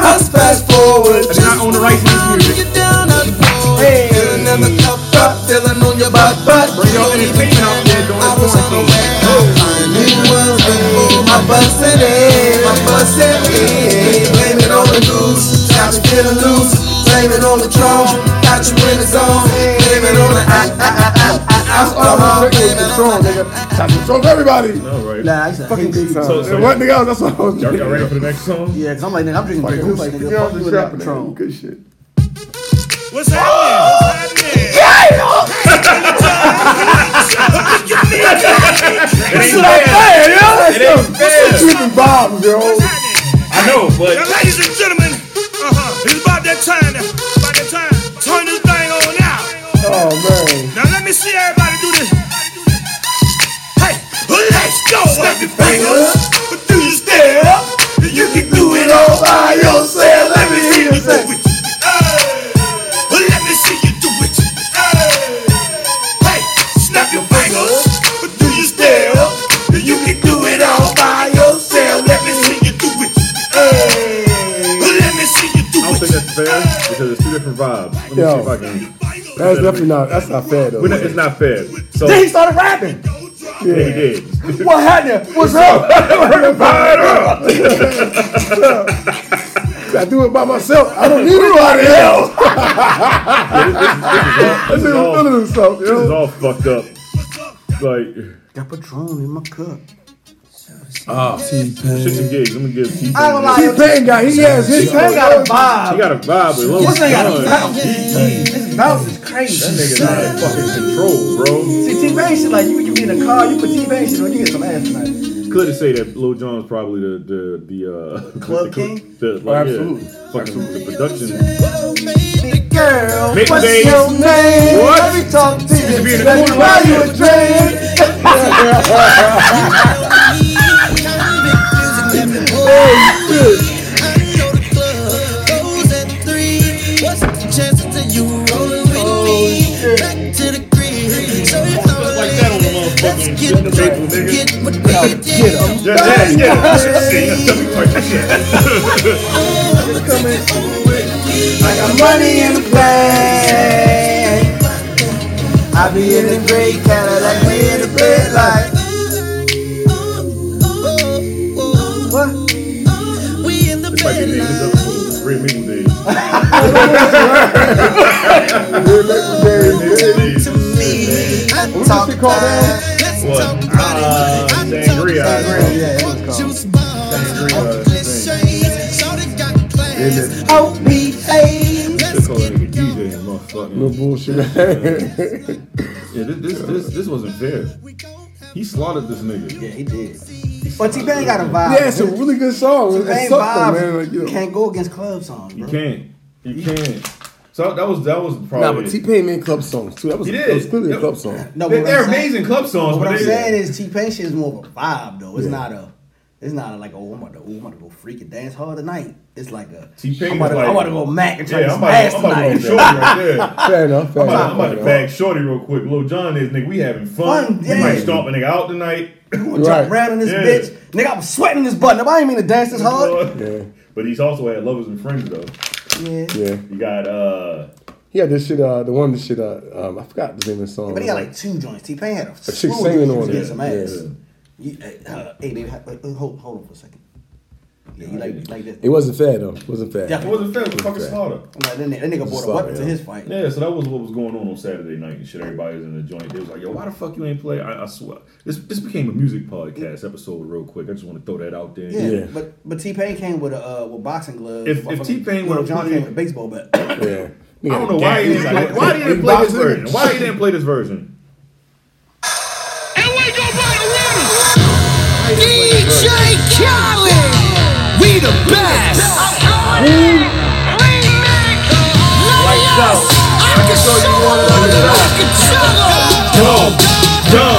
S2: must fast forward.
S3: That's not on the rights of this music.
S2: Hey, another cup up, feeling on your butt, butt.
S3: Bring your entertainment out there during the quarantine.
S2: I'm busting it, I'm busting it. Blame it on the news, got you feeling loose. Blame it on the drone, got you in the zone. Blame it on the I, I, I, I, I,
S5: That's all I was drinking was the song, nigga. Time to show everybody.
S3: All right.
S7: Nah, I said, fucking goose.
S3: So,
S5: And
S3: so
S5: what, nigga? That's what I was
S3: y'all, y'all
S5: drinking.
S3: ready for the next song?
S7: Yeah, cause I'm like, nigga, I'm drinking
S5: Like,
S7: the
S5: who's
S7: goose like
S5: like,
S7: nigga. Fuck you
S5: the
S7: and that
S5: trap, nigga.
S7: Patron.
S5: Good shit.
S21: What's happening?
S3: It ain't
S5: It's like,
S3: bad.
S5: hey, yo,
S3: It ain't
S5: that's
S3: fair.
S5: the Cuban bombs, yo.
S3: I know,
S21: Now,
S3: but
S21: ladies and gentlemen, uh-huh, it's about that time now. About that time. Turn this thing on now.
S5: Oh man.
S21: Now let me see everybody do this. Hey, well, let's go. Snap your fingers. Do you stare? You can do it all by yourself. Let me see you do it. Hey, well, let me see you do it. Hey, hey, snap your fingers. Do you stare? You can do it all by yourself. Let me see you do it. Hey, well, let me see you do
S3: I
S21: it.
S3: don't think that's fair because it's two different vibes. Let me
S5: Yo.
S3: see if I can.
S5: That's definitely not. That's not fair though.
S3: We're not- It's not fair. So
S7: Then he
S3: yeah,
S7: started rapping.
S3: he did.
S7: What happened? What's
S3: [laughs]
S7: up?
S5: I do it by myself. I don't need nobody else.
S3: This
S5: [laughs] This
S3: is
S5: nigga
S3: all-
S5: feeling himself,
S3: this is
S5: yo.
S3: all fucked up. Like,
S7: Got Patron in my cup.
S3: ah, shit's a gig. Let me give T-Pain.
S7: I ain't gonna lie, yo.
S5: T-Pain got his ass hit.
S7: T-Pain got a
S3: He
S7: vibe.
S3: got a vibe with Lil
S7: This nigga got a
S3: Jon.
S7: bounce. His bounce is crazy.
S3: Nigga not in fucking control, bro.
S7: See, T-Pain shit, like, you, you be in a car, you put T-Pain shit on, you get some ass tonight.
S3: Clear to say that Lil Jon's probably the the the uh, [laughs]
S7: Club
S3: the,
S7: king?
S3: The, like,
S5: absolutely.
S3: yeah, fucking the production.
S7: Girl,
S3: Make
S7: what's
S3: days.
S7: your name?
S3: What?
S7: Let me talk to you.
S3: be in the
S7: Let me
S3: corner
S7: buy
S3: like
S7: you
S3: this.
S7: a drink.
S3: Yeah, yeah, yeah. See, that's definitely part of shit.
S7: Money in the bank. I be in the gray Cadillac, we in the bed like. What?
S3: This might be the name of the episode. Red Maple Days. Red Maple Days.
S5: What you call that?
S3: What? Ah, Sangria.
S7: Yeah, it was called. Oh,
S3: They call that nigga DJ, motherfucker.
S5: No bullshit.
S3: Yeah, this, this, this, this wasn't fair. He slaughtered this nigga. Yeah, he did.
S7: But T-Pain got a vibe.
S5: [laughs] yeah, it's a really good song. It,
S7: T-Pain
S5: it sucked though, man.
S7: vibe.
S5: Like, you
S7: You
S5: know.
S7: can't go against club songs,
S3: You
S7: bro.
S3: can't. You can't. So that was that was
S5: Nah,
S3: probably.
S5: but T-Pain made club songs too. That was,
S3: He
S5: that
S3: did.
S5: was clearly a
S3: Yep.
S5: club song.
S7: No,
S3: They-
S7: but what
S3: they're
S7: I'm saying-
S3: amazing club songs,
S7: But
S3: but
S7: what I'm
S3: they-
S7: saying is T-Pain shit is more of a vibe though. It's
S5: Yeah.
S7: not a. It's not a, like oh I'm about to oh, I'm about to go freak and dance hard tonight. It's like a
S3: T-Pain
S7: I'm about,
S3: is
S7: to,
S3: like-
S7: I'm about to go Mac and try
S3: yeah,
S7: to
S3: I'm about,
S7: smash
S3: to- I'm about to
S7: tonight.
S3: go
S7: [laughs]
S3: shorty right there.
S5: Fair enough. Fair
S3: I'm about,
S5: enough.
S3: I'm about to
S5: fair
S3: bag
S5: enough.
S3: Shorty real quick. Lil John is nigga. We having fun.
S7: Fun,
S3: We might
S7: yeah.
S3: stomp a nigga out tonight. [laughs]
S7: I'm gonna jump
S5: Right.
S7: around in this
S3: Yeah.
S7: bitch. Nigga, I was sweating this button up. I didn't mean to dance this hard.
S5: Yeah,
S3: But he's also had lovers and friends though.
S7: Yeah.
S5: yeah.
S3: You got uh
S5: He had this shit. Uh, the one that shit. Uh, um, I forgot the name of the song.
S7: But he got like two joints. T Pain had a
S5: But she's singing on
S7: Get
S5: it.
S7: some ass. You, uh, uh, hey baby, ha- uh, hold hold on for a second. Yeah, he like, like this.
S5: It wasn't fair though. It wasn't fair.
S7: Yeah, it
S3: wasn't fair. It was fucking slaughter.
S7: Like, that, nigga- that nigga brought a
S3: Slaughter,
S7: weapon to
S3: yeah.
S7: his fight.
S3: Yeah, so that was what was going on on Saturday night and shit. Everybody was in the joint. They was like, "Yo, why the fuck you ain't play?" I, I swear, this this became a music podcast episode real quick. I just want to throw that out there.
S7: Yeah, but but T Pain came with a uh, with boxing gloves.
S3: If- if
S7: Motherfucker-
S3: T-Pain
S7: Lil
S3: would've
S7: Jon
S3: played-
S7: came with a baseball bat.
S3: [coughs]
S7: [laughs]
S5: Yeah.
S3: I don't know why he didn't play, why he didn't play this version. Why he didn't play this version?
S6: DJ Khaled, we the best.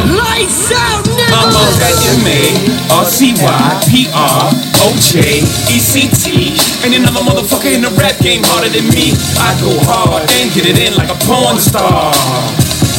S6: Lights out,
S11: I'm on that E And another motherfucker in the rap game harder than me. I go hard and get it in like a porn star.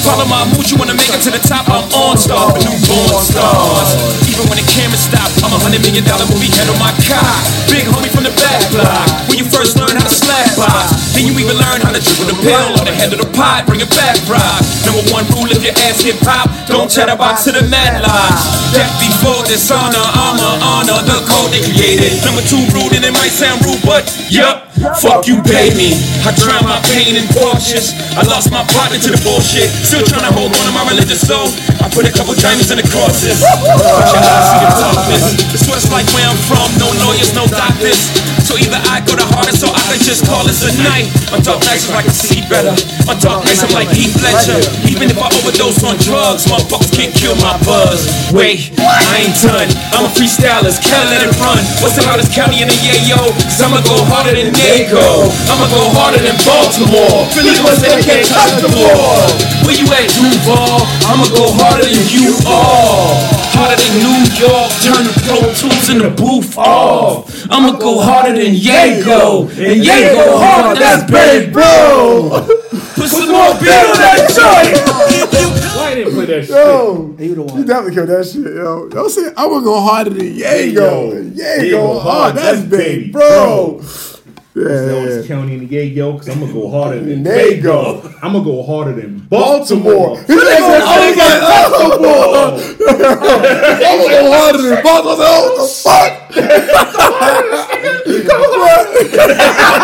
S11: Follow my mood, you wanna make it to the top. I'm on star for newborn stars. Even when the camera stop, I'm a hundred million dollar movie head on my cock. Big homie from the back block. When you first learn how to slap box, then you even learn how to dribble the pill on the head of the pot. Bring it back, Rob. Number one rule: if your ass get pop, don't chatterbox to the matlock. Death before dishonor, armor, honor the code they created. Number two rule, and it might sound rude, but yup. Fuck you, pay me. I drown my pain in portions. I lost my partner to the bullshit. Still trying to hold on to my religious soul. I put a couple diamonds in the crosses. But your eyes see the toughest. So it's like where I'm from, no lawyers, no doctors. So either I go the hardest or I can just call it a night. On dark nights, if I can see better. On dark nights, I'm like Heath Ledger. Even if I overdose on drugs, motherfuckers can't kill my buzz. Wait, I ain't done. I'm a freestyler, can't let it run. What's the hardest county in the yayo? Cause I'ma go harder than they go. I'ma go harder than Baltimore. Philly was they can't touch the ball. Where you at, Duval? I'ma go harder than you all. Harder than New York, turn the Pro Tools in the booth off. I'ma go harder than Yago. And Yago hard, that's big, bro. Put some more beer on that
S3: Why didn't play that shit?
S5: Yo, you definitely killed that shit, yo. Yo, see, I would go harder than Yago. Yago hard, that's big, bro.
S3: Yeah. County in the gay yo, because I'm gonna go harder than
S5: They
S3: they go. I'm gonna go harder than
S5: Baltimore.
S3: Baltimore.
S5: He said, "Oh, he got [laughs] Baltimore." I'm gonna go harder than Baltimore. What the fuck? Come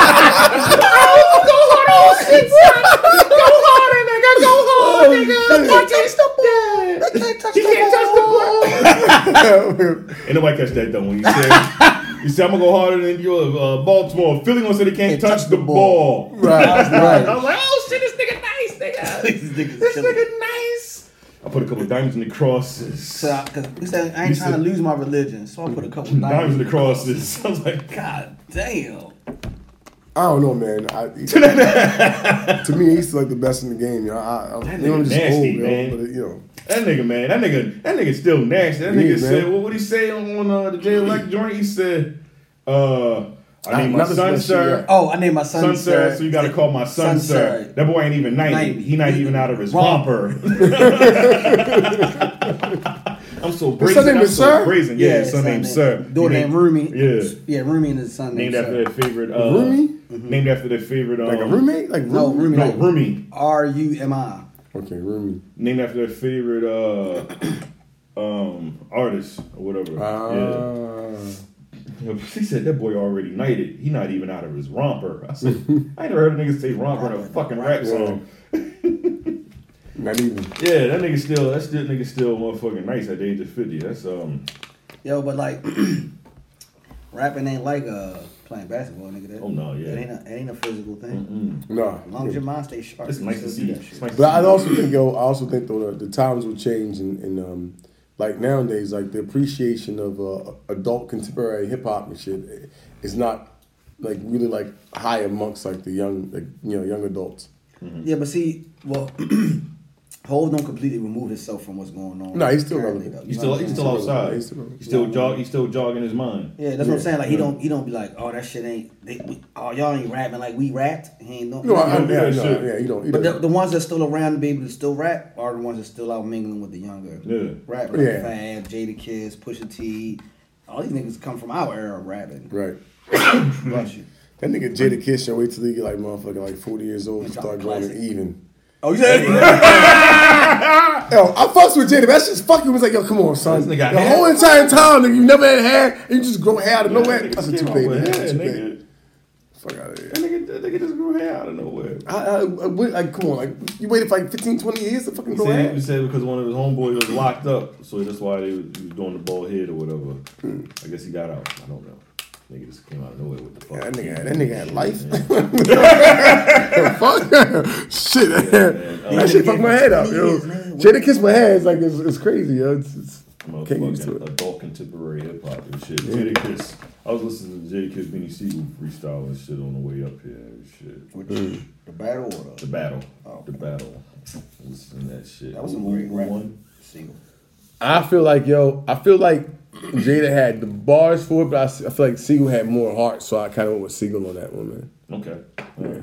S5: on, Oh,
S3: [laughs] Ain't nobody catch that though. When you said, you said I'm gonna go harder than you, uh, Baltimore. Philly gonna say they can't touch, the ball.
S5: Right, right.
S3: I was like, oh shit, this nigga nice,
S7: This
S3: nigga.
S7: nigga's
S3: this
S7: killing
S3: nigga nice. I put a couple diamonds in the crosses.
S7: So, I- cause he said, I
S3: You
S7: ain't trying to
S3: said-
S7: lose my religion, so I put a couple
S3: Diamonds in the
S7: diamonds.
S3: crosses. [laughs] I was like,
S7: God damn.
S5: I don't know, man.
S3: [laughs]
S5: I, to me, he's like the best in the game. You know, I, I,
S3: That
S5: you know, I'm
S3: nigga
S5: just
S3: nasty,
S5: old,
S3: man.
S5: Yo, but you know,
S3: That nigga, man, that nigga, that nigga still nasty. That
S5: He
S3: nigga
S5: is, man.
S3: said, well, what he say on uh, the Jay Elect joint? He said, uh, I
S7: I-
S3: named my
S7: another
S3: son,
S7: special-
S3: sir.
S7: Oh, I named my son, sir.
S3: So you gotta call my
S7: Son,
S3: son, sir.
S7: sir.
S3: That boy ain't even 90.
S7: Ninety.
S3: He not even out of his
S7: Romp. [laughs]
S3: romper. [laughs] I'm so
S7: His
S3: brazen.
S7: son name
S3: I'm
S7: is
S3: so
S7: Sir?
S3: brazen. Yeah,
S7: Yeah,
S3: his son
S7: son
S3: named
S7: name-
S3: Sir.
S7: daughter
S3: He
S7: named
S3: named-
S7: Rumi.
S3: Yeah.
S7: Yeah, Rumi and his son.
S3: Named
S7: named
S3: after
S7: Sir.
S3: their favorite. Uh,
S5: Rumi?
S3: Named after their favorite. Um,
S5: like a roommate, like
S7: No,
S5: Rumi?
S7: Rumi.
S3: No,
S7: like
S3: Rumi.
S7: R U M I.
S5: Okay, Rumi.
S3: Named after their favorite uh, um, artist or whatever. Yeah.
S5: Uh.
S3: She said that boy already knighted. He not even out of his romper. I
S5: [laughs]
S3: said, I ain't never heard a nigga say romper in a fucking rap song.
S5: Not even.
S3: Yeah, that nigga still that still nigga still motherfucking nice at the age of fifty. That's um
S7: Yo, but like, [clears throat] rapping ain't like uh playing basketball, nigga. That,
S3: Oh, no, yeah.
S7: It ain't a, it ain't a physical thing.
S5: No.
S7: As long as your mind stays sharp,
S3: it's
S7: you
S3: nice to
S7: still do
S3: see. you.
S7: that shit.
S3: It's nice to
S5: But I
S3: see you.
S5: also think yo, I also think though the, the times will change and, and um, like nowadays, like the appreciation of uh, adult contemporary hip hop and shit is not like really like high amongst like the young, like you know, young adults.
S7: Yeah, but see, well, [clears throat] Hov don't completely remove himself from what's going on.
S5: No, he's still
S7: currently,
S5: relevant.
S7: though.
S3: He's
S7: You know
S3: still
S7: what I'm
S3: he's still
S7: saying?
S3: outside.
S5: He's still-
S3: He's still jog he's still jogging his mind.
S7: Yeah, that's what I'm saying. Like he
S3: Yeah.
S7: don't he don't be like, oh that shit ain't they, we, oh y'all ain't rapping like we rapped. He ain't no.
S5: No, I, I,
S3: don't do
S5: yeah,
S3: that
S5: no,
S3: shit.
S5: yeah, you don't. You
S7: but the,
S5: don't.
S7: the ones that's still around to be able to still rap are the ones that still out mingling with the younger
S3: Yeah.
S7: rap. Like
S5: Yeah.
S7: Fab, Jada Kiss, Pusha T. All these niggas come from our era of rapping.
S5: right. Mm-hmm.
S7: Bless you.
S5: That nigga Jada Kiss should wait till he get like motherfucking like forty years old and start going
S7: Classic.
S5: even.
S7: Oh, you said
S5: yo, I fucks with Jada. That shit's fucking was like, yo, come on, son. The whole entire time, nigga, you never had hair, and you just grow hair out of nowhere. That's a two baby. That's a two Fuck out of here.
S3: That nigga just grew hair out of nowhere.
S5: I, I, I, wait- like, come on, like, you waited for like 15, 20 years to fucking
S3: He
S5: grow
S3: said,
S5: hair?
S3: he said because one of his homeboys was locked up, so that's why they was, he was doing the bald head or whatever. I guess he got out. I don't know. Nigga just came out of nowhere with the fuck.
S5: That nigga, that nigga had life. [laughs] Fuck. [laughs] shit.
S3: uh,
S5: [laughs] that shit fucked my head up, yo. Jada kissed my head. It's like, it's, it's crazy, yo. It's, it's, can't get used to it.
S3: [laughs] Motherfucking adult contemporary hip hop and shit. Jada Kiss. I was listening to Jada Kiss Benny Siegel freestyle and shit on the way up here and shit.
S5: [laughs]
S7: Which- the battle or
S3: the battle?
S5: Oh.
S3: The battle. Listening to that shit. That
S7: was a
S3: great one.
S7: Single.
S5: I feel like yo, I feel like Jada had the bars for it, but I, s- I feel like Siegel had more heart, so I kind of went with Siegel on that one, man.
S3: Okay. Yeah.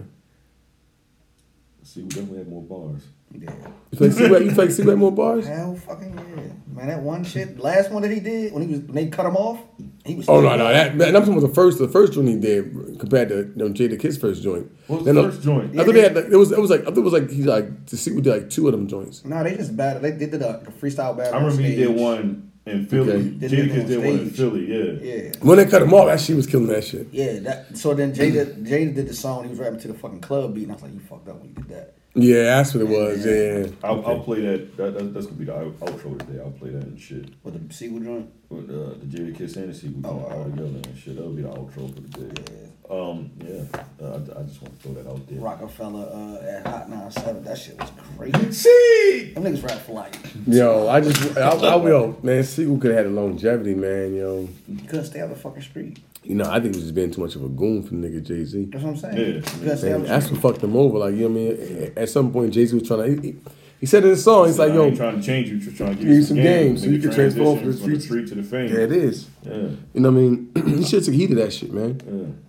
S3: See, we definitely had more bars.
S7: Yeah.
S5: You feel like Siegel, you feel like Siegel had
S7: [laughs]
S5: more bars?
S7: Hell fucking yeah. Man, that one shit, last one that he did, when he was when they cut him off, he was
S5: Oh no, no, that, that I'm talking about the first, the first joint he did compared to you know, Jada Kiss first joint.
S7: What was the
S5: Then, uh,
S7: first joint?
S5: I thought they had like, it was it was like I thought it was like he like the Siegel did like two of them joints.
S7: No, they just battle. They did the, the freestyle battle.
S3: I remember
S7: on
S3: he did
S7: stage.
S3: one in Philly.
S5: Okay.
S7: Did
S3: Jada
S7: it
S3: Kiss
S7: on
S3: did one in
S7: stage.
S3: Philly. Yeah.
S7: Yeah.
S5: When they cut him off, that she was killing that shit.
S7: Yeah, that, so then Jada Jada did the song. He was rapping to the fucking club beat, and I was like, "You fucked up when you did that."
S5: Yeah, that's what it was. Yeah,
S3: I'll, I'll play that. that, that that's gonna be the out- outro today. I'll play that and shit. Oh,
S7: With the sequel joint.
S3: With uh, the Jada Kiss and the sequel joint all together and shit. That'll be the outro for the day. Um, yeah. Uh, I, I just want to throw that out there.
S7: Rockefeller uh, at Hot 97. That shit was crazy.
S5: See,
S7: them niggas rap for life.
S5: Yo, I just I, I will man. Siegel could have had the longevity, man. Yo,
S7: You couldn't stay out the fucking street.
S5: you know I think it was just being too much of a goon for the nigga Jay Z.
S7: That's what I'm saying. You couldn't stay out
S5: And
S7: the
S5: that's what fucked him over. Like, you know what I mean? At- At some point, Jay Z was trying to. He, he said in his song, he's like,
S3: I
S5: yo.
S3: ain't trying to change you, just trying to give
S5: give
S3: you
S5: you
S3: some,
S5: some
S3: game.
S5: games so you
S3: Nigga
S5: can transform
S3: transition
S5: from the
S3: street to the fame.
S5: Yeah, it is.
S3: Yeah.
S5: You know what I mean? [clears throat] he should have took heed of that shit, man.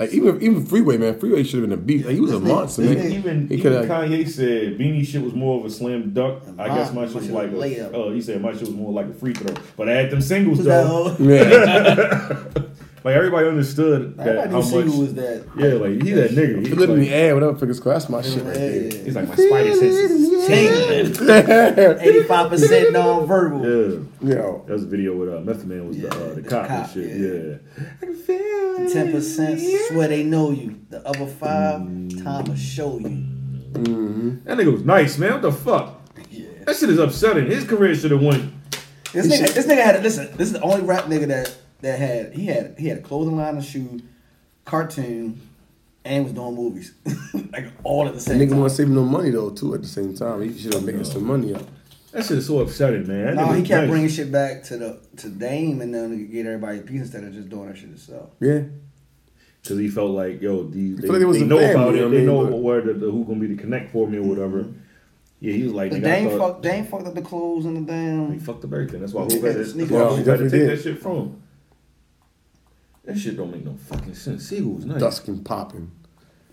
S5: Like, even even Freeway, man. Freeway should have been a beat. Like, he was a
S3: [laughs]
S5: monster,
S3: Even,
S5: man.
S3: even,
S5: he
S3: even
S5: could have.
S3: Kanye said Beanie shit was more of a slam dunk. I guess my shit was like
S7: layup.
S3: a, oh, he said my shit was more like a free throw. But I had them [laughs] singles
S7: No.
S3: though. [laughs]
S5: Yeah.
S3: like everybody understood that
S7: Everybody
S3: how
S7: knew
S3: much.
S7: Single was that.
S3: Yeah, like he that nigga. He
S5: He literally
S3: like,
S5: add whatever figures class. That's my shit right there.
S3: he's like my spider senses.
S7: [laughs]
S3: is tingling."
S7: 85% non-verbal.
S3: Yeah.
S5: Yeah.
S3: That was a video with uh, Method Man was the, uh, the cop, and
S7: cop,
S3: shit. Yeah.
S7: Ten percent swear they know you. The other five,
S3: Mm.
S7: time to show you.
S3: That nigga was nice, man. What the fuck? That shit is upsetting. His career should have won.
S7: This nigga, this nigga had listen. This is the only rap nigga that that had he had he had a clothing line, a shoe, cartoon, and was doing movies [laughs] like all at the
S5: The
S7: same
S5: nigga
S7: time.
S5: wasn't saving no money, though, too, at the same time. He should have making some money up.
S3: That shit is so upsetting, man. That
S7: No,
S3: nigga
S7: he
S3: was
S7: kept
S3: nice.
S7: bringing shit back to the to Dame, and then he could get everybody a piece instead of just doing that shit himself.
S5: Yeah.
S3: Because he felt like, yo, these, they,
S5: felt like it was
S3: they
S5: a
S3: know
S5: family,
S3: about it.
S5: you know
S3: they know
S5: what I mean?
S3: where the, the, who going to be the connect for me or whatever. Yeah, he was like,
S7: Mm-hmm. But
S3: nigga, I
S7: Dame
S3: thought,
S7: fucked Dame fucked up the clothes and the damn.
S3: he fucked up everything. That's why who had
S7: Yes,
S3: to, that's
S7: nigga.
S3: why
S7: Yeah, he
S3: who had to take
S7: definitely
S3: that
S7: did.
S3: shit from him. That shit don't make no fucking sense. Siegel was nice.
S5: Dusk and popping.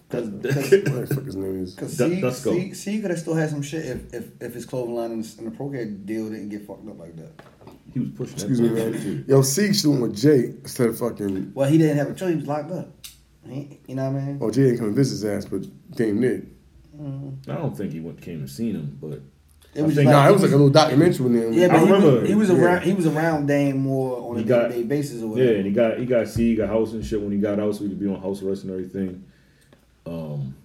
S7: Cause,
S5: What the fuck
S3: [laughs]
S5: his name is?
S7: Cause C, C, C could have still had some shit if if, if his clothing line and his- and the pro Procare deal didn't get fucked up like that.
S3: He was pushing
S5: Excuse me, man. Yo, Sieg should have went with Jay instead of fucking.
S7: Well, he didn't have a choice. He was locked up. He, you know what I mean?
S5: Oh, Jay ain't come to visit his ass, but Dame did.
S7: Mm.
S3: I don't think he went, came and seen him, but.
S7: It
S3: I
S7: was
S3: think-
S7: just
S5: Nah, it was like a little documentary with him.
S7: Yeah, but
S3: I
S7: he
S3: remember.
S7: was, he was
S3: Yeah.
S7: around. He was around Dame more on a
S3: He
S7: day to
S3: got-
S7: day basis or
S3: Yeah,
S7: whatever.
S3: and he got he got C, he got house and shit when he got out, so he could be on house arrest and everything. Um,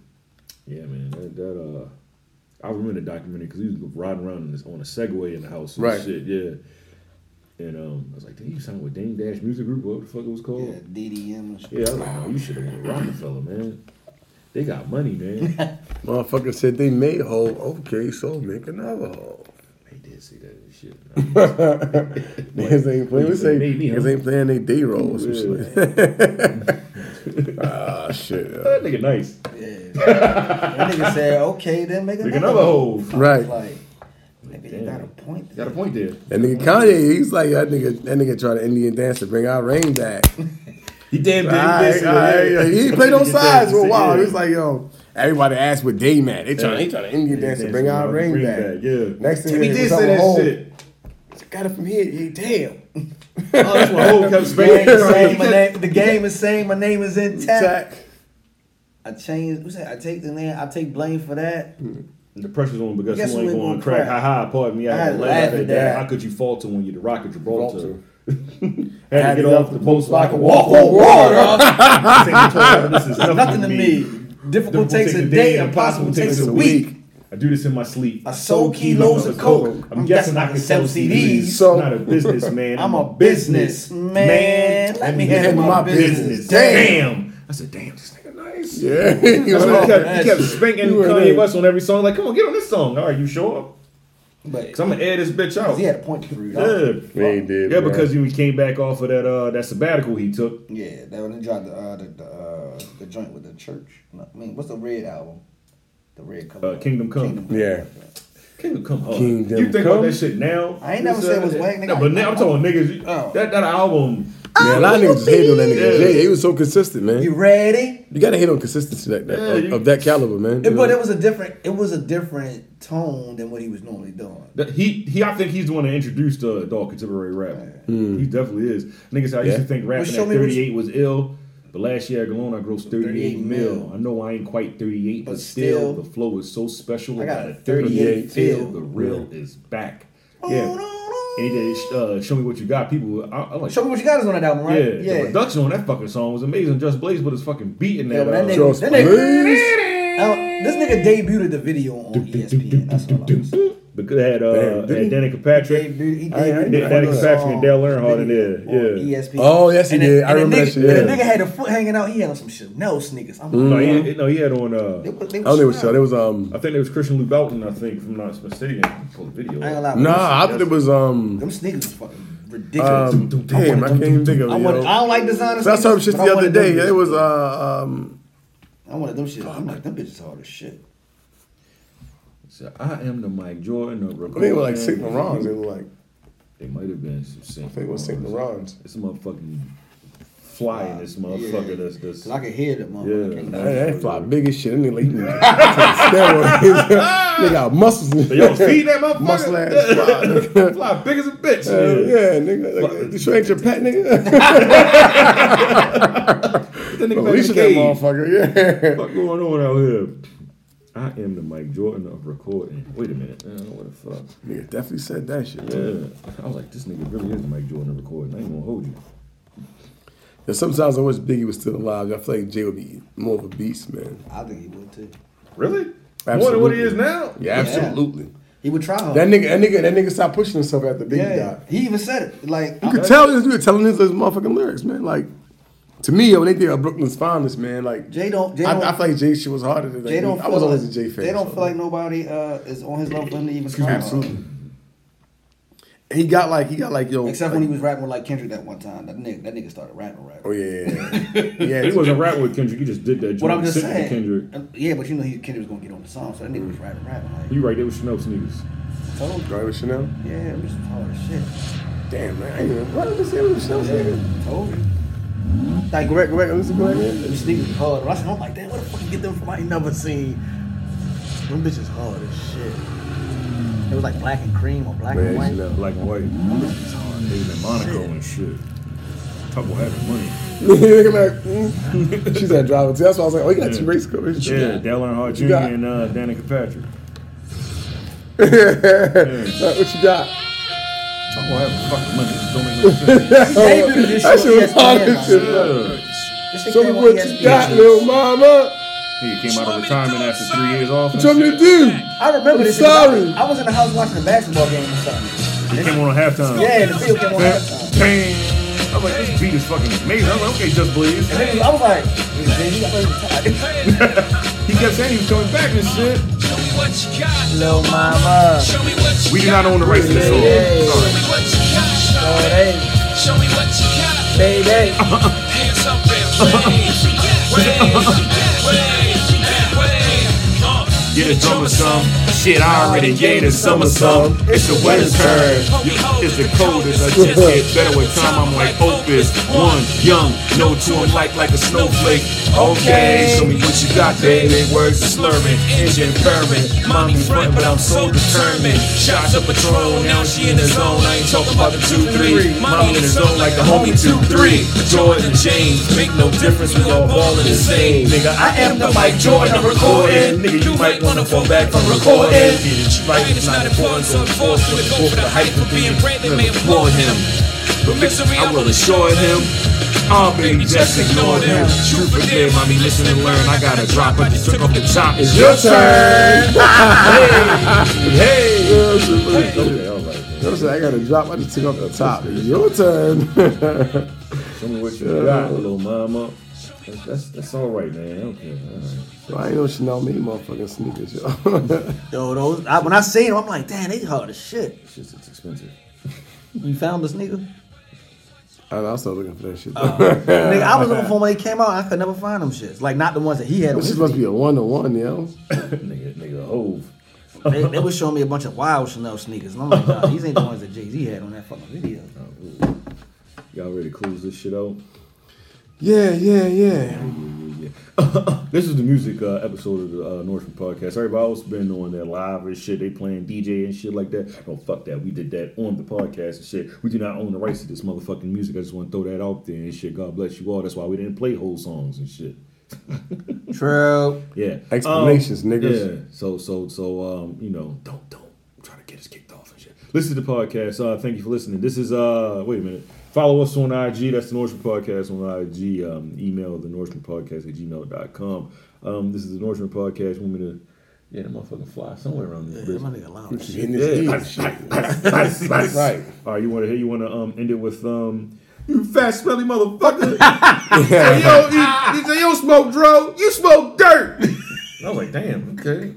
S3: yeah, man, that, that uh, I remember the documentary because he was riding around in this, on a Segway in the house and
S5: Right.
S3: shit. Yeah, and um, I was like, damn, you signed with Dame Dash Music Group, what the fuck it was called? Yeah,
S7: DDM and shit.
S3: Yeah, I was like, oh, you should have went with Rockefeller, man. They got money,
S5: [laughs]
S3: man.
S5: Motherfucker said they made hole. Okay, so make another hole.
S3: they did see that and shit.
S5: Niggas ain't playing. We say
S3: Made me, huh?
S5: niggas ain't playing they day roll or some shit. like that. ah shit. [laughs] yo.
S3: [laughs] That nigga nice.
S7: that nigga said, "Okay, then make
S3: Make
S7: another,
S3: another hole.
S7: I was
S5: Right.
S7: Like, maybe you got a point.
S3: Got a point there.
S5: That nigga Kanye, he's like that nigga. That nigga tried to Indian dance to bring our rain back. Ah,
S3: He damn
S5: All right, all right, yo, He played on sides for a while. He was like, yo, everybody asked what day man. They trying, they trying to Indian dance to bring our rain back.
S3: Yeah.
S5: Next thing
S3: he
S5: it
S3: did
S5: was
S3: say
S5: on
S3: that
S5: hold.
S3: shit.
S5: Got it from here. Yeah, damn.
S3: [laughs] Oh, that's what
S7: [laughs]
S3: Hov kept
S7: The game is
S3: [laughs] saying.
S7: saying my name- the game is saying my name is intact. I changed. Who said I take the name? I take blame for that.
S3: The pressure's on because
S7: Guess
S3: you ain't
S7: who ain't
S3: going
S7: gonna
S3: to crack. Ha
S7: crack?
S3: ha, pardon me. I,
S7: I
S3: had to laugh at that. How could you falter when you're the Rock of Gibraltar? [laughs] had, to get off the post like a walk on
S7: [laughs]
S3: [laughs] water. this is nothing to me.
S7: Difficult takes a day, impossible takes a week.
S3: I do this in my sleep.
S7: I sold kilos of coke.
S3: I'm guessing I can sell CDs.
S7: So-
S3: I'm not a businessman.
S7: I'm a businessman. Let me
S3: handle
S7: handle my business. Damn.
S3: Damn. I said, damn, this nigga nice.
S7: [laughs]
S5: Yeah.
S3: That's
S5: You
S3: why
S5: know,
S3: he kept, he
S5: that's-
S3: kept spanking
S5: you were
S3: Kanye
S5: there.
S3: West on every song. Like, come on, get on this song. All right, you sure?
S7: But
S3: I'm gonna air this bitch out.
S7: He had a point to prove.
S3: Yeah,
S5: They did,
S3: yeah,
S5: bro.
S3: because he came back off of that uh, that sabbatical he took.
S7: Yeah, that when they dropped the uh, the the, uh, the joint with the church. No, I mean, what's the red album? The red color.
S3: Uh, Kingdom Come.
S5: Yeah.
S3: Kingdom Come hard.
S5: Kingdom
S3: you think
S5: Come?
S3: about that shit now?
S7: I ain't never
S3: This,
S7: said
S3: uh,
S7: it was whack, nigga.
S3: No, but now I'm talking about niggas. you-
S7: Oh.
S3: That that album.
S5: Man, a lot of niggas just hated on that nigga.
S3: Yeah.
S5: Jay, he was so consistent, man.
S7: You ready?
S5: Oh, You gotta hate on consistency like that
S3: Yeah,
S5: of,
S3: you-
S5: of that caliber, man. You
S7: It- but
S5: know?
S7: it was a different. It was a different tone than what he was normally doing.
S3: That- He he, I think he's the one that introduced uh, dog contemporary rap. He definitely is. Niggas, I
S5: Hmm. Yeah.
S3: used to think rapping
S7: show
S3: at
S7: me what
S3: 38 was ill, but last year alone I grossed 38,
S7: 38
S3: mil.
S7: mil.
S3: I know I ain't quite 38, but,
S7: But
S3: still,
S7: still,
S3: the flow is so special.
S7: I got a 38
S3: feel.
S7: feel.
S3: The real is back. Yeah. And he did uh, show me what you got. People, I, I like.
S7: Show me what you got is on that album,
S3: yeah,
S7: right?
S3: the production on that fucking song was amazing. Just Blaze with his fucking beat in
S7: Yeah,
S3: that.
S7: but that
S3: uh,
S7: nigga,
S5: Just
S7: that nigga,
S5: please.
S7: Now, Uh, this nigga debuted the video on E ESPN. That's all I was.
S3: because they had uh,
S5: Damn,
S3: they had
S5: did
S3: Danica Patrick,
S7: Debuted, he
S5: I ain't- I ain't
S7: debuted
S5: never
S3: Danica
S5: heard
S7: the
S5: that
S3: Patrick and
S7: song
S3: Dale Earnhardt in there.
S7: on E
S3: Yeah,
S7: ESPN.
S5: Oh, yes, he
S7: And the-
S5: did. I
S7: and the
S5: remember that
S7: nigga-
S5: shit,
S7: and The
S5: yeah.
S7: nigga had a foot hanging out. He had on some Chanel sneakers. I'm
S3: No,
S7: like,
S3: he, no, he had on. Uh,
S7: they, were- they
S5: I don't think it was
S7: Chanel.
S5: Shell. It was um
S3: I think it was Christian Lou Belton. I think, if I'm not mistaken, pull the video.
S7: I ain't gonna
S3: up.
S7: lie.
S5: Nah, I thought it was um
S7: Them sneakers was fucking ridiculous.
S5: um damn, I can't even think of it.
S7: I,
S5: yo.
S7: wanted, I don't like designer
S5: So I
S7: sneakers.
S5: saw some shit
S7: but I
S5: the other
S7: wanted
S5: day.
S7: them-
S5: It was uh um
S7: I wanted them shit. I'm like, them bitches hard as shit.
S3: So I am the Mike Jordan of
S5: I
S3: recording.
S5: think it was like Saint Laurent's. It was like
S3: They might have been some Saint.
S5: I think it was Saint Laurent's.
S3: It's a motherfucking fly in this motherfucker. That's this.
S7: Cause I could hear them.
S3: Yeah.
S7: motherfucker.
S5: Man, that fly big as shit. That nigga like he was [laughs] steroids. They got muscles. in-
S3: Yo, feed that motherfucker.
S5: [laughs] Muscle ass fly.
S3: [laughs]
S5: nigga.
S3: fly big as a bitch.
S5: Uh,
S3: yeah.
S5: yeah, nigga. Like, this ain't your pet, nigga.
S3: That nigga back in
S5: Release
S3: the
S5: that
S3: cage.
S5: motherfucker. [laughs] Yeah.
S3: What the fuck going on out here? I am the Mike Jordan of recording. Wait a minute. Uh, what the fuck?
S5: Nigga definitely said that shit. too.
S3: Yeah. I was like, this nigga really is Mike Jordan of recording. I ain't gonna hold you.
S5: And sometimes I wish Biggie was still alive. I feel like Jay would be more of a beast, man.
S7: I think he would too.
S3: Really? More than what he
S5: Absolutely.
S3: is now?
S5: Yeah, absolutely.
S7: He would try hard.
S5: That nigga, that nigga, that nigga stopped pushing himself after Biggie
S7: yeah,
S5: died.
S7: he even said it. Like,
S5: You could tell this dude telling his, his motherfucking lyrics, man. Like, to me, when they think of Brooklyn's finest, man, like
S7: Jay don't. Jay
S5: I,
S7: don't
S5: I feel like Jay shit was harder than that.
S7: They don't.
S5: I was
S7: feel
S5: always
S7: like-
S5: a Jay fan.
S7: They don't
S5: so.
S7: feel like nobody uh, is on his level for him to even
S5: Excuse me,
S7: try.
S5: absolutely. And he got like he got like yo.
S7: Except
S5: like,
S7: when he was rapping with like Kendrick that one time. That nigga, that nigga started rapping, rapping. [laughs]
S5: Oh yeah, yeah. yeah.
S3: He wasn't rapping with Kendrick. He just did that.
S7: What
S3: joint
S7: I'm just
S3: sitting with
S7: saying.
S3: Kendrick. Mm.
S7: uh, Yeah, but you know he Kendrick was gonna get on the song, so that nigga was rapping, rapping. Like,
S3: You right there with Chanel sneakers.
S7: told you.
S5: Right with Chanel.
S7: Yeah, it was hard as shit.
S5: Damn man, I ain't even. What did they say with Chanel? nigga?
S7: Yeah, told you.
S5: Like, go back, go back, listen, go back. [laughs]
S7: Them sneakers was hard. I said, I'm like, damn, where the fuck you get them from? I ain't never seen. Them bitches hard as shit. It was like black and cream or black and
S5: Man,
S7: white.
S5: Chanel.
S3: Black and white. They was in Monaco and shit. Talk about having money.
S5: Nigga like, mm. she's at driver too. That's why I was like, oh, you got
S3: Yeah.
S5: two race cars.
S3: Yeah,
S5: [laughs]
S3: Dale Earnhardt Jr.
S5: got-
S3: and uh, Danica Patrick.
S5: Like, what you got?
S3: Talk about having fucking money. Don't
S5: [laughs]
S3: make no sense.
S7: They do this
S5: That
S7: shit E on
S5: shit was hard as
S7: ESPN,
S5: shit.
S7: like,
S5: bro.
S7: this shit
S5: Show me
S7: came on
S5: what you got,
S7: ESPN.
S5: little mama.
S3: He came out of retirement after three years off. and
S5: What you want me to
S3: shit.
S5: do?
S7: I remember
S5: I'm
S7: this.
S5: sorry.
S7: I was in the house watching a basketball game or something.
S3: He came on at halftime.
S7: Yeah, the video came on.
S3: [laughs] Bam,
S7: halftime.
S3: bam. I'm like, this beat is fucking amazing. I'm like, okay, just please.
S7: And then I was like, is Jay Z retired?
S3: [laughs] He kept saying he was coming back and shit.
S22: Show me what you got.
S7: Lil Mama,
S22: Show me what you
S3: We do not own the rights to this song.
S22: Show
S3: Sorry.
S22: me what you got.
S7: oh,
S22: shawty.
S7: hey,
S22: Show me what you got.
S7: baby.
S22: Hands up and wave, wave, wave, wave. Uh,
S10: Get a drummer some. Shit, I already gave the summer some. It's the weather's turn. You- It's the coldest. I just get better with time. I'm like Opus. One, young, no two, I'm like like a snowflake. Okay, show me what you got, baby. Words are slurring, engine purring. Mommy front, but I'm so determined. Shots of Patron, now she in the zone. I ain't talking about the two, three. Mommy in the zone like the homie two, three. Jordan James, make no difference. We all ballin' the same. Nigga, I am the Mike Jordan of recording. Nigga, you might wanna fall back from recording.
S23: him. Life is not important, so forced to go for the hype of being brave, they may applaud him. But misery, I will assure him. Oh, baby, just ignore them. Truth for them, I mean, listen and learn. I got a drop, I just took off the top. It's your turn. hey, hey.
S5: Okay, all right. You know what I'm saying? I got a drop. I just took off the top. Your turn. [laughs]
S3: Show me what you got, little mama. That's, that's, that's all right, man. Okay, all right.
S5: Yo, I ain't know Chanel made motherfucking sneakers, yo.
S7: Yo,
S5: [laughs]
S7: those I, when I seen them, I'm like, damn, they hard as shit.
S3: It's just it's expensive. [laughs]
S7: You found this nigga?
S5: I, know, I was still looking for that shit. though.
S7: nigga, I was looking for 'em when they came out. I could never find them shits. Like not the ones that he had. on
S5: [laughs] this
S7: his
S5: shit must
S7: feet.
S5: be a one to one, yo.
S3: nigga, nigga, hove.
S7: They, they was showing me a bunch of wild Chanel sneakers, and I'm like, nah, these ain't the ones that Jay Z had on that fucking video.
S3: Y'all ready to close this shit out?
S5: Yeah, yeah, yeah.
S3: This is the music uh, episode of the uh, Northwood podcast. Everybody else been on there live and shit. They playing DJ and shit like that. No, fuck that. We did that on the podcast and shit. We do not own the rights to this motherfucking music. I just want to throw that out there and shit. God bless you all. That's why we didn't play whole songs and shit. [laughs]
S7: True.
S3: Yeah.
S5: Explanations,
S3: Um,
S5: niggas.
S3: Yeah. So so so um, you know, don't don't try to get us kicked off and shit. Listen to the podcast. Uh thank you for listening. This is uh wait a minute. Follow us on IG, that's the Norseman Podcast on IG. Um, email the Norseman Podcast at gmail.com. Um, this is the Norseman Podcast. Want me to yeah, that motherfucking fly somewhere around this
S7: That
S3: bitch.
S7: my nigga loud. as shit.
S5: Hitting his knees and shit. Right.
S3: All right, you want to you want to um end it with um you fat smelly [laughs] motherfucker. you, don't, you, you say you don't smoke dro, you smoke dirt. I was like, damn, okay.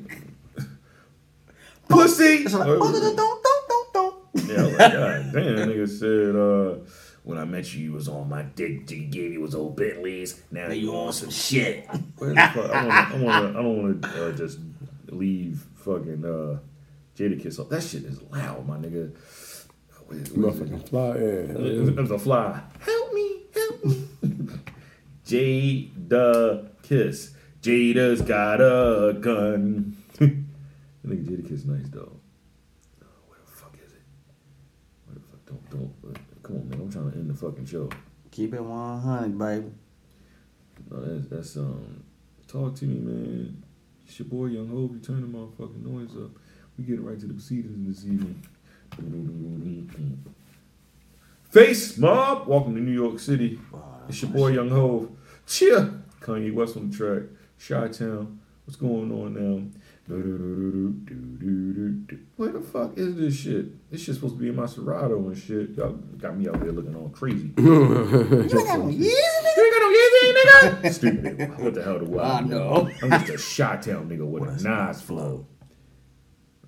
S3: Pussy.
S7: It's like, oh, don't, don't, don't, don't.
S3: Yeah, I was like, God damn, that nigga said, uh, when I met you, you was on my dick. You gave me was old Bentleys. Now you on some shit. Where the fuck? I don't want to. I don't want to uh, just leave fucking uh, Jada Kiss off. That shit is loud, my nigga. What is- what is it?
S5: Motherfucking fly, yeah.
S3: It was a fly. Help me, help me. [laughs] Jada Kiss. Jada's got a gun. [laughs] I think Jada Kiss nice though. Oh, Where the fuck is it? Where the fuck? Don't don't. uh, Come on, man. I'm trying to end the fucking show.
S7: Keep it 100, baby.
S3: No, that's that's um. Talk to me, man. It's your boy Young Hope. You turn the motherfucking noise up. We get right to the proceedings this evening. Face Mob, welcome to New York City. It's your boy Young Hove. Cheer! Kanye West on the track. Chi Town. What's going on now? Do-do-do-do-do-do-do-do. Where the fuck is this shit? This shit's supposed to be in my Serato and shit. Y'all got me out there looking all crazy. you ain't got no Yeezy, nigga. You ain't got no Yeezy, nigga. Stupid nigga. [laughs] What the hell do I know? I'm just a Chi Town nigga with a Nas flow.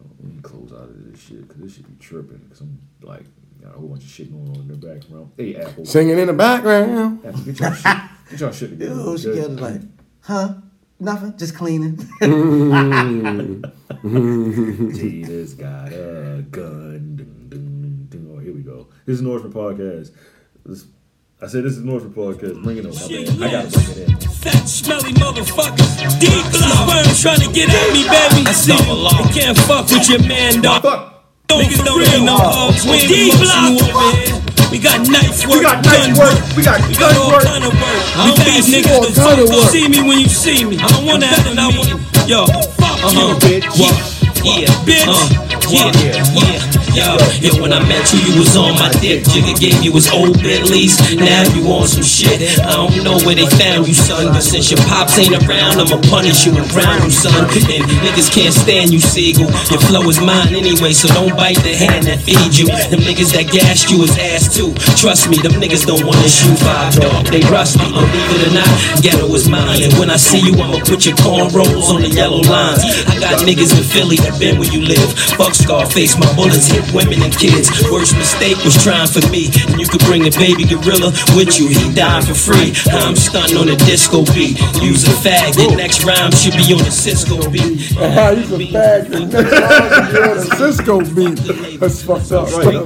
S3: Oh, Let me close out of this shit because this should be tripping. Because I'm like, got a whole bunch of shit going on in the background. Hey, Apple.
S5: Singing in the background. [laughs]
S3: Apple, get your shit. Get your shit together.
S7: Yo, she
S3: okay?
S7: got it like, huh? Nothing, just cleaning. [laughs]
S3: Jada's got a gun. Dun, dun, dun. Oh, here we go. This is Northman Podcast. This, I said this is Northman Podcast. Bring it on. My bad. I gotta bring it in.
S10: Fat, smelly motherfucker. Deep blood worm trying to get at me, baby. I see you. I can't fuck with your man, dog. Niggas don't need no hugs. We ain't emotional over here. We got knife work, gun work. We got all kind of work. I don't these niggas the fuck don't see me when you see me. I don't wanna have to know what. Yo, fuck
S11: Uh-huh.
S10: you, bitch. Yeah, bitch. yeah,
S11: Yeah, yeah, when I met you, you was on my dick. Jigga gave you his old Bentleys. Now you on some shit. I don't know where they found you, son. But since your pops ain't around, I'ma punish you and drown you, son. And niggas can't stand you, Seagull. Your flow is mine anyway, so don't bite the hand that feed you. Them niggas that gashed you is ass too. Trust me, them niggas don't wanna shoot five dog. They rusty, believe it or not. Ghetto is mine. And when I see you, I'ma put your cornrows on the yellow lines. I got niggas in Philly that been where you live. Fuck Scarface, my bullets hit women and kids. Worst mistake was trying for me. And you could bring the baby gorilla with you, he died for free. I'm stunned on a disco beat. Use a fag, the next rhyme should be on a Cisco beat.
S5: He's a bag. Cisco beat. That's fucked up. [laughs]
S10: [laughs]
S11: Everybody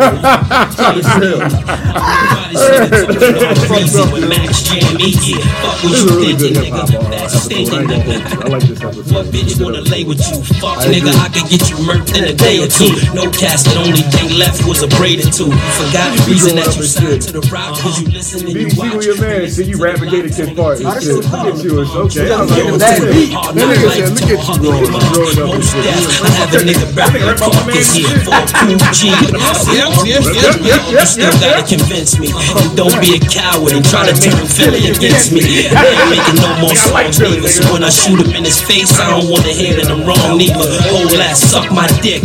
S11: said it's crazy with Max Jam. Yeah, fuck what you did to nigga. That to stay there, nigga. I like this episode. What bitch wanna lay with you? Fuck, nigga, I could get you murked in a day or two. No casket, only thing left was a braid or two. Forgot the reason that you signed to the rock, cause you listen and you
S7: See
S11: watch.
S7: who your man is. See you rapping Gator Kid Fart and shit. Look at you. It's okay. I
S11: Yeah,
S7: was like,
S11: yeah,
S7: what's
S11: that's
S7: that?
S11: beat.
S7: That nigga said, look at you growing up. Growing up and shit.
S11: I have a nigga back in pockets here for a cool G. You still gotta convince me. And don't be a coward and try to turn Philly against me. I ain't making no more songs neither. So when I shoot him in his face, I don't wanna hear that I'm wrong neither. Whole ass suck my dick.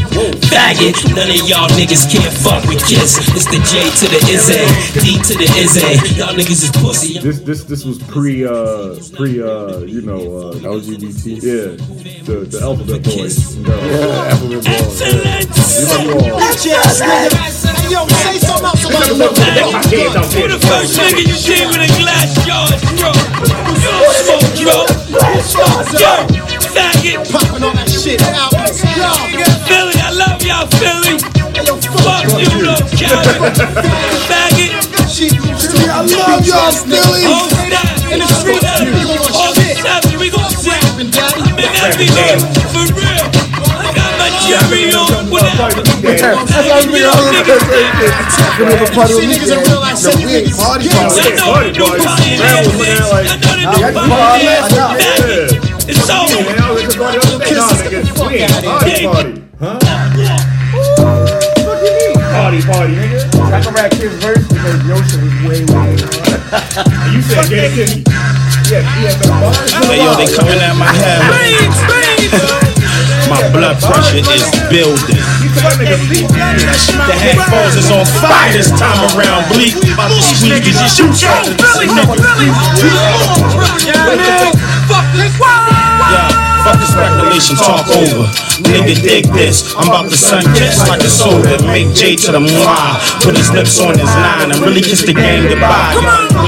S11: Faggot. None of y'all niggas can't fuck with Kiss. It's the J to the Izzy, D to the Izzy. Y'all niggas is pussy.
S7: This this this was pre uh pre uh you know uh LGBT yeah the the alphabet boys no. yeah alphabet boys yeah. you like all
S10: Who the first nigga you seen with a glass yard, bro? You don't smoke, bro. You smoke dirt. Faggot. Popping all that shit out. Philly, I love y'all, Philly. Fuck you, no coward. Faggot. I love y'all, Philly.
S11: Oh,
S10: Hold that. In the street, hold that. We gon' sit. I'm in everything. For real. I got my jury on. Whatever. It's
S7: party party nigga
S24: I can rap his verse because your shit was way, way.
S7: you said Gator Kid yeah yeah better bars
S3: Hey, yo, they coming at my head. My blood pressure is building. The headphones is on fire this time around. Bleak, about to squeeze you shoot your Billy, Billy, Fuck this regulation talk over. Nigga, dig this. I'm about to sun kiss like a soda. Make J to the moi. Put his lips on his line and really kiss the game goodbye.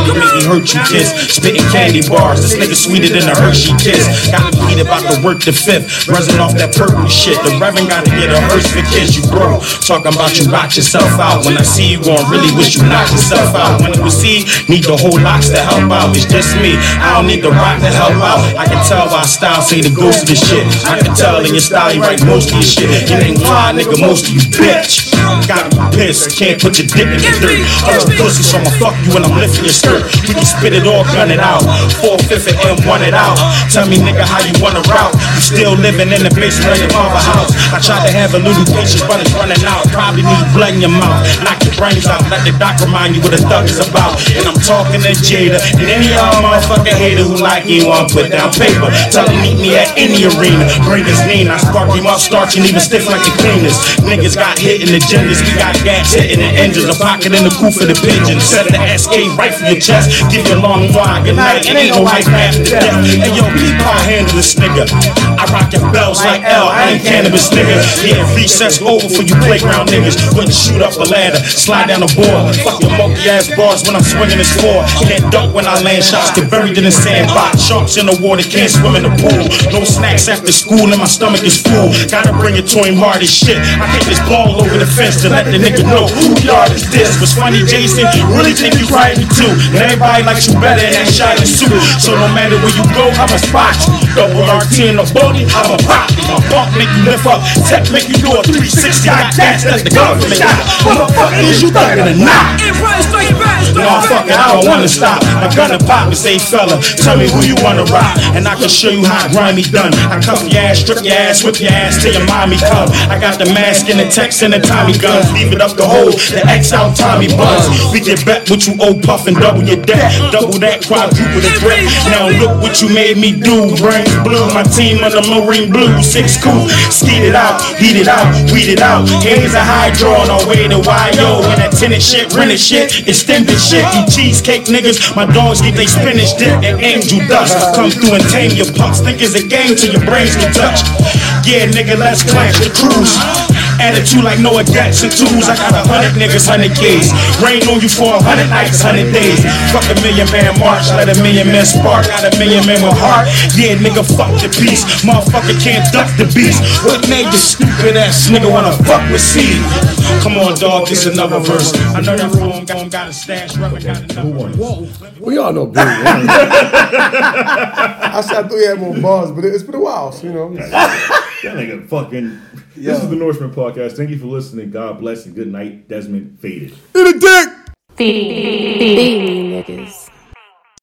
S3: You really make me hurt you, kiss. Spitting candy bars. This nigga sweeter than a Hershey kiss. Got me heat about to work the fifth. Resin off that purple shit. The Reverend gotta get a hearse for kids. You broke. Talking about you rock yourself out. When I see you gon' really wish you knock yourself out. When it was see, need the whole locks to help out. It's just me. I don't need the rock to help out. I can tell by style, say the ghost of this shit. I can tell in your style, you write most of your shit. You ain't fly, nigga, most of you bitch. Gotta be pissed, can't put your dick in the dirt. Other pussy, so I'ma fuck you when I'm lifting your skirt. You can spit it all, gun it out. Four fifth and M1 it out. Tell me, nigga, how you wanna route? You still living in the basement of your mama house. I tried to have a little patience, but it's running out. Probably need blood in your mouth. Knock your brains out, let the doc remind you what a thug is about. And I'm talking to Jada and any y'all motherfucking hater who like you want put down paper. Tell him meet me at any arena. Bring this lean, I spark him up, starch and even stiff like the cleaners. Niggas got hit in the genders, we got gas hitting the engines, a pocket in the coop for the pigeons. Set the SK right for your chest, give you a long wine, good night, and ain't no life after death. And yo, keep on handle this nigga. I rock your bells like L, I ain't cannabis nigga. Yeah, recess over for you playground niggas. Wouldn't shoot up a ladder, slide down a board. Fuck your monkey ass bars when I'm swinging this floor. Can't dunk when I land shots, get buried in the sandbox. Sharks in the water, can't swim in the pool. No snacks after school, and my stomach is full. Gotta bring it to him hard as shit. I hit this ball over the fence to let the nigga know who yard is this. Was funny, Jason, you really think you right me too. And everybody likes you better and that shot is too. So no matter where you go, I'ma spot you. Double RT in the body, I'ma pop you. My bump make you lift up, tech make you do a 360. I gas, that's the government. Motherfucker, is you thugging or not? No, fuck it, I don't wanna stop. My gun to pop and say, fella, tell me who you wanna rock, and I can show you how grimy done. I cuff your ass, strip your ass, whip your ass till your mommy come. I got the mask and the text and the Tommy guns, leave it up the hole, the X out Tommy buns. We get back with you, old puff, and double your debt, double that quadruple the threat. Now look what you made me do, brains blue, my team on the marine blue, six cool, skeet it out, heat it out, weed it out. Hands are high, drawing our way to YO, and that tenant shit, rented shit, extended shit. You cheesecake niggas, my dogs get they spinach dip and angel dust. Come through and tame your punks, think it's a game till your brains get touched. Yeah, nigga, let's clash the cruise. Attitude like Noah gets and tools. I got a hundred niggas, hundred kids. Rain on you for a hundred nights, hundred days. Fuck a million man march, let a million man spark. Got a million man with heart. Yeah, nigga, fuck the beast. Motherfucker can't duck the beast. What made this stupid ass nigga wanna fuck with C? Come on, dog, it's another verse. I know that phone got, got a stash, rubber got another verse.
S1: We all know Big One.
S5: I said I threw had more bars, but it's been a while, so you know.
S25: that nigga fucking. This is the Norseman podcast. Thank you for listening. God bless and good night. Desmond faded.
S1: In a dick.
S26: Thief niggas.